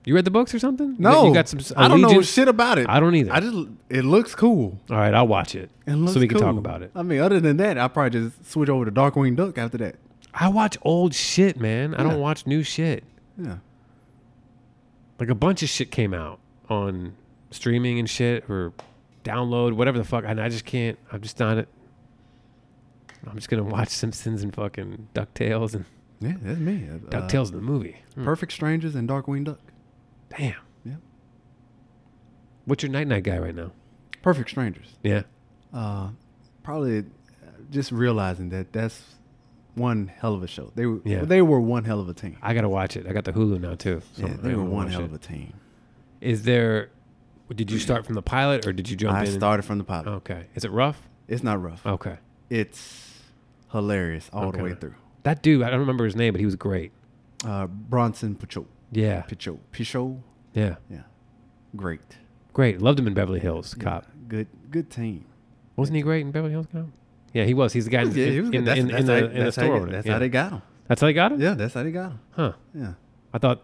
Speaker 9: You read the books or something?
Speaker 10: No,
Speaker 9: you got some.
Speaker 10: I don't know
Speaker 9: allegiance?
Speaker 10: shit about it.
Speaker 9: I don't either.
Speaker 10: I just it looks cool.
Speaker 9: All right, I'll watch it,
Speaker 10: It looks
Speaker 9: so we can talk
Speaker 10: cool.
Speaker 9: about it.
Speaker 10: I mean, other than that, I probably just switch over to Darkwing Duck after that.
Speaker 9: I watch old shit, man. I
Speaker 10: Yeah.
Speaker 9: don't watch new shit.
Speaker 10: Yeah.
Speaker 9: Like a bunch of shit came out on streaming and shit or download, whatever the fuck. And I just can't. I'm just not it. I'm just gonna watch Simpsons and fucking Ducktales and
Speaker 10: Yeah, that's me. Uh,
Speaker 9: Ducktales the movie. Hmm.
Speaker 10: Perfect Strangers and Darkwing Duck.
Speaker 9: Damn.
Speaker 10: Yeah.
Speaker 9: What's your night night guy right now?
Speaker 10: Perfect Strangers.
Speaker 9: Yeah.
Speaker 10: Uh, probably uh, just realizing that that's one hell of a show. They were
Speaker 9: Yeah.
Speaker 10: they were one hell of a team.
Speaker 9: I gotta watch it. I got the Hulu now too.
Speaker 10: Yeah, they
Speaker 9: I
Speaker 10: were
Speaker 9: will
Speaker 10: one
Speaker 9: watch
Speaker 10: hell
Speaker 9: it.
Speaker 10: of a team.
Speaker 9: Is there? Did you start from the pilot or did you jump
Speaker 10: I
Speaker 9: in? and- Oh.
Speaker 10: started from the pilot.
Speaker 9: Okay. Is it rough?
Speaker 10: It's not rough.
Speaker 9: Okay.
Speaker 10: It's hilarious all the
Speaker 9: Okay.
Speaker 10: way through.
Speaker 9: That dude, I don't remember his name, but he was great.
Speaker 10: Uh, Bronson Pichot.
Speaker 9: Yeah.
Speaker 10: Pichot. Pichot.
Speaker 9: Yeah.
Speaker 10: Yeah. Great.
Speaker 9: Great. Loved him in Beverly Hills Cop.
Speaker 10: Good. Good team.
Speaker 9: Wasn't he great in Beverly Hills Cop? Yeah, he was. He's the guy in,
Speaker 10: Yeah, he was
Speaker 9: in, in,
Speaker 10: good.
Speaker 9: in,
Speaker 10: That's-
Speaker 9: in
Speaker 10: that's how-
Speaker 9: the, in the
Speaker 10: that's how they-
Speaker 9: store. owner.
Speaker 10: that's
Speaker 9: yeah.
Speaker 10: how they got him.
Speaker 9: That's how they got him?
Speaker 10: Yeah, that's how they got him.
Speaker 9: Huh.
Speaker 10: Yeah.
Speaker 9: I thought,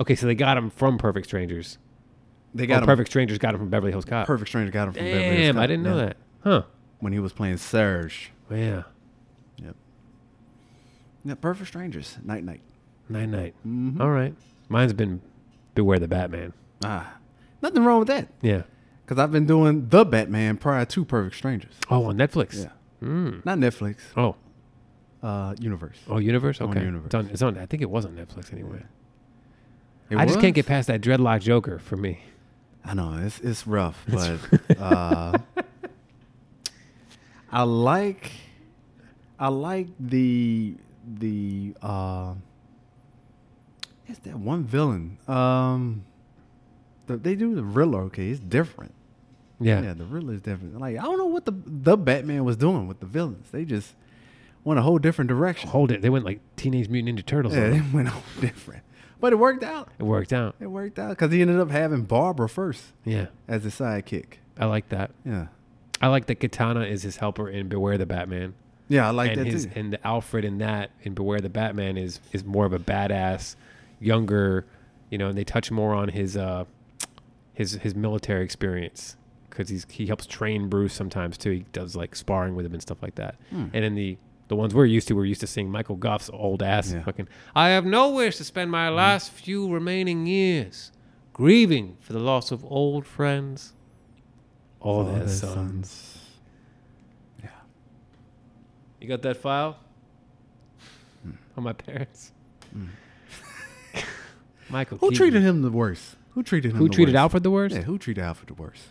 Speaker 9: okay, so they got him from Perfect Strangers.
Speaker 10: They
Speaker 9: oh,
Speaker 10: got him-
Speaker 9: Perfect Strangers got him from Beverly Hills Cop.
Speaker 10: Perfect Stranger got him from
Speaker 9: Damn,
Speaker 10: Beverly Hills.
Speaker 9: I
Speaker 10: Cop.
Speaker 9: didn't know
Speaker 10: Yeah.
Speaker 9: that. Huh.
Speaker 10: When he was playing Serge.
Speaker 9: Yeah.
Speaker 10: Yep. Yeah, Perfect Strangers. Night night.
Speaker 9: Night night.
Speaker 10: Mm-hmm.
Speaker 9: All right. Mine's been Beware the Batman.
Speaker 10: Ah. Nothing wrong with that.
Speaker 9: Yeah.
Speaker 10: Because I've been doing The Batman prior to Perfect Strangers.
Speaker 9: Oh, on Netflix.
Speaker 10: Yeah.
Speaker 9: Mm.
Speaker 10: Not Netflix.
Speaker 9: Oh.
Speaker 10: Uh, Universe.
Speaker 9: Oh, Universe.
Speaker 10: On
Speaker 9: Okay,
Speaker 10: Universe.
Speaker 9: It's, on, it's on. I think it was on Netflix anyway.
Speaker 10: It
Speaker 9: I just can't
Speaker 10: was?
Speaker 9: get past that dreadlock Joker for me.
Speaker 10: I know it's it's rough, but
Speaker 9: It's-
Speaker 10: uh, I like I like the the uh, it's that one villain. Um, the, they do the Riddler. Okay, it's different.
Speaker 9: Yeah.
Speaker 10: yeah, the Riddler is different. Like I don't know what the the Batman was doing with the villains. They just went a whole different direction.
Speaker 9: Hold it. They went like Teenage Mutant Ninja Turtles.
Speaker 10: <laughs> Yeah,
Speaker 9: on
Speaker 10: they
Speaker 9: it.
Speaker 10: went all different, but it worked out.
Speaker 9: It worked out.
Speaker 10: It worked out because he ended up having Barbara first
Speaker 9: Yeah,
Speaker 10: as a sidekick.
Speaker 9: I like that.
Speaker 10: Yeah.
Speaker 9: I like that Katana is his helper in Beware the Batman.
Speaker 10: Yeah, I like
Speaker 9: and
Speaker 10: that
Speaker 9: his,
Speaker 10: too.
Speaker 9: And the Alfred in that in Beware the Batman is is more of a badass, younger, you know, and they touch more on his uh his his military experience because he's he helps train Bruce sometimes too. He does like sparring with him and stuff like that.
Speaker 11: Hmm.
Speaker 9: And in the the ones we're used to, we're used to seeing Michael Goff's old ass
Speaker 11: Yeah.
Speaker 9: fucking. I have no wish to spend my last few remaining years grieving for the loss of old friends. All
Speaker 10: All
Speaker 9: their
Speaker 10: their
Speaker 9: sons. You got that file?
Speaker 10: Hmm.
Speaker 9: On my parents. <laughs> Michael.
Speaker 10: Who
Speaker 9: Keaton.
Speaker 10: treated him the worst? Who treated him?
Speaker 9: Who
Speaker 10: the
Speaker 9: treated
Speaker 10: worst?
Speaker 9: Alfred the worst?
Speaker 10: Yeah, who treated Alfred the worst?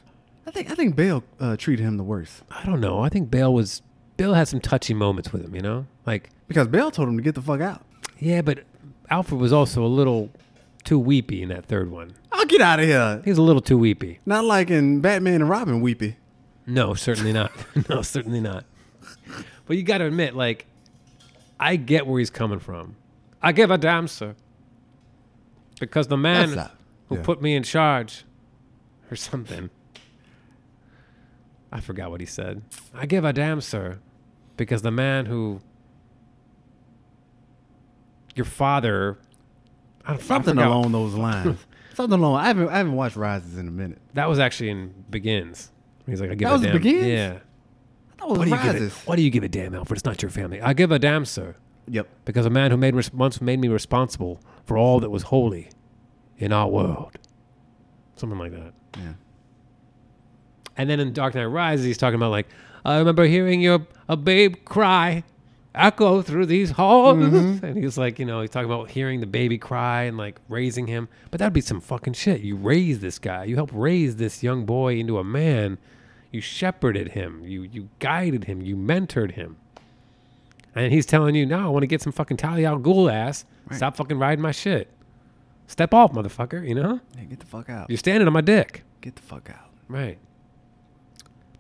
Speaker 10: I think I think Bale uh, treated him the worst
Speaker 9: I don't know. I think Bale was Bale had some touchy moments with him, you know? Like
Speaker 10: because Bale told him to get the fuck out.
Speaker 9: Yeah, but Alfred was also a little too weepy in that third one.
Speaker 10: I'll get out of here.
Speaker 9: He's a little too weepy.
Speaker 10: Not like in Batman and Robin, weepy.
Speaker 9: No, certainly not. <laughs> no, certainly not. But you got to admit, like, I get where he's coming from. I give a damn, sir. Because the man
Speaker 11: That's not-
Speaker 9: who
Speaker 11: yeah.
Speaker 9: put me in charge or something. I forgot what he said. I give a damn, sir. Because the man who. Your father I don't- I
Speaker 10: something
Speaker 9: forgot.
Speaker 10: along those
Speaker 9: <laughs>
Speaker 10: lines. something along. I haven't I haven't watched Rises in a minute.
Speaker 9: That was actually in Begins. He's like, I give
Speaker 10: That
Speaker 9: a
Speaker 10: was
Speaker 9: damn.
Speaker 10: Begins?
Speaker 9: Yeah.
Speaker 10: thought it was
Speaker 9: what, do you give a,
Speaker 10: Rises.
Speaker 9: what do you give a damn, Alfred? It's not your family. I give a damn, sir.
Speaker 10: Yep.
Speaker 9: Because a man who made res- once made me responsible for all that was holy in our world. Something like that.
Speaker 10: Yeah.
Speaker 9: And then in Dark Knight Rises, he's talking about like, I remember hearing your a babe cry, echo through these halls, and he's like, you know, he's talking about hearing the baby cry and like raising him. But that'd be some fucking shit. You raise this guy. You help raise this young boy into a man. You shepherded him. You you guided him. You mentored him. And he's telling you, no, I want to get some fucking Talia al Ghul ass.
Speaker 10: Right.
Speaker 9: Stop fucking riding my shit. Step off, motherfucker. You know
Speaker 10: Yeah, get the fuck out.
Speaker 9: you're standing on my dick.
Speaker 10: Get the fuck out.
Speaker 9: Right.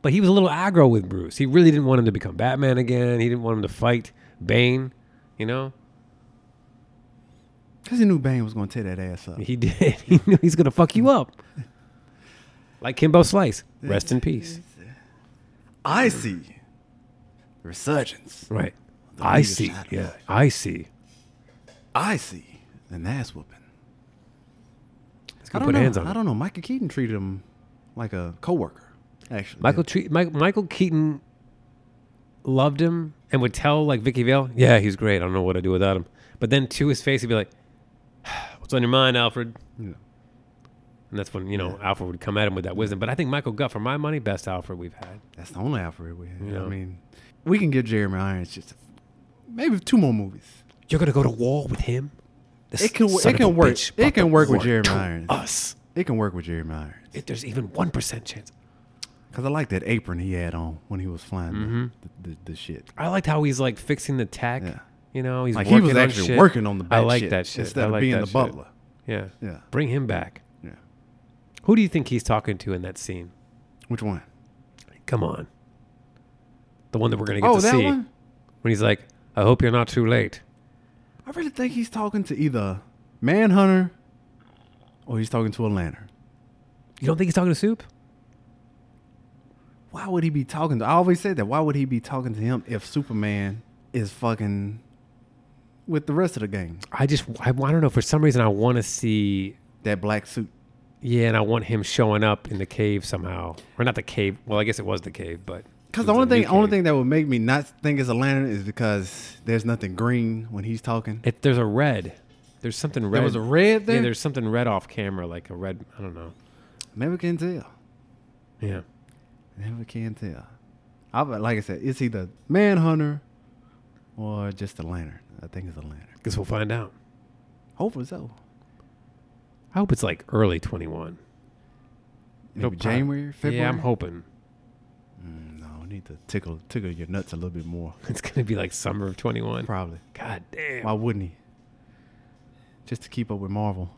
Speaker 9: But he was a little aggro with Bruce. He really didn't want him to become Batman again. He didn't want him to fight Bane, you know?
Speaker 10: Cause he knew Bane was gonna tear that ass up.
Speaker 9: He <laughs> did. He knew he's going to fuck you up. Like Kimbo Slice. Rest in peace.
Speaker 10: I see. Resurgence.
Speaker 9: Right.
Speaker 10: The
Speaker 9: I
Speaker 10: leader's
Speaker 9: see.
Speaker 10: shadow.
Speaker 9: Yeah. I see.
Speaker 10: I see. An ass whooping.
Speaker 9: He's
Speaker 10: I
Speaker 9: going
Speaker 10: don't
Speaker 9: to put
Speaker 10: know.
Speaker 9: hands on
Speaker 10: I
Speaker 9: him.
Speaker 10: don't know. Michael Keaton treated him like a coworker. Actually,
Speaker 9: Michael, Tre- Mike, Michael Keaton loved him and would tell, like, Vicky Vale, yeah, he's great. I don't know what I'd do without him. But then to his face, he'd be like, <sighs> what's on your mind, Alfred?
Speaker 10: Yeah.
Speaker 9: And that's when, you know, Alfred would come at him with that wisdom. But I think Michael Gutt, for my money, best Alfred we've had.
Speaker 10: That's the only Alfred we have.
Speaker 9: You know.
Speaker 10: I mean, we can give Jeremy Irons just maybe two more movies.
Speaker 9: You're gonna go to war with him.
Speaker 10: it can
Speaker 9: son
Speaker 10: it
Speaker 9: of a
Speaker 10: can work.
Speaker 9: bitch
Speaker 10: it
Speaker 9: brought the
Speaker 10: can work with
Speaker 9: war
Speaker 10: Jeremy
Speaker 9: to
Speaker 10: Irons.
Speaker 9: Us.
Speaker 10: It can work with Jeremy Irons
Speaker 9: If there's even one percent chance.
Speaker 10: because I like that apron he had on when he was flying the-
Speaker 9: Mm-hmm.
Speaker 10: the, the, the shit.
Speaker 9: I liked how he's like fixing the tech. You know, he's
Speaker 10: Like, he
Speaker 9: working
Speaker 10: was
Speaker 9: on
Speaker 10: actually
Speaker 9: shit.
Speaker 10: working on the
Speaker 9: I
Speaker 10: bad
Speaker 9: like
Speaker 10: shit
Speaker 9: that shit.
Speaker 10: instead
Speaker 9: I
Speaker 10: of
Speaker 9: like
Speaker 10: being
Speaker 9: that
Speaker 10: the
Speaker 9: shit.
Speaker 10: butler.
Speaker 9: Yeah.
Speaker 10: Yeah.
Speaker 9: Bring him back.
Speaker 10: Yeah.
Speaker 9: Who do you think he's talking to in that scene?
Speaker 10: Which one?
Speaker 9: Come on. The one that we're gonna get
Speaker 10: Oh,
Speaker 9: to
Speaker 10: that
Speaker 9: see.
Speaker 10: one?
Speaker 9: When he's like, "I hope you're not too late."
Speaker 10: I really think he's talking to either Manhunter or he's talking to a lantern.
Speaker 9: You don't think he's talking to Soup?
Speaker 10: Why would he be talking to? I always said that. Why would he be talking to him if Superman is fucking with the rest of the gang?
Speaker 9: I just I, I don't know. For some reason, I want to see
Speaker 10: that black suit.
Speaker 9: Yeah, and I want him showing up in the cave somehow, or not the cave. Well, I guess it was the cave, but
Speaker 10: Because
Speaker 9: it
Speaker 10: the
Speaker 9: was
Speaker 10: only
Speaker 9: a new
Speaker 10: thing, only
Speaker 9: cave.
Speaker 10: thing that would make me not think it's a lantern is because there's nothing green when he's talking.
Speaker 9: It, there's a red. There's something red.
Speaker 10: There was a red there?
Speaker 9: Yeah, there's something red off camera, like a red. I don't know.
Speaker 10: Maybe we can tell.
Speaker 9: Yeah.
Speaker 10: Never can tell. I would- like I said, it's either Manhunter or just a lantern. I think it's a lantern.
Speaker 9: Guess we'll find out.
Speaker 10: Hopefully so.
Speaker 9: I hope it's like early 21.
Speaker 10: Maybe
Speaker 9: It'll prob-
Speaker 10: January, February.
Speaker 9: Yeah, I'm hoping <laughs>
Speaker 10: Mm, no, I need to tickle tickle your nuts a little bit more.
Speaker 9: it's gonna be like summer of 21.
Speaker 10: Probably.
Speaker 9: God damn.
Speaker 10: Why wouldn't he? Just to keep up with Marvel.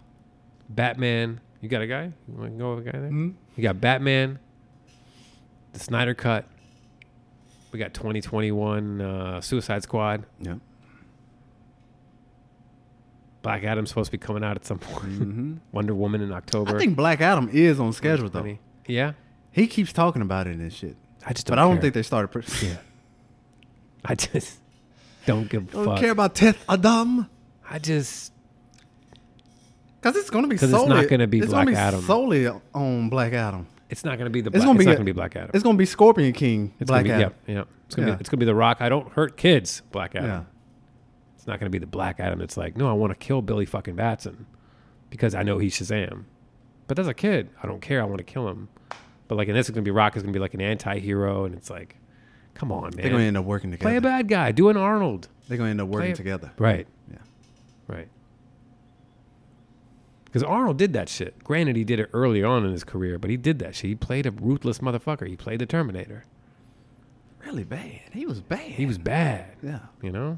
Speaker 9: Batman. You got a guy? You want to go with a guy there?
Speaker 10: Hmm?
Speaker 9: You got Batman, the Snyder Cut. We got 2021 uh, Suicide Squad.
Speaker 10: Yep.
Speaker 9: Black Adam's supposed to be coming out at some point.
Speaker 10: Mm-hmm.
Speaker 9: <laughs> Wonder Woman in October.
Speaker 10: I think Black Adam is on schedule though.
Speaker 9: yeah.
Speaker 10: He keeps talking about it and shit.
Speaker 9: I just
Speaker 10: but
Speaker 9: don't
Speaker 10: I don't
Speaker 9: care.
Speaker 10: think they started. Pre- yeah.
Speaker 9: I just don't give a
Speaker 10: <laughs> Don't
Speaker 9: fuck.
Speaker 10: care about Teth Adam
Speaker 9: I just
Speaker 10: because it's gonna be
Speaker 9: 'Cause it's
Speaker 10: solely.
Speaker 9: not gonna be
Speaker 10: it's
Speaker 9: Black
Speaker 10: gonna be
Speaker 9: Adam.
Speaker 10: solely on Black Adam.
Speaker 9: it's not gonna be the
Speaker 10: it's
Speaker 9: black,
Speaker 10: gonna be
Speaker 9: not
Speaker 10: a-
Speaker 9: gonna be Black Adam.
Speaker 10: It's gonna be Scorpion King.
Speaker 9: It's
Speaker 10: Black
Speaker 9: gonna be,
Speaker 10: Adam.
Speaker 9: Yeah, yeah. It's gonna
Speaker 10: Yeah.
Speaker 9: be it's gonna be the Rock. I don't hurt kids. Black Adam.
Speaker 10: Yeah.
Speaker 9: It's not gonna be the Black Adam that's like, no, I want to kill Billy fucking Batson because I know he's Shazam. But that's a kid. I don't care. I want to kill him. But like in this, it's gonna be Rock is gonna be like an anti-hero, and it's like, come on, man.
Speaker 10: They're gonna end up working
Speaker 9: Play
Speaker 10: together.
Speaker 9: a bad guy. Do an Arnold.
Speaker 10: They're gonna end up working
Speaker 9: Play-
Speaker 10: together.
Speaker 9: Right.
Speaker 10: Yeah.
Speaker 9: Right. Because Arnold did that shit. Granted, he did it early on in his career, but he did that shit. He played a ruthless motherfucker. He played the Terminator.
Speaker 10: Really bad. He was bad.
Speaker 9: He was bad.
Speaker 10: Yeah.
Speaker 9: You know?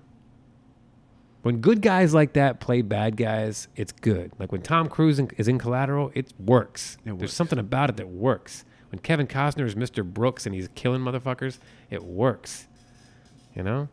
Speaker 9: When good guys like that play bad guys, it's good. Like when Tom Cruise in, is in Collateral, it works. There's something about it that works. When Kevin Costner is Mr. Brooks and he's killing motherfuckers, it works. You know?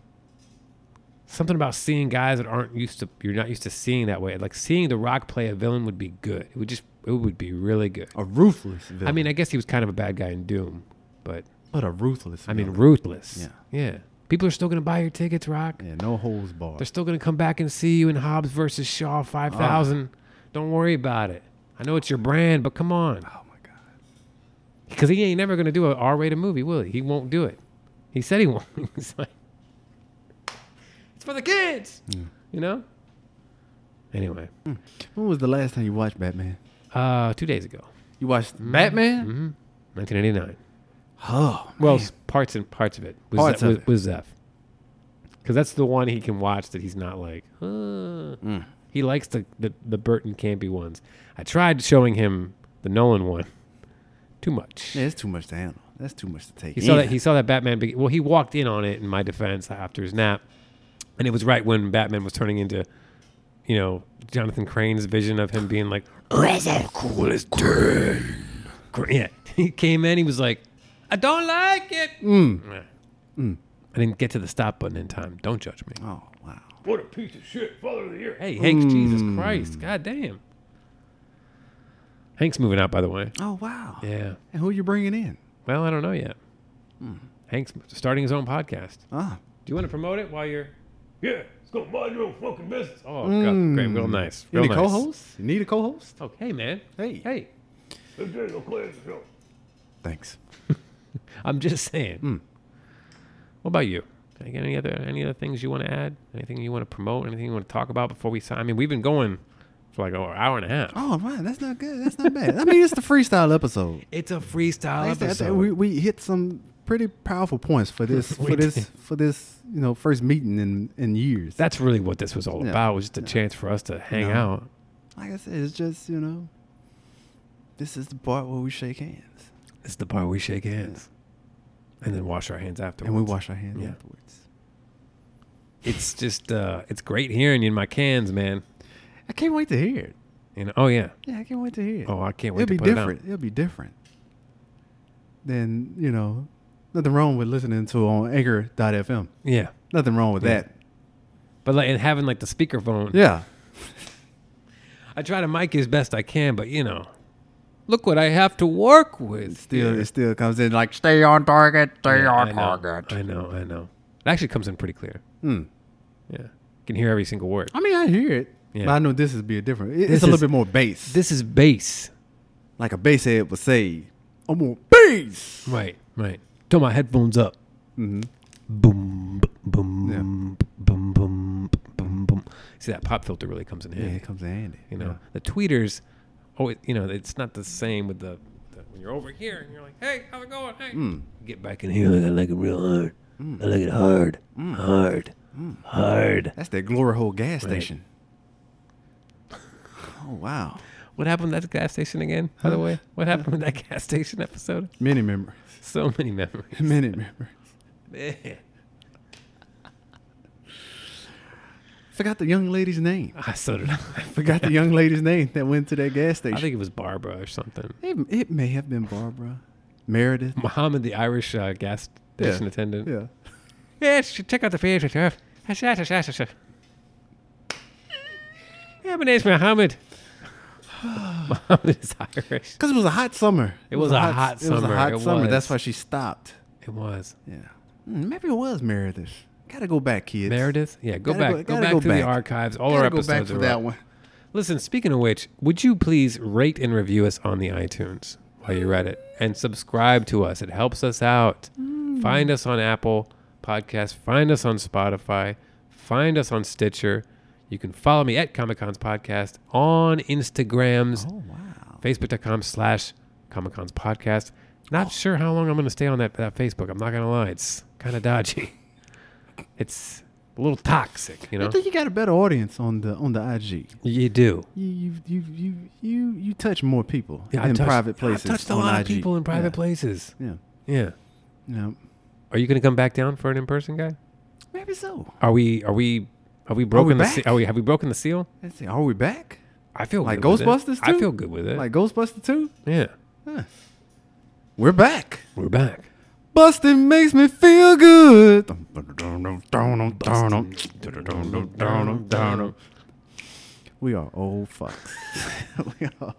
Speaker 9: Something about seeing guys that aren't used to you're not used to seeing that way. Like seeing The Rock play a villain would be good. It would just it would be really good.
Speaker 10: A ruthless villain.
Speaker 9: I mean, I guess he was kind of a bad guy in Doom, but
Speaker 10: but a ruthless.
Speaker 9: I mean
Speaker 10: villain.
Speaker 9: ruthless.
Speaker 10: Yeah.
Speaker 9: Yeah. People are still going to buy your tickets, Rock.
Speaker 10: Yeah, no holes barred.
Speaker 9: They're still going to come back and see you in Hobbs versus Shaw 5000. Don't worry about it. I know it's your brand, but come on. Oh, my God. Because he ain't never going to do an R rated movie, will he? He won't do it. He said he won't. <laughs> He's like, it's for the kids, you know? Anyway.
Speaker 10: When was the last time you watched Batman?
Speaker 9: Uh, two days ago.
Speaker 10: You watched Batman?
Speaker 9: hmm 1989.
Speaker 10: Oh,
Speaker 9: well, s- parts and parts of it was
Speaker 10: Parts
Speaker 9: Ze-
Speaker 10: of
Speaker 9: was,
Speaker 10: it.
Speaker 9: was Zeph, because that's the one he can watch that he's not like. "Uh."
Speaker 10: Mm.
Speaker 9: He likes the, the the Burton campy ones. I tried showing him the Nolan one. Too much.
Speaker 10: Yeah, it's too much to handle. That's too much to take.
Speaker 9: He saw
Speaker 10: in.
Speaker 9: that he saw that Batman. Be- well, he walked in on it in my defense after his nap, and it was right when Batman was turning into, you know, Jonathan Crane's vision of him being like, cool as dirt. Cra- Yeah, <laughs> he came in. He was like, I don't like it.
Speaker 10: Mm.
Speaker 9: Mm. I didn't get to the stop button in time. Don't judge me.
Speaker 10: Oh wow.
Speaker 2: What a piece of shit, father of the year.
Speaker 9: Hey, Hanks, Jesus
Speaker 2: Mm.
Speaker 9: Christ, God damn. Hank's moving out, by the way.
Speaker 10: Oh wow.
Speaker 9: Yeah. Mm.
Speaker 10: And who are you bringing in?
Speaker 9: Well, I don't know yet. Hank's starting his own podcast.
Speaker 10: Ah.
Speaker 9: Do you want to promote it while you're?
Speaker 2: Yeah, let's go mind your own fucking business.
Speaker 9: Oh, God, great, real nice.
Speaker 10: You
Speaker 9: Real
Speaker 10: need
Speaker 9: nice.
Speaker 10: a co-host? You need a co-host?
Speaker 9: Oh, hey, man.
Speaker 10: Hey.
Speaker 9: Hey.
Speaker 2: Hey, Daniel, play the show.
Speaker 10: Thanks.
Speaker 9: I'm just saying. What about you? Any any other any other things you want to add? Anything you want to promote? Anything you want to talk about before we sign? I mean, we've been going for like an hour and a half.
Speaker 10: Oh man, that's not good. That's not bad. I mean, it's the freestyle episode.
Speaker 9: It's a freestyle
Speaker 10: Like I said, I
Speaker 9: episode.
Speaker 10: think we we hit some pretty powerful points for
Speaker 9: <laughs>
Speaker 10: this
Speaker 9: We
Speaker 10: for this
Speaker 9: did.
Speaker 10: for this you know first meeting in in years.
Speaker 9: That's really what this was all
Speaker 10: Yeah.
Speaker 9: about. Was just a chance for us to hang
Speaker 10: No.
Speaker 9: out.
Speaker 10: Like I said, it's just you know, this is the part where we shake hands
Speaker 9: It's the part we shake hands, and then wash our hands afterwards.
Speaker 10: and we wash our hands
Speaker 9: Yeah.
Speaker 10: afterwards.
Speaker 9: It's just uh, it's great hearing you in my cans, man.
Speaker 10: I can't wait to hear it.
Speaker 9: You know, oh yeah.
Speaker 10: Yeah, I can't wait to hear it.
Speaker 9: Oh, I can't wait to
Speaker 10: It'll be
Speaker 9: put it out.
Speaker 10: different. It'll be different. Then you know, nothing wrong with listening to on Anchor.fm.
Speaker 9: Yeah.
Speaker 10: nothing wrong with
Speaker 9: Yeah.
Speaker 10: that.
Speaker 9: But like and having like the speakerphone.
Speaker 10: Yeah,
Speaker 9: I try to mic as best I can, but you know, look what I have to work with.
Speaker 10: still
Speaker 9: here.
Speaker 10: it still comes in like stay on target, stay
Speaker 9: Yeah,
Speaker 10: on
Speaker 9: I know,
Speaker 10: target.
Speaker 9: I know, I know. It actually comes in pretty clear.
Speaker 10: Hmm.
Speaker 9: Yeah, you can hear every single word.
Speaker 10: I mean, I hear it,
Speaker 9: Yeah.
Speaker 10: but I know this is be a different. it-
Speaker 9: This
Speaker 10: it's a
Speaker 9: is-
Speaker 10: little bit more bass.
Speaker 9: This is bass.
Speaker 10: like a bass head would say, I'm on bass.
Speaker 9: Right, right. Turn my headphones up.
Speaker 10: Mm-hmm.
Speaker 9: Boom, b- boom, b- boom, boom, b- boom, boom. See that pop filter really comes in
Speaker 10: Yeah,
Speaker 9: handy.
Speaker 10: it comes in handy.
Speaker 9: You know, the tweeters. Oh, you know, it's not the same with the, the when you're over here and you're like, hey, how's it going? Hey, get back in here. Like I like it real hard. I like it hard, hard, hard.
Speaker 10: That's that glory hole gas
Speaker 9: Right.
Speaker 10: station. <laughs> Oh wow,
Speaker 9: What happened to that gas station again? By the way, what happened with that <laughs> gas station episode?
Speaker 10: many memories,
Speaker 9: So many memories.
Speaker 10: <laughs> many memories.
Speaker 9: Man,
Speaker 10: Forgot the young
Speaker 9: <laughs>
Speaker 10: lady's name.
Speaker 9: I so did I.
Speaker 10: Forgot the young lady's name that went to that gas station.
Speaker 9: I think it was Barbara or something.
Speaker 10: it, it may have been Barbara, Meredith.
Speaker 9: Muhammad, the Irish uh, gas station
Speaker 10: Yeah.
Speaker 9: attendant.
Speaker 10: Yeah.
Speaker 9: Yes, check out the picture, chef. My name's Muhammad. Muhammad is Irish.
Speaker 10: Because it was a hot summer.
Speaker 9: It was a hot
Speaker 10: It was a
Speaker 9: summer.
Speaker 10: hot
Speaker 9: It
Speaker 10: summer. That's
Speaker 9: was.
Speaker 10: why she stopped.
Speaker 9: It was.
Speaker 10: Yeah. Mm, Maybe it was Meredith. Gotta go back, kids.
Speaker 9: Meredith? Yeah, go
Speaker 10: Gotta
Speaker 9: back.
Speaker 10: go-
Speaker 9: Go,
Speaker 10: gotta
Speaker 9: back
Speaker 10: go
Speaker 9: to the
Speaker 10: back.
Speaker 9: archives. All
Speaker 10: Gotta
Speaker 9: our
Speaker 10: go
Speaker 9: episodes
Speaker 10: back
Speaker 9: are
Speaker 10: for that
Speaker 9: up.
Speaker 10: one.
Speaker 9: Listen, speaking of which, would you please rate and review us on the iTunes while you're at it and subscribe to us? It helps us out.
Speaker 10: Mm.
Speaker 9: Find us on Apple Podcasts, find us on Spotify, find us on Stitcher. You can follow me at Comic Cons Podcast on Instagrams,
Speaker 10: Oh wow.
Speaker 9: facebook.com slash Comic Cons Podcast. Not sure how long I'm going to stay on that, that Facebook. I'm not going to lie. It's kind of dodgy. It's a little toxic, you
Speaker 10: I
Speaker 9: know?
Speaker 10: think you got a better audience on the on the IG.
Speaker 9: You do.
Speaker 10: You you you you you, you touch more people
Speaker 9: Yeah, I've
Speaker 10: in
Speaker 9: touched-
Speaker 10: private places.
Speaker 9: I've touched a
Speaker 10: on
Speaker 9: lot of
Speaker 10: IG.
Speaker 9: people in private
Speaker 10: yeah.
Speaker 9: places.
Speaker 10: Yeah.
Speaker 9: Yeah.
Speaker 10: Yeah.
Speaker 9: Are you going to come back down for an in-person guy?
Speaker 10: Maybe so.
Speaker 9: Are we? Are we? Are we broken the?
Speaker 10: back?
Speaker 9: Se- are we? Have we broken the seal?
Speaker 10: Let's see. Are we back?
Speaker 9: I feel
Speaker 10: Like
Speaker 9: good with it.
Speaker 10: Ghostbusters
Speaker 9: I
Speaker 10: too?
Speaker 9: feel good with it.
Speaker 10: Like Ghostbuster 2?
Speaker 9: yeah,
Speaker 10: We're back.
Speaker 9: we're back.
Speaker 10: Busting makes me feel good. We are old fucks. we are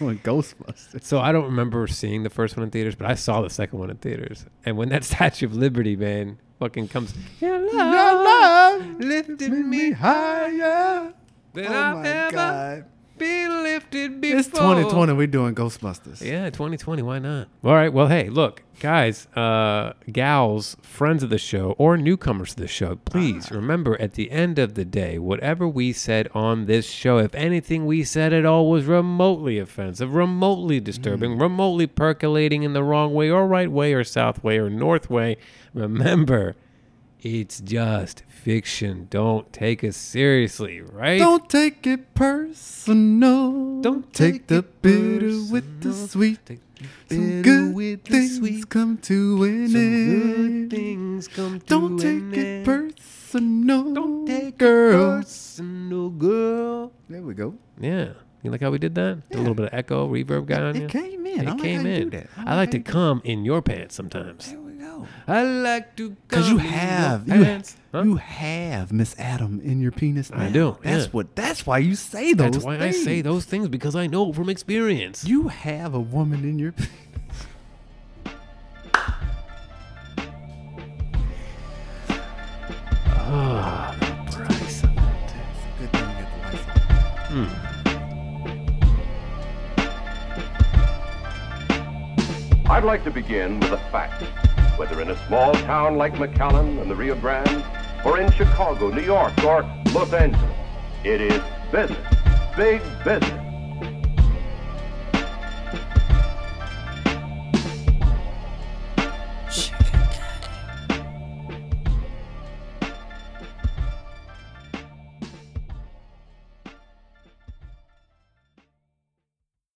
Speaker 10: Doing Ghostbusters.
Speaker 9: So I don't remember seeing the first one in theaters, but I saw the second one in theaters. And when that <laughs> Statue of Liberty man fucking comes,
Speaker 11: Your
Speaker 5: love
Speaker 11: lifted me higher
Speaker 9: than
Speaker 11: oh
Speaker 9: I've
Speaker 11: my
Speaker 9: ever
Speaker 11: God.
Speaker 9: been lifted before.
Speaker 10: It's 2020. We're doing Ghostbusters.
Speaker 9: Yeah, 2020. Why not? All right. Well, hey, look, guys, uh, gals, friends of the show, or newcomers to the show, please
Speaker 10: Ah.
Speaker 9: remember at the end of the day, whatever we said on this show, if anything we said at all was remotely offensive, remotely
Speaker 10: Mm.
Speaker 9: disturbing, remotely percolating in the wrong way, or right way, or south way, or north way, remember. It's just fiction. Don't take us seriously, right?
Speaker 10: Don't take it personal. Don't take, the bitter with the sweet. Some good things come to an end.
Speaker 9: things come
Speaker 10: Don't
Speaker 9: to an
Speaker 10: take it
Speaker 9: end.
Speaker 10: personal. Don't
Speaker 9: take
Speaker 10: girl.
Speaker 9: personal, girl.
Speaker 10: There we go.
Speaker 9: Yeah. You like how we did that? Did A little bit of echo, reverb got on
Speaker 10: it
Speaker 9: you?
Speaker 10: came in. I like how you do that. I
Speaker 9: I like,
Speaker 10: like how
Speaker 9: to
Speaker 10: you do
Speaker 9: come in your pants sometimes. There we go. I like to
Speaker 10: Cause you
Speaker 9: come in your
Speaker 10: have you,
Speaker 9: pants. Huh?
Speaker 10: you have Miss Adam in your penis.
Speaker 9: I
Speaker 10: now.
Speaker 9: do,
Speaker 10: That's
Speaker 9: yeah.
Speaker 10: what. That's why you say those.
Speaker 9: That's why I say
Speaker 10: things.
Speaker 9: those things because I know from experience.
Speaker 10: You have a woman in your.
Speaker 9: Oh,
Speaker 10: Good thing you got the lights on.
Speaker 13: I'd like to begin with a fact. Whether in a small town like McAllen and the Rio Grande, or in Chicago, New York, or Los Angeles, it is business, big business.